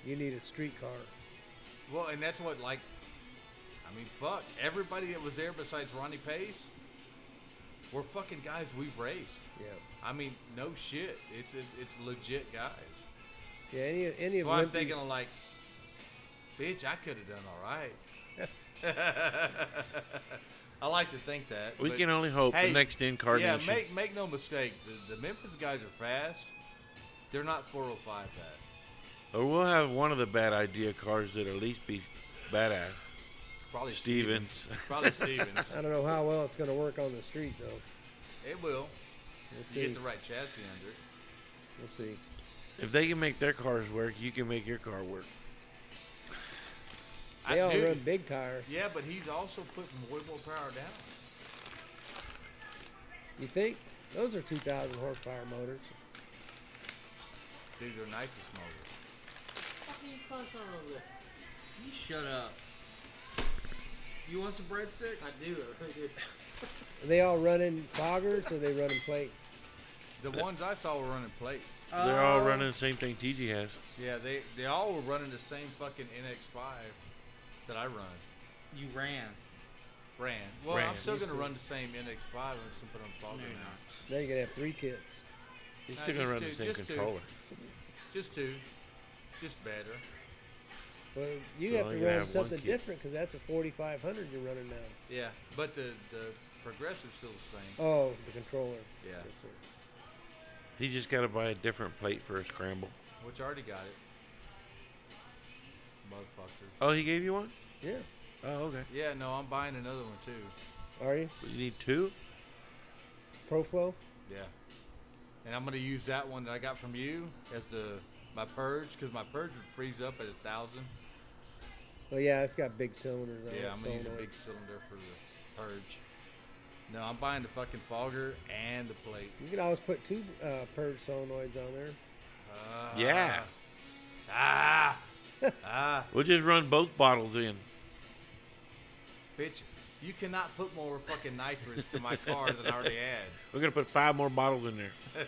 Speaker 5: You need a street car.
Speaker 2: well, and that's what like, I mean, fuck, everybody that was there besides Ronnie Page were fucking guys we've raced.
Speaker 5: Yeah.
Speaker 2: I mean, no shit, it's it, it's legit guys.
Speaker 5: Yeah. Any any of
Speaker 2: So I'm
Speaker 5: Limpy's,
Speaker 2: thinking like, bitch, I could have done all right. [LAUGHS] I like to think that
Speaker 6: We
Speaker 2: but-
Speaker 6: can only hope
Speaker 2: Hey,
Speaker 6: the next incarnation.
Speaker 2: Yeah, make make no mistake, the, the Memphis guys are fast. They're not 405 fast.
Speaker 6: or we'll have one of the bad idea cars that at least be badass.
Speaker 2: Probably
Speaker 6: Stevens. [LAUGHS]
Speaker 2: Probably Stevens.
Speaker 5: I don't know how well it's going to work on the street though.
Speaker 2: it will.
Speaker 5: Let's
Speaker 2: You
Speaker 5: see.
Speaker 2: get the right chassis under it.
Speaker 5: We'll see.
Speaker 6: If they can make their cars work, you can make your car work.
Speaker 2: I-
Speaker 5: They all
Speaker 2: dude,
Speaker 5: run big tire.
Speaker 2: Yeah, but he's also putting way more power down.
Speaker 5: You think those are 2,000 horsepower motors?
Speaker 2: Dude, they're nitrous motors.
Speaker 8: What the fuck are you crunching on over there?
Speaker 4: You shut up. You want some breadsticks?
Speaker 8: I do. I really do. [LAUGHS]
Speaker 5: Are they all running foggers or they running plates?
Speaker 2: The ones I saw were running plates.
Speaker 6: They're all
Speaker 2: Oh.
Speaker 4: Uh,
Speaker 6: running the same thing TG has.
Speaker 2: Yeah, they they all were running the same fucking NX5 that I run.
Speaker 4: You ran.
Speaker 2: Ran. Well, I'm
Speaker 6: Ran.
Speaker 2: still gonna run the same NX5. I'm just gonna put on
Speaker 4: No,
Speaker 2: fogger
Speaker 4: you're
Speaker 2: now.
Speaker 4: not.
Speaker 5: Now you're gonna have three kits.
Speaker 6: He's
Speaker 2: Nah,
Speaker 6: still gonna
Speaker 2: just
Speaker 6: run the
Speaker 2: Uh, two-
Speaker 6: same
Speaker 2: just two.
Speaker 6: controller.
Speaker 2: Just two. Just better.
Speaker 5: Well, you
Speaker 6: You're
Speaker 5: have
Speaker 6: only
Speaker 5: to
Speaker 6: gonna
Speaker 5: run
Speaker 6: have one
Speaker 5: something
Speaker 6: kit.
Speaker 5: different because that's a 4500 you're running now.
Speaker 2: Yeah, but the the progressive's still the same.
Speaker 5: Oh, the controller.
Speaker 2: Yeah.
Speaker 5: Yes, sir.
Speaker 6: He just got to buy a different plate for a scramble.
Speaker 2: Which I already got it. Motherfuckers.
Speaker 6: Oh, he gave you one?
Speaker 5: Yeah.
Speaker 6: Oh, okay.
Speaker 2: Yeah, no, I'm buying another one too.
Speaker 5: Are you
Speaker 6: But you need two?
Speaker 5: ProFlow?
Speaker 2: Yeah. And I'm gonna use that one that I got from you as the my purge because my purge would freeze up at a thousand.
Speaker 5: Well, Oh, yeah, it's got big cylinders. on
Speaker 2: Yeah,
Speaker 5: it,
Speaker 2: I'm gonna use a
Speaker 5: solenoid.
Speaker 2: big cylinder for the purge. No, I'm buying the fucking fogger and the plate.
Speaker 5: You can always put two uh, purge solenoids on there.
Speaker 2: Ah.
Speaker 6: Yeah.
Speaker 2: Ah.
Speaker 6: [LAUGHS]
Speaker 2: ah.
Speaker 6: We'll just run both bottles in.
Speaker 2: Bitch, you cannot put more fucking nitrous to my car than I already
Speaker 6: [LAUGHS]
Speaker 2: had.
Speaker 6: We're gonna put five more bottles in there.
Speaker 2: [LAUGHS]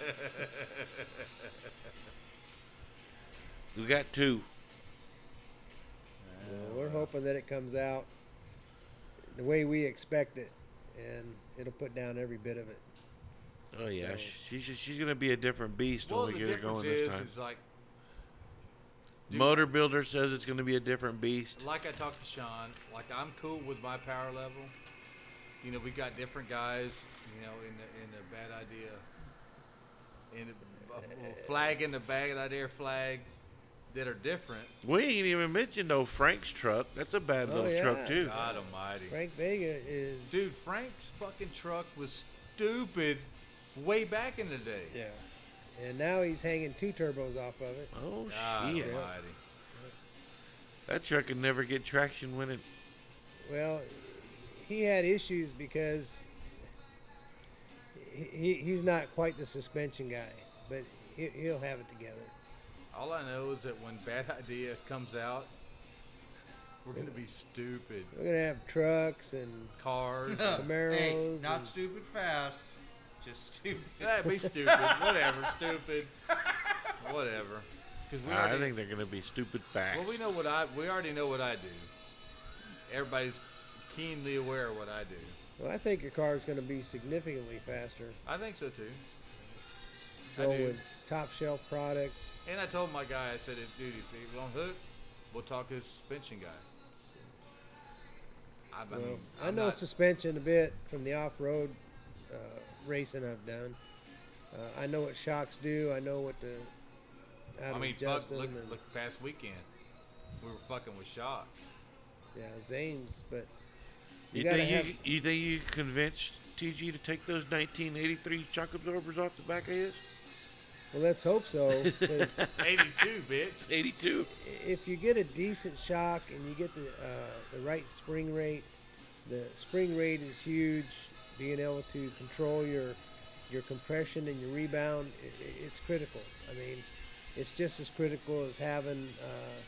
Speaker 6: we got two.
Speaker 5: So Uh, we're hoping that it comes out the way we expect it, and it'll put down every bit of it.
Speaker 6: Oh yeah,
Speaker 5: So-
Speaker 6: she- she's she's gonna be a different beast
Speaker 2: Well,
Speaker 6: when
Speaker 2: the
Speaker 6: we get her
Speaker 2: difference
Speaker 6: going this
Speaker 2: is,
Speaker 6: time.
Speaker 2: is like dude-
Speaker 6: Motor builder says it's gonna be a different beast.
Speaker 2: like I talked to Sean, like I'm cool with my power level. You know, we got different guys. You know, in the in the bad idea, in the uh, flag in the bad idea flag, that are different.
Speaker 6: We ain't even mentioned no Frank's truck. That's a bad
Speaker 5: Oh,
Speaker 6: little
Speaker 5: yeah.
Speaker 6: truck too.
Speaker 2: God Almighty,
Speaker 5: Frank Vega is.
Speaker 2: dude, Frank's fucking truck was stupid way back in the day.
Speaker 5: Yeah. And now he's hanging two turbos off of it.
Speaker 6: Oh
Speaker 2: God
Speaker 6: shit,
Speaker 2: Almighty.
Speaker 6: that truck could never get traction when it.
Speaker 5: Well, he had issues because he, he, he's not quite the suspension guy, but he, he'll have it together.
Speaker 2: All I know is that when Bad [LAUGHS] Idea comes out, we're gonna be stupid.
Speaker 5: We're gonna have trucks and
Speaker 2: Cars.
Speaker 5: Camaros
Speaker 4: Hey, not
Speaker 5: and-
Speaker 4: stupid fast, just stupid.
Speaker 2: Yeah, be stupid. Whatever, stupid. Whatever. Because we
Speaker 6: I
Speaker 2: already,
Speaker 6: think they're gonna be stupid fast.
Speaker 2: well, we know what I we already know what I do. Everybody's keenly aware of what I do.
Speaker 5: Well, I think your car is going to be significantly faster.
Speaker 2: I think so too. I
Speaker 5: Go
Speaker 2: do.
Speaker 5: with top shelf products.
Speaker 2: And I told my guy, I said, if dude, if he don't hook, we'll talk to the suspension guy. I, I,
Speaker 5: Well,
Speaker 2: mean,
Speaker 5: I
Speaker 2: I'm
Speaker 5: know
Speaker 2: not-
Speaker 5: suspension a bit from the off-road uh, racing I've done. Uh, I know what shocks do. I know what the out
Speaker 2: I
Speaker 5: of
Speaker 2: mean, fuck,
Speaker 5: Justin
Speaker 2: look,
Speaker 5: and-
Speaker 2: look past weekend. We were fucking with shock.
Speaker 5: yeah, Zane's, but
Speaker 6: You,
Speaker 5: You gotta
Speaker 6: think you,
Speaker 5: have-
Speaker 6: you think you can convince TG to take those 1983 shock absorbers off the back of his?
Speaker 5: well, let's hope so. 'cause
Speaker 2: 82, bitch.
Speaker 6: 82.
Speaker 5: if you get a decent shock and you get the uh, the right spring rate, the spring rate is huge. Being able to control your your compression and your rebound, i- i it's critical. I mean, it's just as critical as having uh,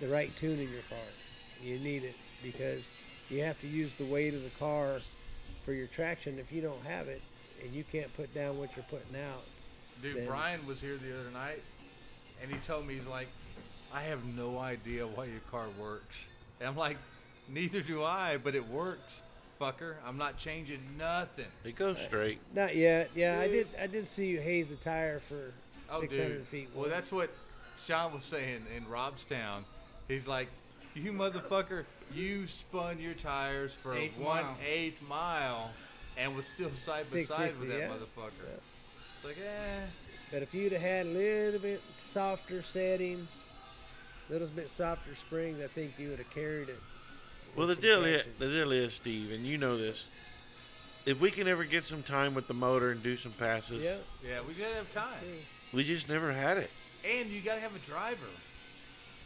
Speaker 5: the right tune in your car. You need it because you have to use the weight of the car for your traction. If you don't have it and you can't put down what you're putting out,
Speaker 2: Dude,
Speaker 5: Then-
Speaker 2: Brian was here the other night, and he told me he's like, I have no idea why your car works. And I'm like, neither do I, but it works, fucker. I'm not changing nothing.
Speaker 6: It goes straight.
Speaker 5: not yet. Yeah, I did. I did see you haze the tire for
Speaker 2: Oh,
Speaker 5: 600
Speaker 2: dude.
Speaker 5: feet.
Speaker 2: Well,
Speaker 5: once.
Speaker 2: that's what Sean was saying in Robstown. He's like, you motherfucker, you spun your tires for
Speaker 7: Eighth
Speaker 2: one
Speaker 7: mile.
Speaker 2: eighth mile and was still side by side
Speaker 5: 660,
Speaker 2: with that
Speaker 5: yeah.
Speaker 2: motherfucker.
Speaker 5: Yeah.
Speaker 2: It's like, eh.
Speaker 5: But if you'd have had a little bit softer setting, a little bit softer springs, I think you would have carried it.
Speaker 6: Well, the
Speaker 5: with some
Speaker 6: deal is,
Speaker 5: traction.
Speaker 6: the deal is, Steve, and you know this. If we can ever get some time with the motor and do some passes,
Speaker 5: Yeah.
Speaker 2: Yeah, we gotta have time.
Speaker 6: we just never had it.
Speaker 2: And you gotta have a driver.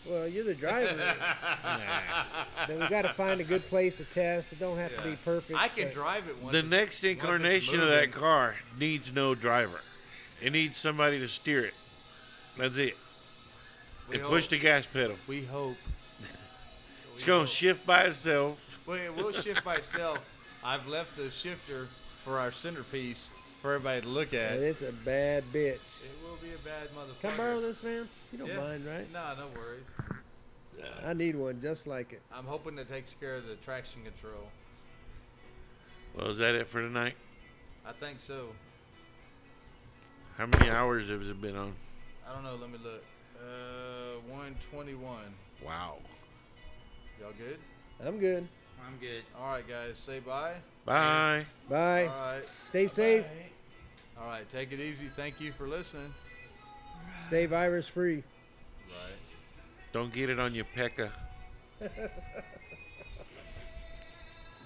Speaker 5: Well, you're
Speaker 2: [LAUGHS]
Speaker 5: the driver. then we got to find a good place to test. It don't have to be
Speaker 2: Yeah.
Speaker 5: perfect.
Speaker 2: I can
Speaker 5: but-
Speaker 2: drive it once.
Speaker 6: the
Speaker 2: it's-
Speaker 6: next
Speaker 2: once it's
Speaker 6: incarnation of that
Speaker 2: moving.
Speaker 6: car needs no driver. It needs somebody to steer it. That's it.
Speaker 2: We
Speaker 6: and
Speaker 2: hope.
Speaker 6: push the gas pedal.
Speaker 2: We hope.
Speaker 6: It's going to shift by itself.
Speaker 2: Well, it will shift by itself. I've left the shifter for our centerpiece for everybody to look at.
Speaker 5: And it's a bad bitch.
Speaker 2: It will be a bad motherfucker.
Speaker 5: Can I borrow this, man? You don't
Speaker 2: Yeah.
Speaker 5: mind, right?
Speaker 2: No, no worries.
Speaker 5: I need one just like it.
Speaker 2: I'm hoping it takes care of the traction control.
Speaker 6: Well, is that it for tonight?
Speaker 2: I think so.
Speaker 6: How many hours has it been on?
Speaker 2: I don't know. Let me look. Uh, 121.
Speaker 6: Wow.
Speaker 2: Y'all good?
Speaker 5: I'm good.
Speaker 4: I'm good.
Speaker 2: All right, guys. Say bye.
Speaker 6: Bye.
Speaker 5: Bye.
Speaker 2: All right.
Speaker 5: Stay safe.
Speaker 2: All right. Take it easy. Thank you for listening.
Speaker 5: Stay virus free.
Speaker 2: Right.
Speaker 6: Don't get it on your pecker.